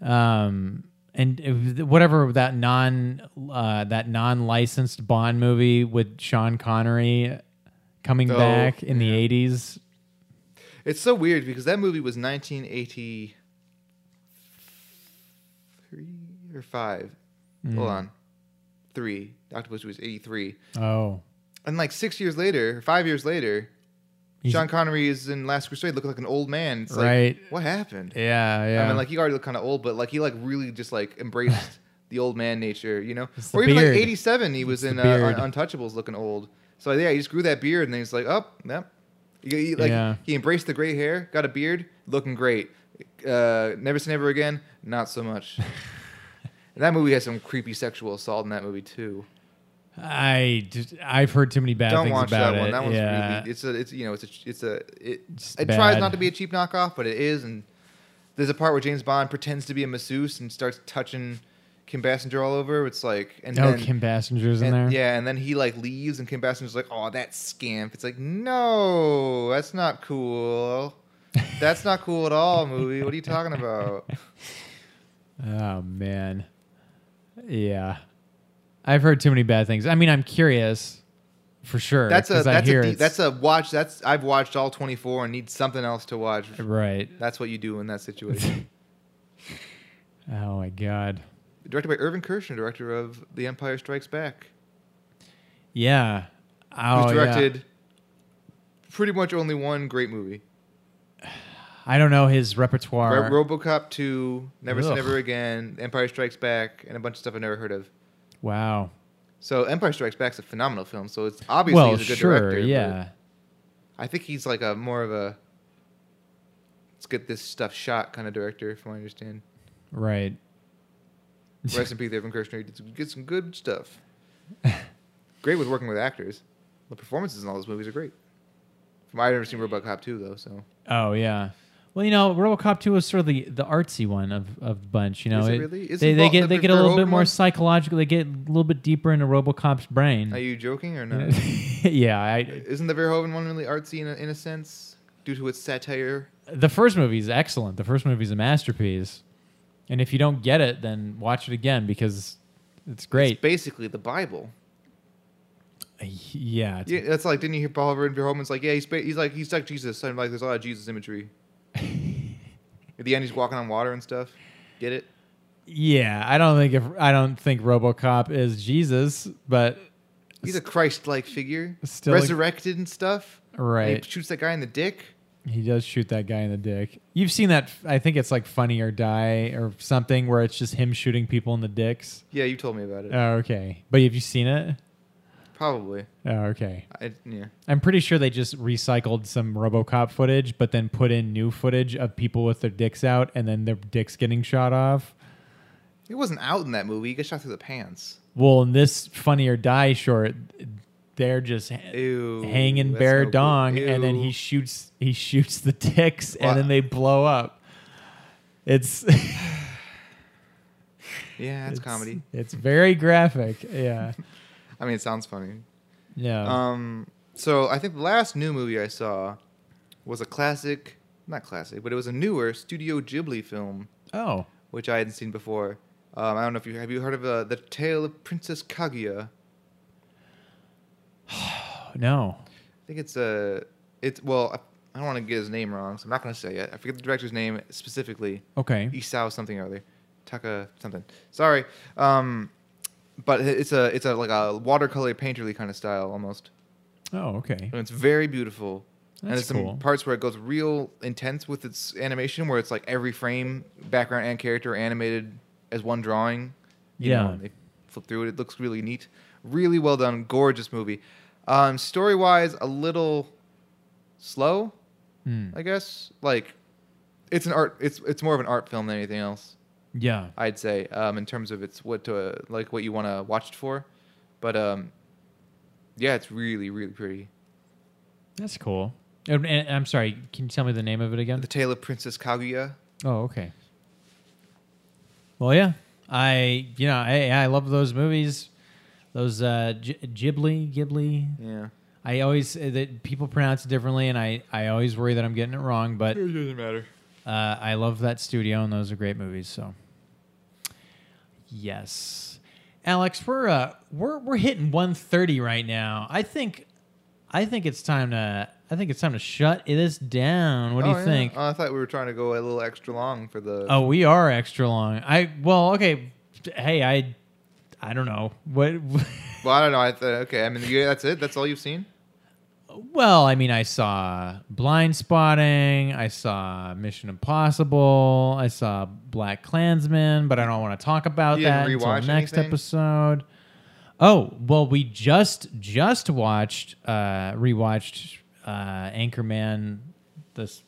Speaker 2: Um, and if- whatever that non uh, that non licensed Bond movie with Sean Connery coming
Speaker 1: Oh,
Speaker 2: back in the eighties.
Speaker 1: It's so weird because that movie was 1983 or five. Hold on, three. Octopus was 83,
Speaker 2: Oh,
Speaker 1: and like six years later, five years later, Sean Connery is in Last Crusade, looking like an old man. It's like,
Speaker 2: Right.
Speaker 1: What happened?
Speaker 2: yeah, yeah.
Speaker 1: I mean, like he already looked kind of old, but like he like really just like embraced the old man nature, you know.
Speaker 2: It's the
Speaker 1: or even
Speaker 2: beard.
Speaker 1: like '87, he was
Speaker 2: the
Speaker 1: in uh,
Speaker 2: beard.
Speaker 1: Un- Untouchables, looking old. So yeah, he just grew that beard, and then he's like, oh, yep. He, he, like
Speaker 2: Yeah.
Speaker 1: he embraced the gray hair, got a beard, looking great. Uh, Never say never again, not so much. and that movie has some creepy sexual assault in that movie too.
Speaker 2: I just, I've heard too many bad
Speaker 1: Don't
Speaker 2: things
Speaker 1: watch
Speaker 2: about
Speaker 1: that
Speaker 2: it.
Speaker 1: one. That one's
Speaker 2: yeah.
Speaker 1: really it's a it's you know it's a it's a it,
Speaker 2: It's
Speaker 1: it tries
Speaker 2: bad.
Speaker 1: not to be a cheap knockoff, but it is. And there's a part where James Bond pretends to be a masseuse and starts touching Kim Bassinger all over. It's like and
Speaker 2: oh,
Speaker 1: then
Speaker 2: Kim Bassinger's in
Speaker 1: and-
Speaker 2: there.
Speaker 1: yeah, and then he like leaves, and Kim Bassinger's like, "Oh, that scamp." It's like, no, that's not cool. That's not cool at all, movie. What are you talking about?
Speaker 2: Oh man. Yeah. I've heard too many bad things. I mean, I'm curious for sure.
Speaker 1: That's a
Speaker 2: 'cause I
Speaker 1: that's
Speaker 2: hear
Speaker 1: a deep,
Speaker 2: it's-
Speaker 1: that's a watch. That's I've watched all 24 and need something else to watch.
Speaker 2: right.
Speaker 1: That's what you do in that situation.
Speaker 2: Oh my god.
Speaker 1: directed by Irvin Kershner, director of The Empire Strikes Back,
Speaker 2: Yeah. Oh,
Speaker 1: who's
Speaker 2: yeah.
Speaker 1: directed pretty much only one great movie:
Speaker 2: I don't know his
Speaker 1: Ro-
Speaker 2: repertoire.
Speaker 1: RoboCop 2, Never Say
Speaker 2: Ugh.
Speaker 1: Never Again, Empire Strikes Back, and a bunch of stuff I've never heard of.
Speaker 2: wow.
Speaker 1: So Empire Strikes Back's a phenomenal film. So it's obviously
Speaker 2: Well,
Speaker 1: he's a good
Speaker 2: sure.
Speaker 1: director. but
Speaker 2: yeah.
Speaker 1: I think he's like a more of a let's get this stuff shot kind of director, from what I understand.
Speaker 2: Right.
Speaker 1: Rest in peace, Irvin Kershner. He did some, did some good stuff. great with working with actors. The performances in all those movies are great. From I've never seen RoboCop 2 though, so
Speaker 2: Oh yeah. Well, you know, RoboCop 2 was sort of the, the artsy one of, of the bunch. You know,
Speaker 1: Is it really? Is
Speaker 2: they,
Speaker 1: it
Speaker 2: they
Speaker 1: Vol-
Speaker 2: get
Speaker 1: the
Speaker 2: they get a little bit
Speaker 1: Verhoeven
Speaker 2: more
Speaker 1: one?
Speaker 2: psychological. They get a little bit deeper into RoboCop's brain.
Speaker 1: Are you joking or not?
Speaker 2: yeah, I,
Speaker 1: Isn't the Verhoeven one really artsy in a, in a sense due to its satire?
Speaker 2: the first movie is excellent. The first movie is a masterpiece. And if you don't get it, then watch it again because it's
Speaker 1: It's
Speaker 2: great.
Speaker 1: basically the Bible.
Speaker 2: yeah, it's-
Speaker 1: Yeah, that's like didn't you hear Paul Ver- Verhoeven's like yeah he's ba- he's like he's like Jesus so like there's a lot of Jesus imagery. At the end he's walking on water and stuff. Get it?
Speaker 2: yeah. I don't think if I don't think RoboCop is Jesus, but
Speaker 1: He's a Christ-like figure,
Speaker 2: Still like-
Speaker 1: resurrected and stuff. And
Speaker 2: Right.
Speaker 1: he shoots that guy in the dick.
Speaker 2: he does shoot that guy in the dick. You've seen that? I think it's like Funny or Die or something where it's just him shooting people in the dicks.
Speaker 1: Yeah, you told me about it.
Speaker 2: Oh, okay. But have you seen it?
Speaker 1: Probably.
Speaker 2: Oh, okay.
Speaker 1: I, yeah.
Speaker 2: I'm pretty sure they just recycled some RoboCop footage, but then put in new footage of people with their dicks out and then their dicks getting shot off.
Speaker 1: He wasn't out in that movie. He gets shot through the pants.
Speaker 2: Well, in this Funny or Die short, they're just ha-
Speaker 1: Ew.
Speaker 2: hanging
Speaker 1: that's
Speaker 2: bare
Speaker 1: no cool.
Speaker 2: dong, and then
Speaker 1: Ew.
Speaker 2: he shoots he shoots the dicks,
Speaker 1: Wow.
Speaker 2: and then they blow up. It's
Speaker 1: Yeah, that's
Speaker 2: it's-
Speaker 1: comedy.
Speaker 2: It's very graphic. Yeah,
Speaker 1: I mean, it sounds funny.
Speaker 2: yeah.
Speaker 1: Um, so I think the last new movie I saw was a classic, not classic, but it was a newer Studio Ghibli film,
Speaker 2: oh,
Speaker 1: which I hadn't seen before. Um, I don't know if you have you heard of uh, the Tale of Princess Kaguya.
Speaker 2: no.
Speaker 1: I think it's a. It's well, I, I don't want to get his name wrong, so I'm not going to say it. I forget the director's name specifically.
Speaker 2: Okay.
Speaker 1: Isao something or other, Taka something. Sorry, um, but it- it's a it's a like a watercolor painterly kind of style almost,
Speaker 2: Oh, okay.
Speaker 1: and it's very beautiful. and
Speaker 2: That's
Speaker 1: there's some
Speaker 2: cool.
Speaker 1: parts where it goes real intense with its animation, where it's like every frame, background and character are animated as one drawing. You
Speaker 2: Yeah.
Speaker 1: know, and they flip through it. It looks really neat, really well done, gorgeous movie. Um, story wise, a little slow,
Speaker 2: Hmm.
Speaker 1: I guess. Like, it's an art. It's it's more of an art film than anything else.
Speaker 2: Yeah.
Speaker 1: I'd say um, in terms of it's what to uh, like what you want to watch it for, but um, yeah, it's really really pretty.
Speaker 2: That's cool. And, and- I'm sorry. Can you tell me the name of it again?
Speaker 1: The Tale of Princess Kaguya.
Speaker 2: Oh, okay. Well, yeah. I you know I I love those movies. Those uh, G- Ghibli Ghibli.
Speaker 1: Yeah,
Speaker 2: I always uh, that people pronounce it differently, and I I always worry that I'm getting it wrong, but.
Speaker 1: doesn't matter.
Speaker 2: Uh, I love that studio, and those are great movies. So, yes, Alex, we're uh, we're we're hitting one thirty right now. I think, I think it's time to I think it's time to shut this down. What do you think?
Speaker 1: Oh, I thought we were trying to go a little extra long for the.
Speaker 2: oh, we are extra long. I well, okay. Hey, I I don't know what.
Speaker 1: Well, I don't know. I thought okay. I mean, yeah, that's it. That's all you've seen.
Speaker 2: Well, I mean, I saw Blind Spotting, I saw Mission Impossible, I saw Black Klansman, but I don't want to talk about
Speaker 1: You
Speaker 2: that
Speaker 1: didn't
Speaker 2: until
Speaker 1: rewatch
Speaker 2: next
Speaker 1: anything?
Speaker 2: episode. Oh well, we just just watched uh, rewatched uh, Anchorman, the s-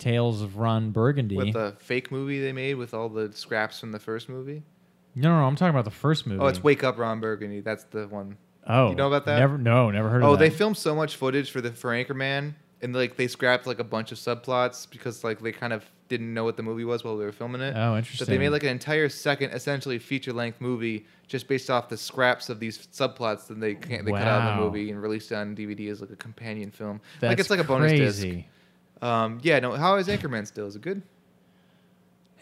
Speaker 2: Tales of Ron Burgundy.
Speaker 1: With the fake movie they made with all the scraps from the first movie.
Speaker 2: no, no, no, I'm talking about the first movie.
Speaker 1: Oh, it's Wake Up, Ron Burgundy. That's the one.
Speaker 2: Oh,
Speaker 1: you know about that?
Speaker 2: Never, no, never heard
Speaker 1: Oh,
Speaker 2: of that.
Speaker 1: they filmed so much footage for the for Anchorman, and like they scrapped like a bunch of subplots because like they kind of didn't know what the movie was while they were filming it.
Speaker 2: oh,
Speaker 1: So
Speaker 2: interesting.
Speaker 1: they made like an entire second, essentially feature length movie just based off the scraps of these subplots that they can't, they cut out of the
Speaker 2: Wow.
Speaker 1: movie and released it on DVD as like a companion film.
Speaker 2: That's
Speaker 1: like it's like a bonus
Speaker 2: crazy.
Speaker 1: disc. Um, yeah, no. How is Anchorman still? Is it good?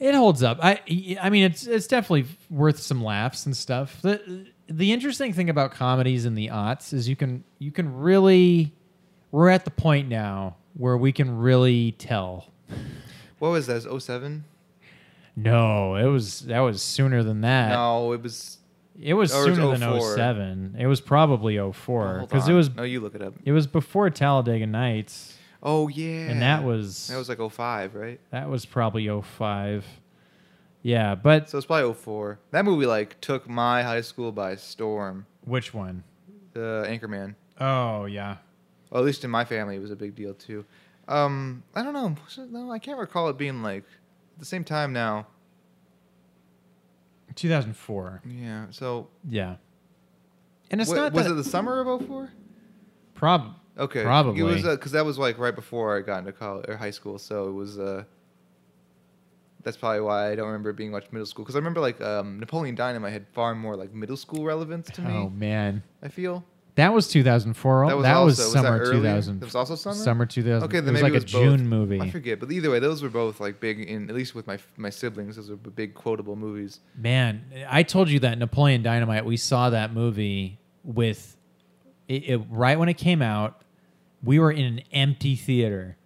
Speaker 2: It holds up. I I mean it's it's definitely worth some laughs and stuff. The the interesting thing about comedies and the aughts is you can you can really we're at the point now where we can really tell.
Speaker 1: What was that? It oh was 07?
Speaker 2: No, it was that was sooner than that.
Speaker 1: no, it was.
Speaker 2: It was
Speaker 1: Or it was
Speaker 2: sooner than
Speaker 1: 04.
Speaker 2: 07. It was probably 04
Speaker 1: hold
Speaker 2: cuz it
Speaker 1: on.
Speaker 2: was
Speaker 1: No, you look it up.
Speaker 2: it was before Talladega Nights
Speaker 1: Oh yeah.
Speaker 2: and that was
Speaker 1: that was like 05, right?
Speaker 2: that was probably 05. Yeah, but
Speaker 1: So it's probably 04. That movie like took my high school by storm.
Speaker 2: which one?
Speaker 1: The Anchorman.
Speaker 2: Oh, yeah.
Speaker 1: Well, at least in my family, it was a big deal too. Um, I don't know. Was it- No, I can't recall it being like at the same time now.
Speaker 2: 2004.
Speaker 1: Yeah. So
Speaker 2: Yeah. And it's
Speaker 1: wa-
Speaker 2: not
Speaker 1: was
Speaker 2: that
Speaker 1: it the summer of 04?
Speaker 2: prob
Speaker 1: Okay.
Speaker 2: Probably.
Speaker 1: It was because that was like right before I got into college or high school, so it was. Uh, that's probably why I don't remember it being much middle school because I remember like um, Napoleon Dynamite had far more like middle school relevance to me.
Speaker 2: Oh man.
Speaker 1: I feel
Speaker 2: That was 2004. That
Speaker 1: That
Speaker 2: was,
Speaker 1: was also- was that
Speaker 2: summer
Speaker 1: earlier?
Speaker 2: 2000.
Speaker 1: That was also summer?
Speaker 2: Summer 2000.
Speaker 1: okay.
Speaker 2: it
Speaker 1: Then
Speaker 2: was
Speaker 1: maybe
Speaker 2: like
Speaker 1: it was
Speaker 2: a
Speaker 1: both.
Speaker 2: June
Speaker 1: I
Speaker 2: movie.
Speaker 1: forget, but either way, those were both like big in at least with my f- my siblings. Those were b- big quotable movies.
Speaker 2: Man, I told you that Napoleon Dynamite. We saw that movie with it, it right when it came out. We were in an empty theater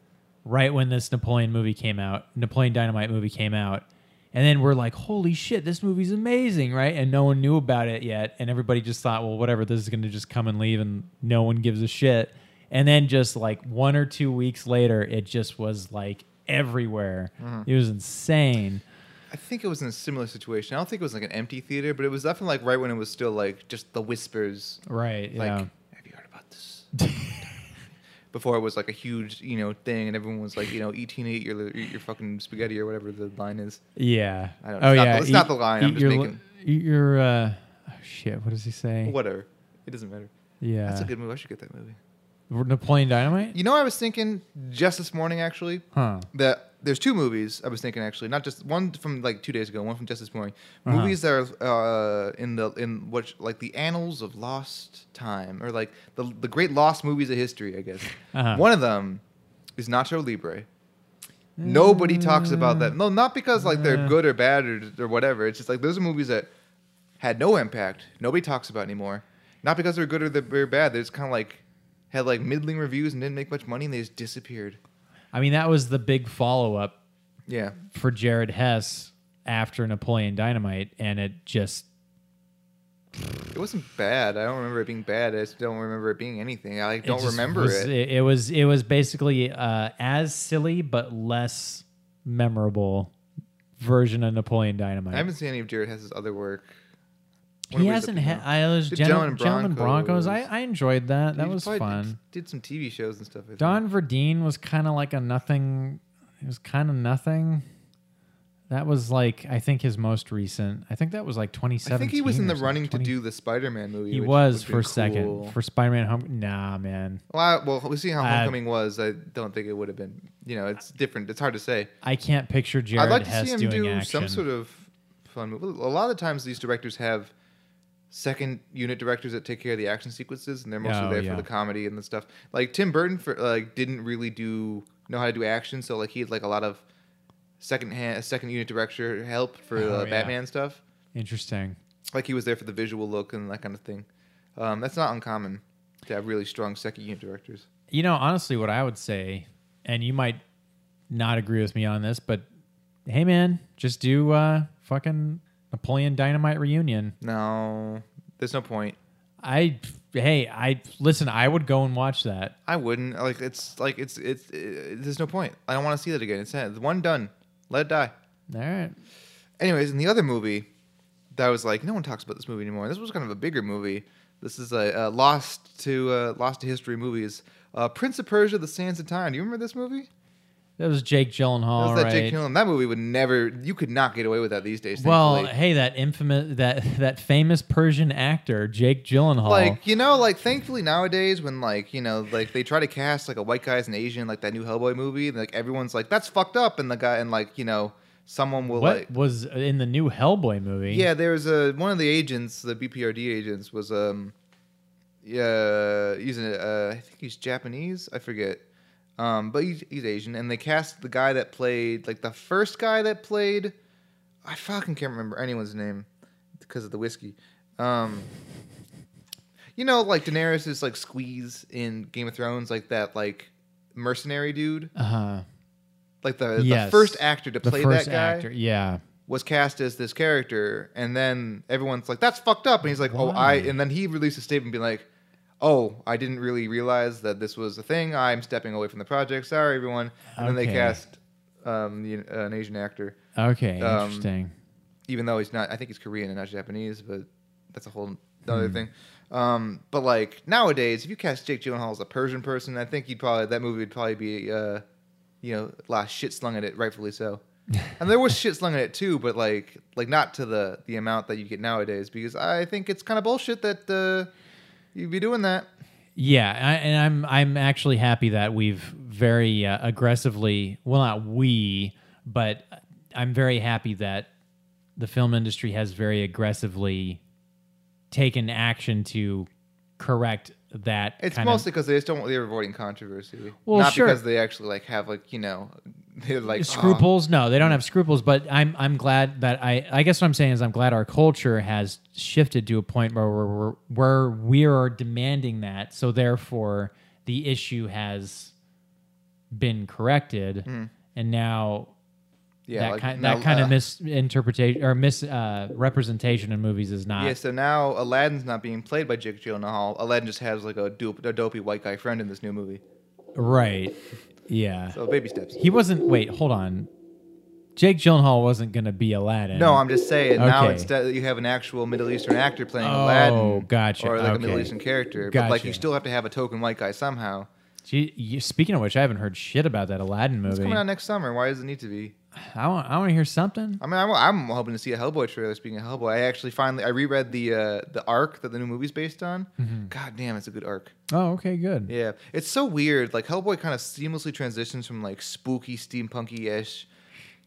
Speaker 2: right when this Napoleon movie came out. Napoleon Dynamite movie came out. And then we're like, holy shit, this movie's amazing, right? And no one knew about it yet. And everybody just thought, well, whatever, this is going to just come and leave and no one gives a shit. And then just like one or two weeks later, it just was like everywhere. It was insane.
Speaker 1: I think it was in a similar situation. I don't think it was like an empty theater, but it was definitely like right when it was still like just the whispers.
Speaker 2: Right.
Speaker 1: Like,
Speaker 2: yeah.
Speaker 1: have you heard about this? Before it was like a huge, you know, thing, and everyone was like, you know, eat, eat your eat your fucking spaghetti or whatever the line is.
Speaker 2: Yeah.
Speaker 1: I don't-
Speaker 2: oh
Speaker 1: it's not
Speaker 2: yeah.
Speaker 1: the- it's not the line, I'm just
Speaker 2: your,
Speaker 1: making-
Speaker 2: Eat your. Uh, oh, shit. What does he say?
Speaker 1: Whatever, it doesn't matter.
Speaker 2: Yeah.
Speaker 1: That's a good movie. I should get that movie.
Speaker 2: Napoleon Dynamite.
Speaker 1: You know, I was thinking just this morning actually
Speaker 2: Huh.
Speaker 1: that there's two movies I was thinking actually, not just one from like two days ago, one from just this morning.
Speaker 2: Uh-huh.
Speaker 1: Movies that are uh, in the in what like the annals of lost time or like the the great lost movies of history, I guess.
Speaker 2: Uh-huh.
Speaker 1: One of them is Nacho Libre. Nobody talks about that. No, not because like they're
Speaker 2: Uh.
Speaker 1: good or bad or, or whatever. It's just like those are movies that had no impact. Nobody talks about anymore. Not because they're good or they're bad. They just kind of like had like middling reviews and didn't make much money and they just disappeared.
Speaker 2: I mean, that was the big follow up
Speaker 1: Yeah.
Speaker 2: for Jared Hess after Napoleon Dynamite, and it just
Speaker 1: It wasn't bad. I don't remember it being bad. I just don't remember it being anything. I like, don't
Speaker 2: just
Speaker 1: remember
Speaker 2: was-
Speaker 1: it.
Speaker 2: it. was it was basically uh, as silly but less memorable version of Napoleon Dynamite.
Speaker 1: I haven't seen any of Jared Hess's other work.
Speaker 2: he hasn't. Ha-
Speaker 1: had.
Speaker 2: I was
Speaker 1: Did
Speaker 2: Gen-
Speaker 1: Gentlemen
Speaker 2: Gentlemen Broncos.
Speaker 1: Broncos.
Speaker 2: I, I enjoyed that. That was fun.
Speaker 1: Did, did some TV shows and stuff. I think.
Speaker 2: Don Verdeen was kind of like a nothing. It was kind of nothing. That was like I think his most recent. I think that was like 2017.
Speaker 1: I think he was in
Speaker 2: or
Speaker 1: the
Speaker 2: something,
Speaker 1: running
Speaker 2: 20
Speaker 1: to do the Spider-Man movie.
Speaker 2: He
Speaker 1: which
Speaker 2: was
Speaker 1: would've
Speaker 2: for
Speaker 1: been
Speaker 2: a second
Speaker 1: cool.
Speaker 2: for Spider-Man. Home- nah, man.
Speaker 1: well, I, well, we see how
Speaker 2: Uh,
Speaker 1: Homecoming was. I don't think it would have been. You know, it's different. It's hard to say.
Speaker 2: I can't picture Jared
Speaker 1: I'd like to
Speaker 2: Hess
Speaker 1: see him
Speaker 2: doing
Speaker 1: do
Speaker 2: action.
Speaker 1: some sort of fun movie. A lot of the times, these directors have second unit directors that take care of the action sequences, and they're mostly
Speaker 2: Oh,
Speaker 1: there
Speaker 2: yeah.
Speaker 1: for the comedy and the stuff. Like Tim Burton, for, like didn't really do know how to do action, so like he had like a lot of second hand, second unit director help for
Speaker 2: Oh,
Speaker 1: uh,
Speaker 2: yeah.
Speaker 1: Batman stuff.
Speaker 2: Interesting.
Speaker 1: Like he was there for the visual look and that kind of thing. Um, that's not uncommon to have really strong second unit directors.
Speaker 2: You know, honestly, what I would say, and you might not agree with me on this, but hey, man, just do uh, fucking Napoleon Dynamite reunion.
Speaker 1: No, there's no point.
Speaker 2: I hey, I listen. I would go and watch that.
Speaker 1: I wouldn't. Like it's like it's it's it, there's no point. I don't want to see that again. It's sad. one done. Let it die.
Speaker 2: All right.
Speaker 1: Anyways, in the other movie, that was like no one talks about this movie anymore. This was kind of a bigger movie. This is a, a lost to uh, lost to history movies. Uh, Prince of Persia: The Sands of Time. Do you remember this movie?
Speaker 2: That was Jake Gyllenhaal,
Speaker 1: That was that
Speaker 2: right?
Speaker 1: Jake Gyllenhaal. That movie would never. You could not get away with that these days.
Speaker 2: well,
Speaker 1: thankfully.
Speaker 2: hey, that infamous that that famous Persian actor Jake Gyllenhaal.
Speaker 1: like you know, like thankfully nowadays when like you know like they try to cast like a white guy as an Asian, like that new Hellboy movie, and, like everyone's like that's fucked up, and the guy and like you know someone will
Speaker 2: what
Speaker 1: like
Speaker 2: was in the new Hellboy movie?
Speaker 1: Yeah, there was a one of the agents, the BPRD agents, was um, yeah, he's a, uh, I think he's Japanese, I forget, um, but he's, he's Asian, and they cast the guy that played like the first guy that played, I fucking can't remember anyone's name because of the whiskey, um. You know, like Daenerys is like squeeze in Game of Thrones, like that, like mercenary dude,
Speaker 2: Uh huh.
Speaker 1: like the, the
Speaker 2: Yes.
Speaker 1: first actor to
Speaker 2: The
Speaker 1: play
Speaker 2: first
Speaker 1: that guy
Speaker 2: actor. Yeah.
Speaker 1: was cast as this character, and then everyone's like, "That's fucked up," and he's like, "Oh, I,"
Speaker 2: Why?
Speaker 1: and then he released a statement being like, "Oh, I didn't really realize that this was a thing. I'm stepping away from the project. Sorry, everyone." And then they
Speaker 2: Okay.
Speaker 1: cast um, the, an Asian actor,
Speaker 2: Okay.
Speaker 1: Um,
Speaker 2: interesting.
Speaker 1: even though he's not. I think he's Korean and not Japanese, but that's a whole other
Speaker 2: Hmm.
Speaker 1: thing. Um, but like nowadays, if you cast Jake Gyllenhaal as a Persian person, I think you'd probably that movie would probably be, uh, you know, a lot of shit slung at it, rightfully so. and there was shit slung at it too, but like, like not to the the amount that you get nowadays, because I think it's kind of bullshit that uh, you'd be doing that.
Speaker 2: Yeah, I, and I'm I'm actually happy that we've very uh, aggressively, well, not we, but I'm very happy that the film industry has very aggressively taken action to correct that.
Speaker 1: It's
Speaker 2: kind
Speaker 1: mostly because they just don't they're avoiding controversy,
Speaker 2: Well,
Speaker 1: not
Speaker 2: sure.
Speaker 1: because they actually like have like you know they're like "Oh,
Speaker 2: of scruples. No, they don't have scruples. But I'm I'm glad that I I guess what I'm saying is I'm glad our culture has shifted to a point where we're, we're where we are demanding that. So therefore, the issue has been corrected, and now
Speaker 1: Hmm. yeah,
Speaker 2: that
Speaker 1: like,
Speaker 2: kind
Speaker 1: now,
Speaker 2: that kind
Speaker 1: uh,
Speaker 2: of misinterpretation or misrepresentation uh, representation in movies is not.
Speaker 1: Yeah, so now Aladdin's not being played by Jake Gyllenhaal. Aladdin just has like a, dupe, a dopey white guy friend in this new movie.
Speaker 2: Right. Yeah.
Speaker 1: So baby steps.
Speaker 2: He wasn't. Wait, hold on. Jake Gyllenhaal wasn't going to be Aladdin.
Speaker 1: No, I'm just saying. Now
Speaker 2: Okay.
Speaker 1: instead you have an actual Middle Eastern actor playing
Speaker 2: Oh,
Speaker 1: Aladdin,
Speaker 2: gotcha.
Speaker 1: or like a Middle
Speaker 2: Okay.
Speaker 1: Eastern character, but like you
Speaker 2: Gotcha.
Speaker 1: still have to have a token white guy somehow.
Speaker 2: Gee, you- speaking of which, I haven't heard shit about that Aladdin
Speaker 1: It's
Speaker 2: movie.
Speaker 1: coming out next summer. Why does it need to be?
Speaker 2: I want, I want to hear something.
Speaker 1: I mean, I'm, I'm hoping to see a Hellboy trailer. Speaking of Hellboy, I actually finally I reread the uh, the arc that the new movie's based on.
Speaker 2: Mm-hmm.
Speaker 1: God damn, it's a good arc.
Speaker 2: Oh, okay, good.
Speaker 1: Yeah, it's so weird. Like Hellboy kind of seamlessly transitions from like spooky, steampunky ish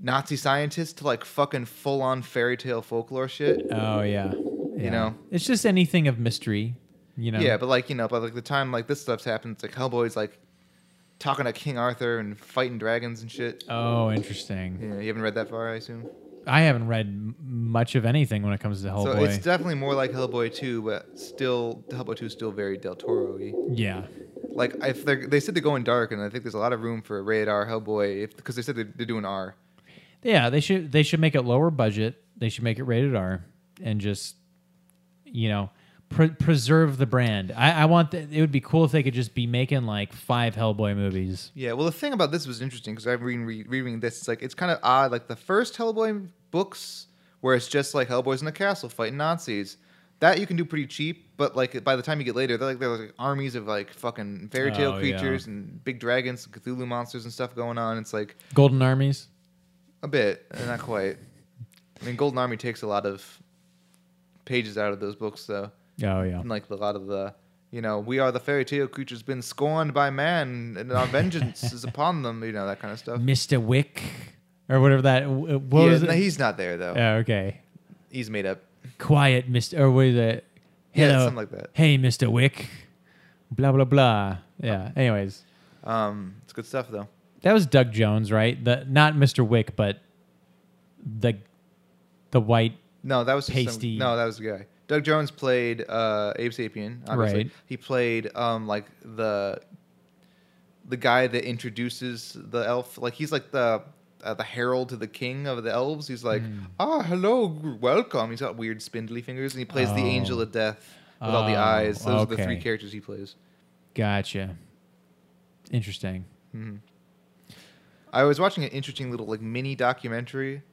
Speaker 1: Nazi scientist to like fucking full on fairy tale folklore shit.
Speaker 2: Oh, yeah. Yeah.
Speaker 1: know.
Speaker 2: it's just anything of mystery, you know.
Speaker 1: Yeah, but like you know, by like the time like this stuff's happened, it's like Hellboy's like talking to King Arthur and fighting dragons and shit.
Speaker 2: Oh, interesting.
Speaker 1: Yeah, you haven't read that far, I assume.
Speaker 2: I haven't read m- much of anything when it comes to
Speaker 1: so
Speaker 2: Hellboy.
Speaker 1: it's definitely more like Hellboy two, but still Hellboy two is still very Del Toro y.
Speaker 2: yeah.
Speaker 1: Like if they are they said they're going dark, and I think there's a lot of room for a rated R Hellboy, if because they said they're, they're doing R.
Speaker 2: Yeah, they should they should make it lower budget. They should make it rated R and just you know, pre- preserve the brand. I, I want the, it would be cool if they could just be making like five Hellboy movies.
Speaker 1: Yeah, well, the thing about this was interesting because I'm reading, re- reading this. It's like it's kind of odd. Like the first Hellboy books, where it's just like Hellboys in a castle fighting Nazis, that you can do pretty cheap. But like by the time you get later, they're like there's like armies of like fucking fairy tale
Speaker 2: Oh, yeah.
Speaker 1: creatures and big dragons, and Cthulhu monsters and stuff going on. It's like
Speaker 2: Golden Armies.
Speaker 1: A bit, uh, not quite. I mean, Golden Army takes a lot of pages out of those books, though.
Speaker 2: Oh yeah.
Speaker 1: And, like a lot of the, you know, we are the fairy tale creatures been scorned by man, and our vengeance is upon them. You know that kind of stuff.
Speaker 2: Mr. Wick or whatever that w- what
Speaker 1: Yeah,
Speaker 2: was
Speaker 1: no,
Speaker 2: it?
Speaker 1: he's not there though.
Speaker 2: oh, okay.
Speaker 1: He's made up.
Speaker 2: Quiet Mr. or what is it?
Speaker 1: Yeah,
Speaker 2: Hello.
Speaker 1: something like that.
Speaker 2: Hey Mr. Wick. Blah blah blah. Yeah. Anyways,
Speaker 1: Um, it's good stuff though.
Speaker 2: that was Doug Jones, right? The not Mr. Wick, but the the white
Speaker 1: No, that was just some-
Speaker 2: Pasty.
Speaker 1: no, that was the guy. Doug Jones played uh, Abe Sapien. Obviously.
Speaker 2: Right.
Speaker 1: He played um, like the the guy that introduces the elf. Like he's like the uh, the herald to the king of the elves. He's like,
Speaker 2: Hmm.
Speaker 1: ah, hello, welcome. He's got weird spindly fingers, and he plays the
Speaker 2: Oh.
Speaker 1: angel of death with all the
Speaker 2: Oh,
Speaker 1: eyes. Those are the three
Speaker 2: okay.
Speaker 1: characters he plays.
Speaker 2: gotcha. Interesting.
Speaker 1: I was watching an interesting little like mini documentary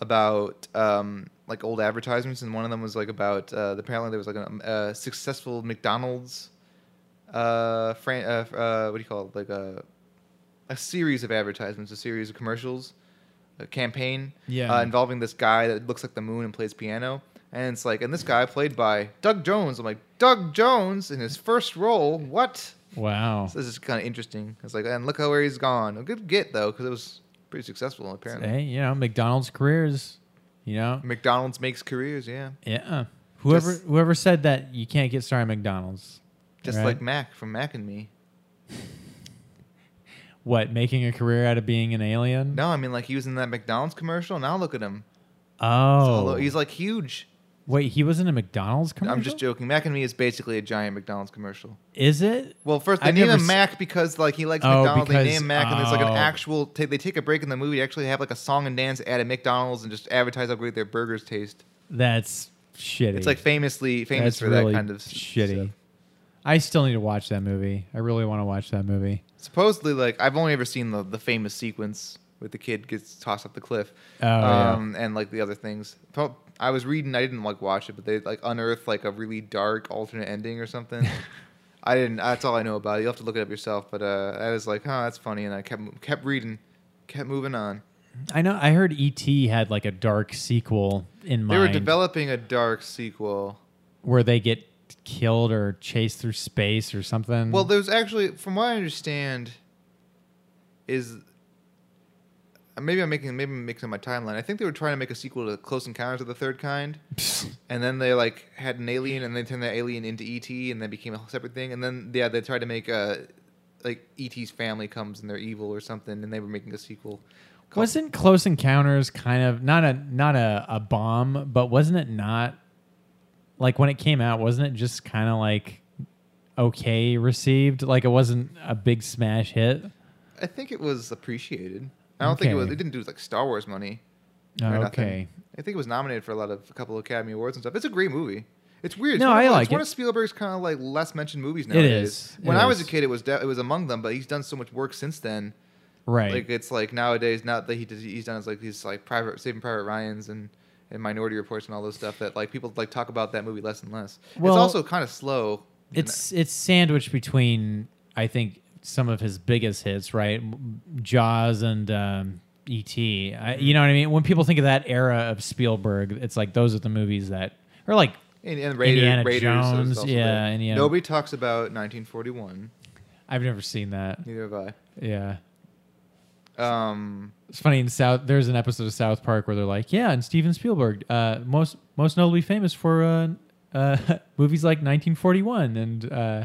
Speaker 1: about um, like old advertisements, and one of them was like about uh, apparently there was like a uh, successful McDonald's, uh, fran- uh, uh, what do you call it? Like a a series of advertisements, a series of commercials, a campaign,
Speaker 2: Yeah.
Speaker 1: uh, involving this guy that looks like the moon and plays piano. And it's like, and this guy played by Doug Jones. I'm like, Doug Jones in his first role, what?
Speaker 2: Wow.
Speaker 1: So this is kind of interesting. It's like, and look how where he's gone. A good get though, because it was pretty successful apparently.
Speaker 2: Hey, you know, McDonald's careers, you know.
Speaker 1: McDonald's makes careers, yeah,
Speaker 2: Yeah. Whoever
Speaker 1: Mm. Just-
Speaker 2: whoever said that you can't get started at McDonald's.
Speaker 1: just
Speaker 2: right?
Speaker 1: like Mac from Mac and Me.
Speaker 2: what making a career out of being an alien?
Speaker 1: No, I mean like he was in that McDonald's commercial. Now look at him. He's all
Speaker 2: Oh,
Speaker 1: o- he's like huge.
Speaker 2: wait, he was in a McDonald's commercial.
Speaker 1: I'm just joking. Mac and Me is basically a giant McDonald's commercial.
Speaker 2: Is it?
Speaker 1: Well, first they
Speaker 2: I
Speaker 1: name
Speaker 2: never
Speaker 1: him
Speaker 2: s-
Speaker 1: Mac because like he likes
Speaker 2: Oh,
Speaker 1: McDonald's. they
Speaker 2: because-
Speaker 1: name Mac, and there's like
Speaker 2: oh.
Speaker 1: an actual. ta- they take a break in the movie. They actually have like a song and dance at a McDonald's and just advertise how great their burgers taste.
Speaker 2: That's shitty.
Speaker 1: It's like famously famous
Speaker 2: That's
Speaker 1: for
Speaker 2: really
Speaker 1: that kind of s-
Speaker 2: shitty.
Speaker 1: stuff.
Speaker 2: I still need to watch that movie. I really want to watch that movie.
Speaker 1: supposedly like I've only ever seen the the famous sequence where the kid gets tossed off the cliff, um,
Speaker 2: Oh, yeah.
Speaker 1: and like the other things. Pro- I was reading, I didn't like watch it, but they like unearthed like a really dark alternate ending or something. I didn't. That's all I know about it. You'll have to look it up yourself. But uh, I was like, "Huh, that's funny," and I kept mo- kept reading, kept moving on.
Speaker 2: I know. I heard E.T. had like a dark sequel in
Speaker 1: They were
Speaker 2: mind
Speaker 1: developing a dark sequel.
Speaker 2: where they get killed or chased through space or something.
Speaker 1: Well, there's actually, from what I understand, is uh, maybe I'm making maybe I'm mixing my timeline. I think they were trying to make a sequel to Close Encounters of the Third Kind, and then they like had an alien, and they turned that alien into ET, and then became a whole separate thing. And then yeah, they tried to make uh like ET's family comes and they're evil or something, and they were making a sequel. called-
Speaker 2: wasn't Close Encounters kind of not a not a, a bomb, but wasn't it not like when it came out, wasn't it just kind of like okay received? Like it wasn't a big smash hit.
Speaker 1: I think it was appreciated. I don't think it was.
Speaker 2: Okay.
Speaker 1: It didn't do like Star Wars money. or nothing.
Speaker 2: Okay.
Speaker 1: I think it was nominated for a lot of a couple of Academy Awards and stuff. It's a great movie. It's weird. It's
Speaker 2: No,
Speaker 1: one of-
Speaker 2: I like
Speaker 1: It's one
Speaker 2: it.
Speaker 1: of Spielberg's kind of like less mentioned movies nowadays.
Speaker 2: is. It
Speaker 1: when I was
Speaker 2: is.
Speaker 1: a kid, it was de- it was among them, but he's done so much work since then.
Speaker 2: Right.
Speaker 1: Like it's like nowadays, not that he does, he's done is like he's like Private Saving Private Ryan's and and Minority Reports and all those stuff that like people like talk about that movie less and less.
Speaker 2: Well,
Speaker 1: it's also kind of slow. and-
Speaker 2: it's it's sandwiched between I think some of his biggest hits, right? Jaws and um E.T. I, you know what I mean? When people think of that era of Spielberg, it's like those are the movies that are like
Speaker 1: and, and Raider,
Speaker 2: Indiana
Speaker 1: Raiders is
Speaker 2: Jones,
Speaker 1: also
Speaker 2: yeah,
Speaker 1: there.
Speaker 2: Indiana-
Speaker 1: Nobody talks about 1941.
Speaker 2: I've never seen that.
Speaker 1: Neither have
Speaker 2: Yeah.
Speaker 1: I. Um,
Speaker 2: It's funny in South. There's an episode of South Park where they're like, "Yeah, and Steven Spielberg, uh, most most notably famous for uh, uh, movies like 1941 and uh,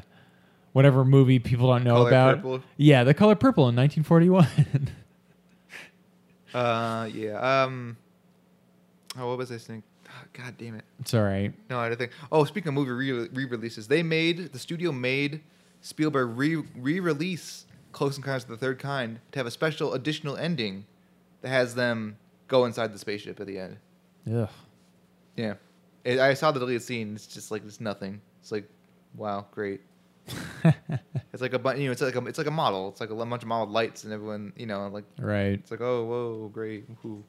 Speaker 2: whatever movie people don't know
Speaker 1: Color
Speaker 2: about."
Speaker 1: Purple.
Speaker 2: Yeah, The Color Purple in 1941.
Speaker 1: Uh, yeah. Um, oh, what was I saying? God damn it!
Speaker 2: it's all right.
Speaker 1: No, I had to think. Oh, speaking of movie re- re-releases, they made the studio made Spielberg re- re-release Close Encounters of the Third Kind to have a special additional ending that has them go inside the spaceship at the end.
Speaker 2: Ugh.
Speaker 1: Yeah, it, I saw the deleted scene. It's just like it's nothing. It's like, wow, great. It's like a bu- you know, it's like a it's like a model. It's like a bunch of modeled lights, and everyone you know like
Speaker 2: right.
Speaker 1: it's like, oh, whoa, great. woohoo.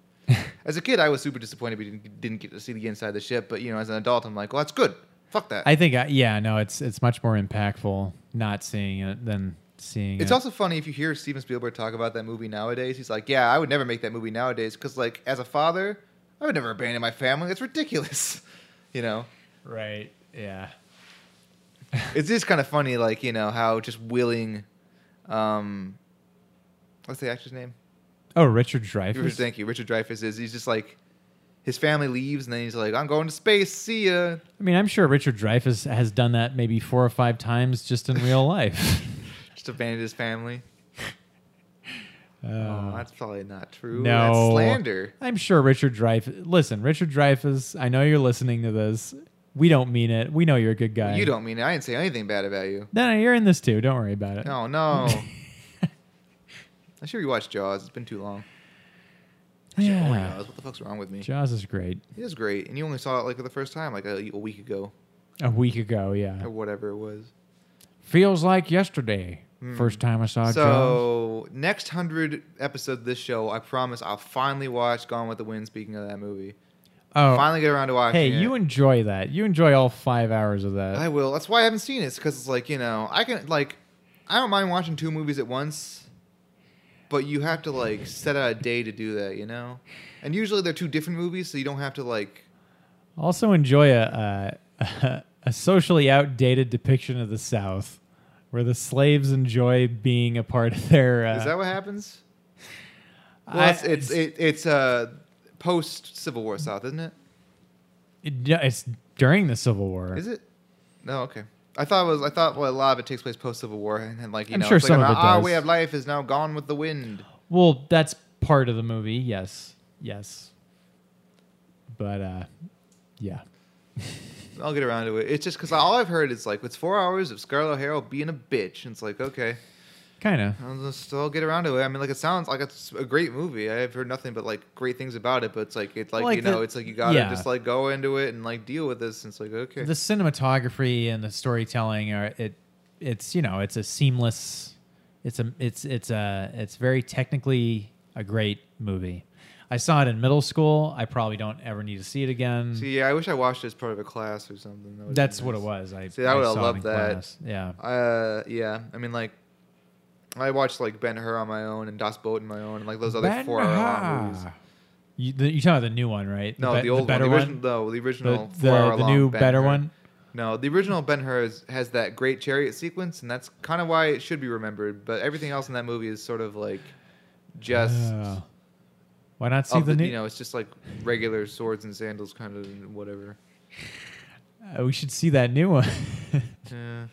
Speaker 1: as a kid, I was super disappointed we didn't, didn't get to see the inside of the ship. But you know, as an adult, I'm like, well, that's good. Fuck that.
Speaker 2: uh, I think I, yeah, no, it's it's much more impactful not seeing it than seeing
Speaker 1: It's
Speaker 2: it.
Speaker 1: also funny if you hear Steven Spielberg talk about that movie nowadays. He's like, "Yeah, I would never make that movie nowadays because, like, as a father, I would never abandon my family. That's ridiculous." You know,
Speaker 2: right. Yeah.
Speaker 1: it's just kind of funny, like you know how just willing. Um, what's the actor's name?
Speaker 2: Oh, Richard Dreyfuss.
Speaker 1: Richard, thank you, Richard Dreyfuss is. He's just like, his family leaves, and then he's like, "I'm going to space. See ya."
Speaker 2: I mean, I'm sure Richard Dreyfuss has done that maybe four or five times just in real life.
Speaker 1: Just abandoned his family. oh, that's probably not true.
Speaker 2: Uh, No.
Speaker 1: that's slander.
Speaker 2: I'm sure Richard Dreyfuss. Listen, Richard Dreyfuss. I know you're listening to this. We don't mean it. We know you're a good guy.
Speaker 1: You don't mean it. I didn't say anything bad about you.
Speaker 2: No, no, you're in this too. Don't worry about it.
Speaker 1: Oh no. I should rewatch Jaws. It's been too long. I should own
Speaker 2: Yeah.
Speaker 1: Jaws. What the fuck's wrong with me?
Speaker 2: Jaws is great.
Speaker 1: It is great, and you only saw it like for the first time, like a, a week ago
Speaker 2: A week ago,
Speaker 1: or
Speaker 2: yeah.
Speaker 1: whatever it was.
Speaker 2: Feels like yesterday.
Speaker 1: Hmm.
Speaker 2: First time I saw Uh, Jaws.
Speaker 1: so next hundred episodes of this show, I promise I'll finally watch Gone with the Wind. Speaking of that movie,
Speaker 2: Oh,
Speaker 1: finally get around to watching.
Speaker 2: hey,
Speaker 1: it.
Speaker 2: you enjoy that. You enjoy all five hours of that.
Speaker 1: I will. That's why I haven't seen it. It's because it's like you know I can like I don't mind watching two movies at once, but you have to like set out a day to do that, you know. And usually they're two different movies, so you don't have to like.
Speaker 2: also enjoy a, uh, a socially outdated depiction of the South, where the slaves enjoy being a part of their. Uh,
Speaker 1: Is that what happens? Well,
Speaker 2: I-
Speaker 1: it's it's it, it's uh, post Civil War South, isn't it?
Speaker 2: it- yeah, it's during the Civil War.
Speaker 1: Is it? No, okay. I thought it was. I thought well, a lot of it takes place post Civil War, and then like you
Speaker 2: I'm
Speaker 1: know,
Speaker 2: sure
Speaker 1: it's like,
Speaker 2: some of it
Speaker 1: our
Speaker 2: does.
Speaker 1: way of life is now gone with the wind.
Speaker 2: Well, that's part of the movie. Yes, yes, but uh, yeah.
Speaker 1: I'll get around to it. It's just because all I've heard is like it's four hours of Scarlett O'Hara being a bitch, and it's like okay.
Speaker 2: Kind of.
Speaker 1: I'll just I'll get around to it. I mean, like it sounds like it's a great movie. I've heard nothing but like great things about it. But it's like it's like,
Speaker 2: Like
Speaker 1: you know,
Speaker 2: the-
Speaker 1: it's like you gotta
Speaker 2: yeah.
Speaker 1: just like go into it and like deal with this. And it's like okay,
Speaker 2: The cinematography and the storytelling are it. It's you know it's a seamless. It's a it's it's a it's very technically a great movie. I saw it in middle school. I probably don't ever need to see it again.
Speaker 1: see, yeah, I wish I watched it as part of a class or something. That would've
Speaker 2: That's
Speaker 1: been
Speaker 2: what it
Speaker 1: nice.
Speaker 2: was. I
Speaker 1: See, I would've
Speaker 2: saw it
Speaker 1: loved
Speaker 2: in
Speaker 1: that.
Speaker 2: class. Yeah.
Speaker 1: Uh, yeah. I mean, like I watched like Ben Hur on my own and Das Boot on my own, and like those other four hour movies.
Speaker 2: You the, you're talking about the new one, right?
Speaker 1: No,
Speaker 2: be-
Speaker 1: the old
Speaker 2: better
Speaker 1: one, the original, no, the original,
Speaker 2: the, the,
Speaker 1: four-hour
Speaker 2: the
Speaker 1: long
Speaker 2: new
Speaker 1: Ben
Speaker 2: better
Speaker 1: Hur.
Speaker 2: one.
Speaker 1: No, the original Ben Hur is, has that great chariot sequence, and that's kind of why it should be remembered. But everything else in that movie is sort of like just
Speaker 2: Oh. why not see
Speaker 1: of
Speaker 2: the,
Speaker 1: the-
Speaker 2: new?
Speaker 1: you know, it's just like regular swords and sandals, kind of and whatever.
Speaker 2: Uh, we should see that new one.
Speaker 1: Yeah.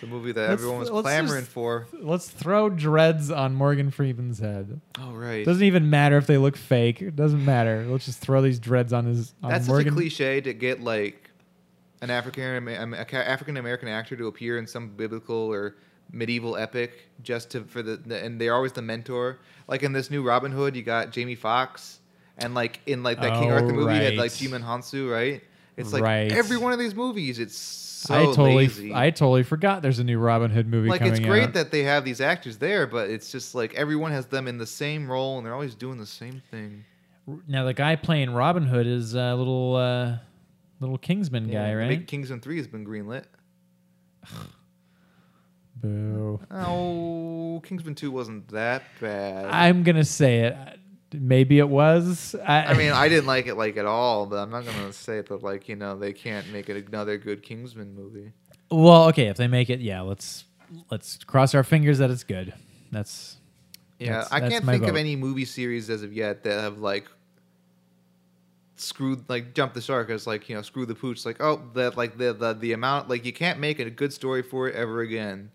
Speaker 1: The movie that
Speaker 2: Let's-
Speaker 1: everyone was
Speaker 2: let's
Speaker 1: clamoring
Speaker 2: just-
Speaker 1: for.
Speaker 2: Let's throw dreads on Morgan Freeman's head.
Speaker 1: Oh right,
Speaker 2: Doesn't even matter if they look fake. It doesn't matter. Let's just throw these dreads on his. On
Speaker 1: that's such
Speaker 2: Um, Morgan.
Speaker 1: a cliche to get like an African African American actor to appear in some biblical or medieval epic just to for the, the and they're always the mentor. Like in this new Robin Hood, you got Jamie Foxx, and like in like that King
Speaker 2: Oh,
Speaker 1: Arthur movie, you had like
Speaker 2: right.
Speaker 1: Jim and Hansu, right? It's like
Speaker 2: Right.
Speaker 1: every one of these movies, it's so
Speaker 2: I totally,
Speaker 1: lazy.
Speaker 2: I totally forgot. There's a new Robin Hood movie
Speaker 1: like
Speaker 2: coming
Speaker 1: it's great
Speaker 2: out.
Speaker 1: that they have these actors there, but it's just like everyone has them in the same role and they're always doing the same thing.
Speaker 2: now the guy playing Robin Hood is a little, uh, little Kingsman guy,
Speaker 1: And
Speaker 2: right?
Speaker 1: Big Kingsman Three has been greenlit.
Speaker 2: Boo.
Speaker 1: Oh, Kingsman 2 wasn't that bad. I,
Speaker 2: I'm gonna say it. Maybe it was. I,
Speaker 1: mean, I didn't like it like at all, but I'm not going to say it, but like, you know, they can't make it another good Kingsman movie.
Speaker 2: well, okay. If they make it, yeah. Let's let's cross our fingers that it's good. That's
Speaker 1: Yeah,
Speaker 2: That's-
Speaker 1: I
Speaker 2: that's
Speaker 1: can't
Speaker 2: my
Speaker 1: think of
Speaker 2: vote.
Speaker 1: any movie series as of yet that have like screwed like jumped the shark as like, you know, screw the pooch like, oh, that like the the the amount like you can't make a good story for it ever again.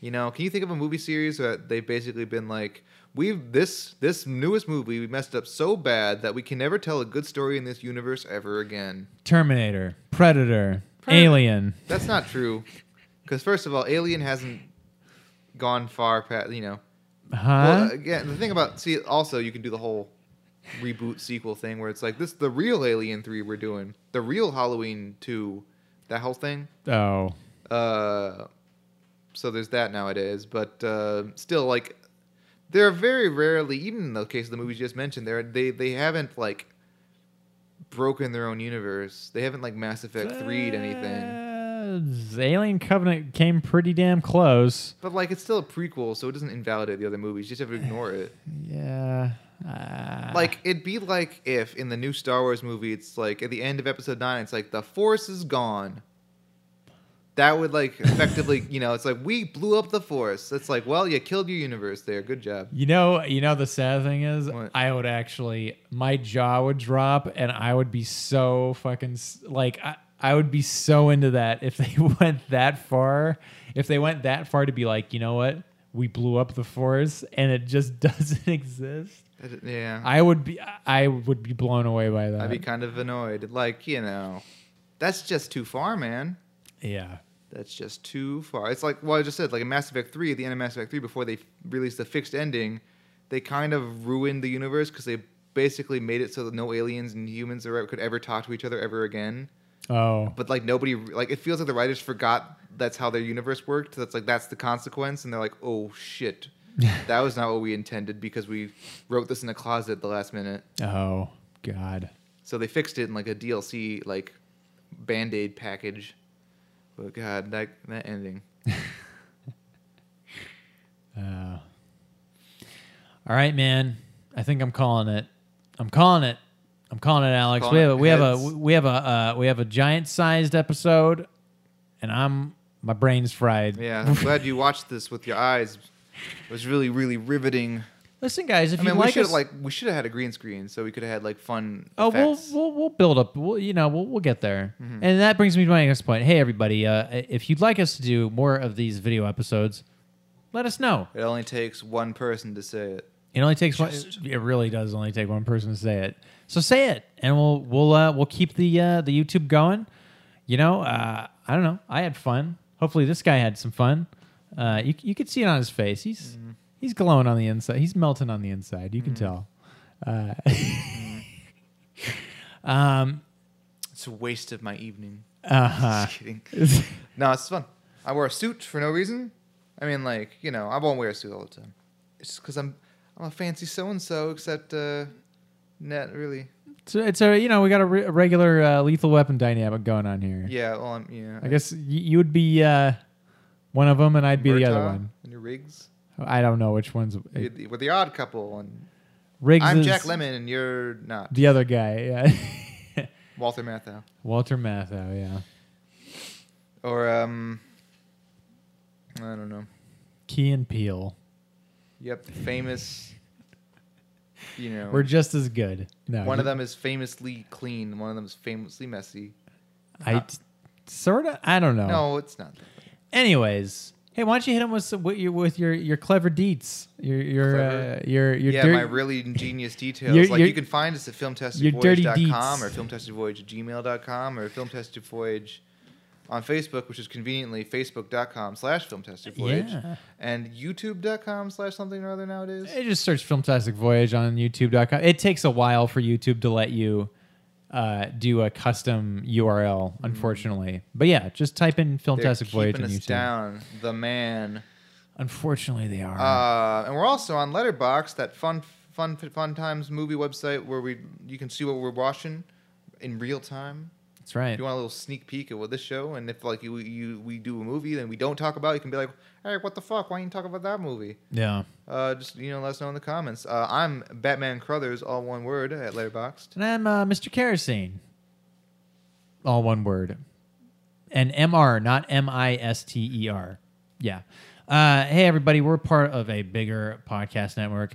Speaker 1: You know, can you think of a movie series that they've basically been like, we've this this newest movie we messed up so bad that we can never tell a good story in this universe ever again.
Speaker 2: Terminator, Predator,
Speaker 1: Predator.
Speaker 2: Alien.
Speaker 1: That's not true, because first of all, Alien hasn't gone far past. You know,
Speaker 2: Huh?
Speaker 1: well, again, the thing about see, also you can do the whole reboot sequel thing where it's like this the real Alien three we're doing, the real Halloween two, that whole thing.
Speaker 2: oh.
Speaker 1: Uh, so there's that nowadays, but uh, still, like, they're very rarely, even in the case of the movies you just mentioned, they're, they they haven't like broken their own universe. They haven't like Mass Effect three to anything.
Speaker 2: Uh, Alien Covenant came pretty damn close.
Speaker 1: But like, it's still a prequel, so it doesn't invalidate the other movies. You just have to ignore it.
Speaker 2: Yeah. Uh,
Speaker 1: Like, it'd be like if in the new Star Wars movie, it's like at the end of Episode Nine, it's like the Force is gone. That would like effectively, you know, it's like we blew up the Force. It's like, well, you killed your universe there. Good job.
Speaker 2: you know, you know the sad thing is,
Speaker 1: What?
Speaker 2: I would actually my jaw would drop, and I would be so fucking s- like I, I would be so into that if they went that far. If they went that far to be like, you know what, we blew up the force, and it just doesn't exist.
Speaker 1: That- Yeah,
Speaker 2: I would be I would be blown away by that.
Speaker 1: I'd be kind of annoyed. Like, you know, that's just too far, man.
Speaker 2: yeah.
Speaker 1: That's just too far. It's like well, I just said, like in Mass Effect Three, at the end of Mass Effect Three, before they f- released the fixed ending, they kind of ruined the universe because they basically made it so that no aliens and humans are, could ever talk to each other ever again.
Speaker 2: Oh.
Speaker 1: But like nobody, like it feels like the writers forgot that's how their universe worked. That's like that's the consequence, and they're like, oh shit, that was not what we intended because we wrote this in a closet at the last minute.
Speaker 2: Oh God.
Speaker 1: So they fixed it in like a DLC like band aid package. But God, that that ending.
Speaker 2: Uh, all right, man. I think I'm calling it. I'm calling it. I'm calling it, Alex.
Speaker 1: Calling
Speaker 2: we have a,
Speaker 1: it
Speaker 2: we have a
Speaker 1: heads.
Speaker 2: we have a uh, we have a giant sized episode, and I'm my brain's fried.
Speaker 1: Yeah, I'm glad you watched this with your eyes. It was really, really riveting.
Speaker 2: Listen, guys, if
Speaker 1: I mean,
Speaker 2: you
Speaker 1: we
Speaker 2: like
Speaker 1: should
Speaker 2: us,
Speaker 1: have like we should have had a green screen so we could have had like fun.
Speaker 2: Oh, we'll,
Speaker 1: effects.
Speaker 2: we'll we'll build up. We'll, you know, we'll, we'll get there.
Speaker 1: Mm-hmm.
Speaker 2: And that brings me to my next point. Hey, everybody, uh, if you'd like us to do more of these video episodes, let us know.
Speaker 1: It only takes one person to say it.
Speaker 2: It only takes one. It really does only take one person to say it. So say it, and we'll we'll uh, we'll keep the uh, the YouTube going. You know, uh, I don't know. I had fun. Hopefully, this guy had some fun. Uh, you you could see it on his face. He's
Speaker 1: Mm-hmm.
Speaker 2: he's glowing on the inside. He's melting on the inside. You can tell. Uh,
Speaker 1: Mm-hmm.
Speaker 2: um.
Speaker 1: It's a waste of my evening.
Speaker 2: Uh-huh.
Speaker 1: Just kidding. No, it's fun. I wore a suit for no reason. I mean, like you know, I won't wear a suit all the time. It's just because I'm I'm a fancy so and so, except uh, not really.
Speaker 2: So it's a you know we got a, re- a regular uh, lethal weapon dynamic going on here.
Speaker 1: Yeah, well, I'm yeah.
Speaker 2: I guess y- you would be uh, one of them, and I'd be the other
Speaker 1: Murtaugh
Speaker 2: one.
Speaker 1: And your rigs.
Speaker 2: I don't know which one's.
Speaker 1: You're the- We're the odd couple, and
Speaker 2: Riggs
Speaker 1: I'm
Speaker 2: is
Speaker 1: Jack Lemon, and you're not
Speaker 2: The other guy, yeah.
Speaker 1: Walter Matthau.
Speaker 2: Walter Matthau, yeah.
Speaker 1: Or um, I don't know.
Speaker 2: Key and Peel.
Speaker 1: Yep, famous. You know,
Speaker 2: We're just as good. No,
Speaker 1: one of them is famously clean. One of them is famously messy.
Speaker 2: I sort of. I don't know.
Speaker 1: Uh, No, it's not. That.
Speaker 2: Anyways, hey, why don't you hit him with some, with your with your your clever deets? Your your uh,
Speaker 1: Clever?
Speaker 2: your your
Speaker 1: yeah,
Speaker 2: dir-
Speaker 1: my really ingenious details.
Speaker 2: Your-
Speaker 1: like
Speaker 2: your-
Speaker 1: you can find us at
Speaker 2: your dirty
Speaker 1: filmtestedvoyage.com or
Speaker 2: deets.
Speaker 1: filmtestedvoyage at gmail.com or filmtestedvoyage on Facebook, which is conveniently facebook.com slash filmtestedvoyage
Speaker 2: Yeah.
Speaker 1: and youtube.com slash something or other nowadays.
Speaker 2: Hey, just search Filmtastic Voyage on YouTube.com. It takes a while for YouTube to let you uh, do a custom URL, unfortunately. But yeah, just type in
Speaker 1: Mm. They're
Speaker 2: Filmtastic Voyage
Speaker 1: keeping
Speaker 2: on
Speaker 1: us
Speaker 2: YouTube.
Speaker 1: down. The man.
Speaker 2: Unfortunately, they are.
Speaker 1: Uh, and we're also on Letterbox, that fun, fun, fun times movie website where we you can see what we're watching in real time.
Speaker 2: That's right.
Speaker 1: If you want a little sneak peek at what this show, and if like you, you we do a movie then we don't talk about, it, you can be like, hey, what the fuck? Why didn't you talk about that movie?
Speaker 2: yeah.
Speaker 1: Uh, just you know, let us know in the comments. Uh, I'm Batman Crothers, all one word at Letterboxd.
Speaker 2: And I'm uh, Mr. Kerosene. All one word. And MR, not M I S T E R. Yeah. Uh, hey, everybody, we're part of a bigger podcast network,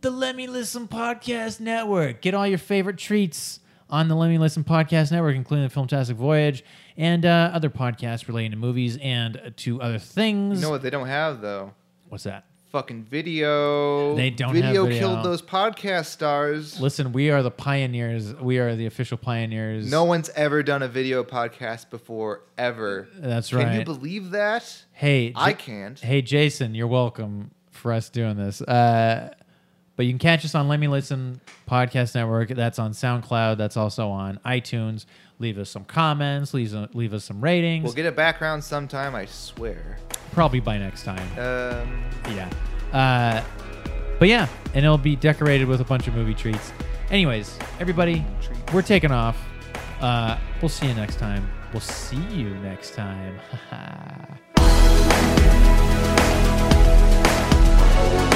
Speaker 2: the Let Me Listen Podcast Network. Get all your favorite treats on the Let Me Listen Podcast Network, including the Filmtastic Voyage and uh, other podcasts relating to movies and to other things.
Speaker 1: You know what they don't have though?
Speaker 2: What's that?
Speaker 1: Fucking video.
Speaker 2: They don't have
Speaker 1: video
Speaker 2: video.
Speaker 1: killed those podcast stars.
Speaker 2: Listen, we are the pioneers. We are the official pioneers.
Speaker 1: No one's ever done a video podcast before, ever.
Speaker 2: That's
Speaker 1: Can
Speaker 2: right.
Speaker 1: you believe that?
Speaker 2: hey,
Speaker 1: I
Speaker 2: J-
Speaker 1: can't.
Speaker 2: Hey, Jason, you're welcome for us doing this. Uh, but you can catch us on Let Me Listen Podcast Network. That's on SoundCloud. That's also on iTunes. Leave us some comments. Leave, us- leave us some ratings.
Speaker 1: We'll get a background sometime, I swear.
Speaker 2: Probably by next time.
Speaker 1: Um,
Speaker 2: Yeah. Uh, but yeah, and it'll be decorated with a bunch of movie treats. Anyways, everybody,
Speaker 1: Treats.
Speaker 2: we're taking off. Uh, We'll see you next time. We'll see you next time. Ha ha.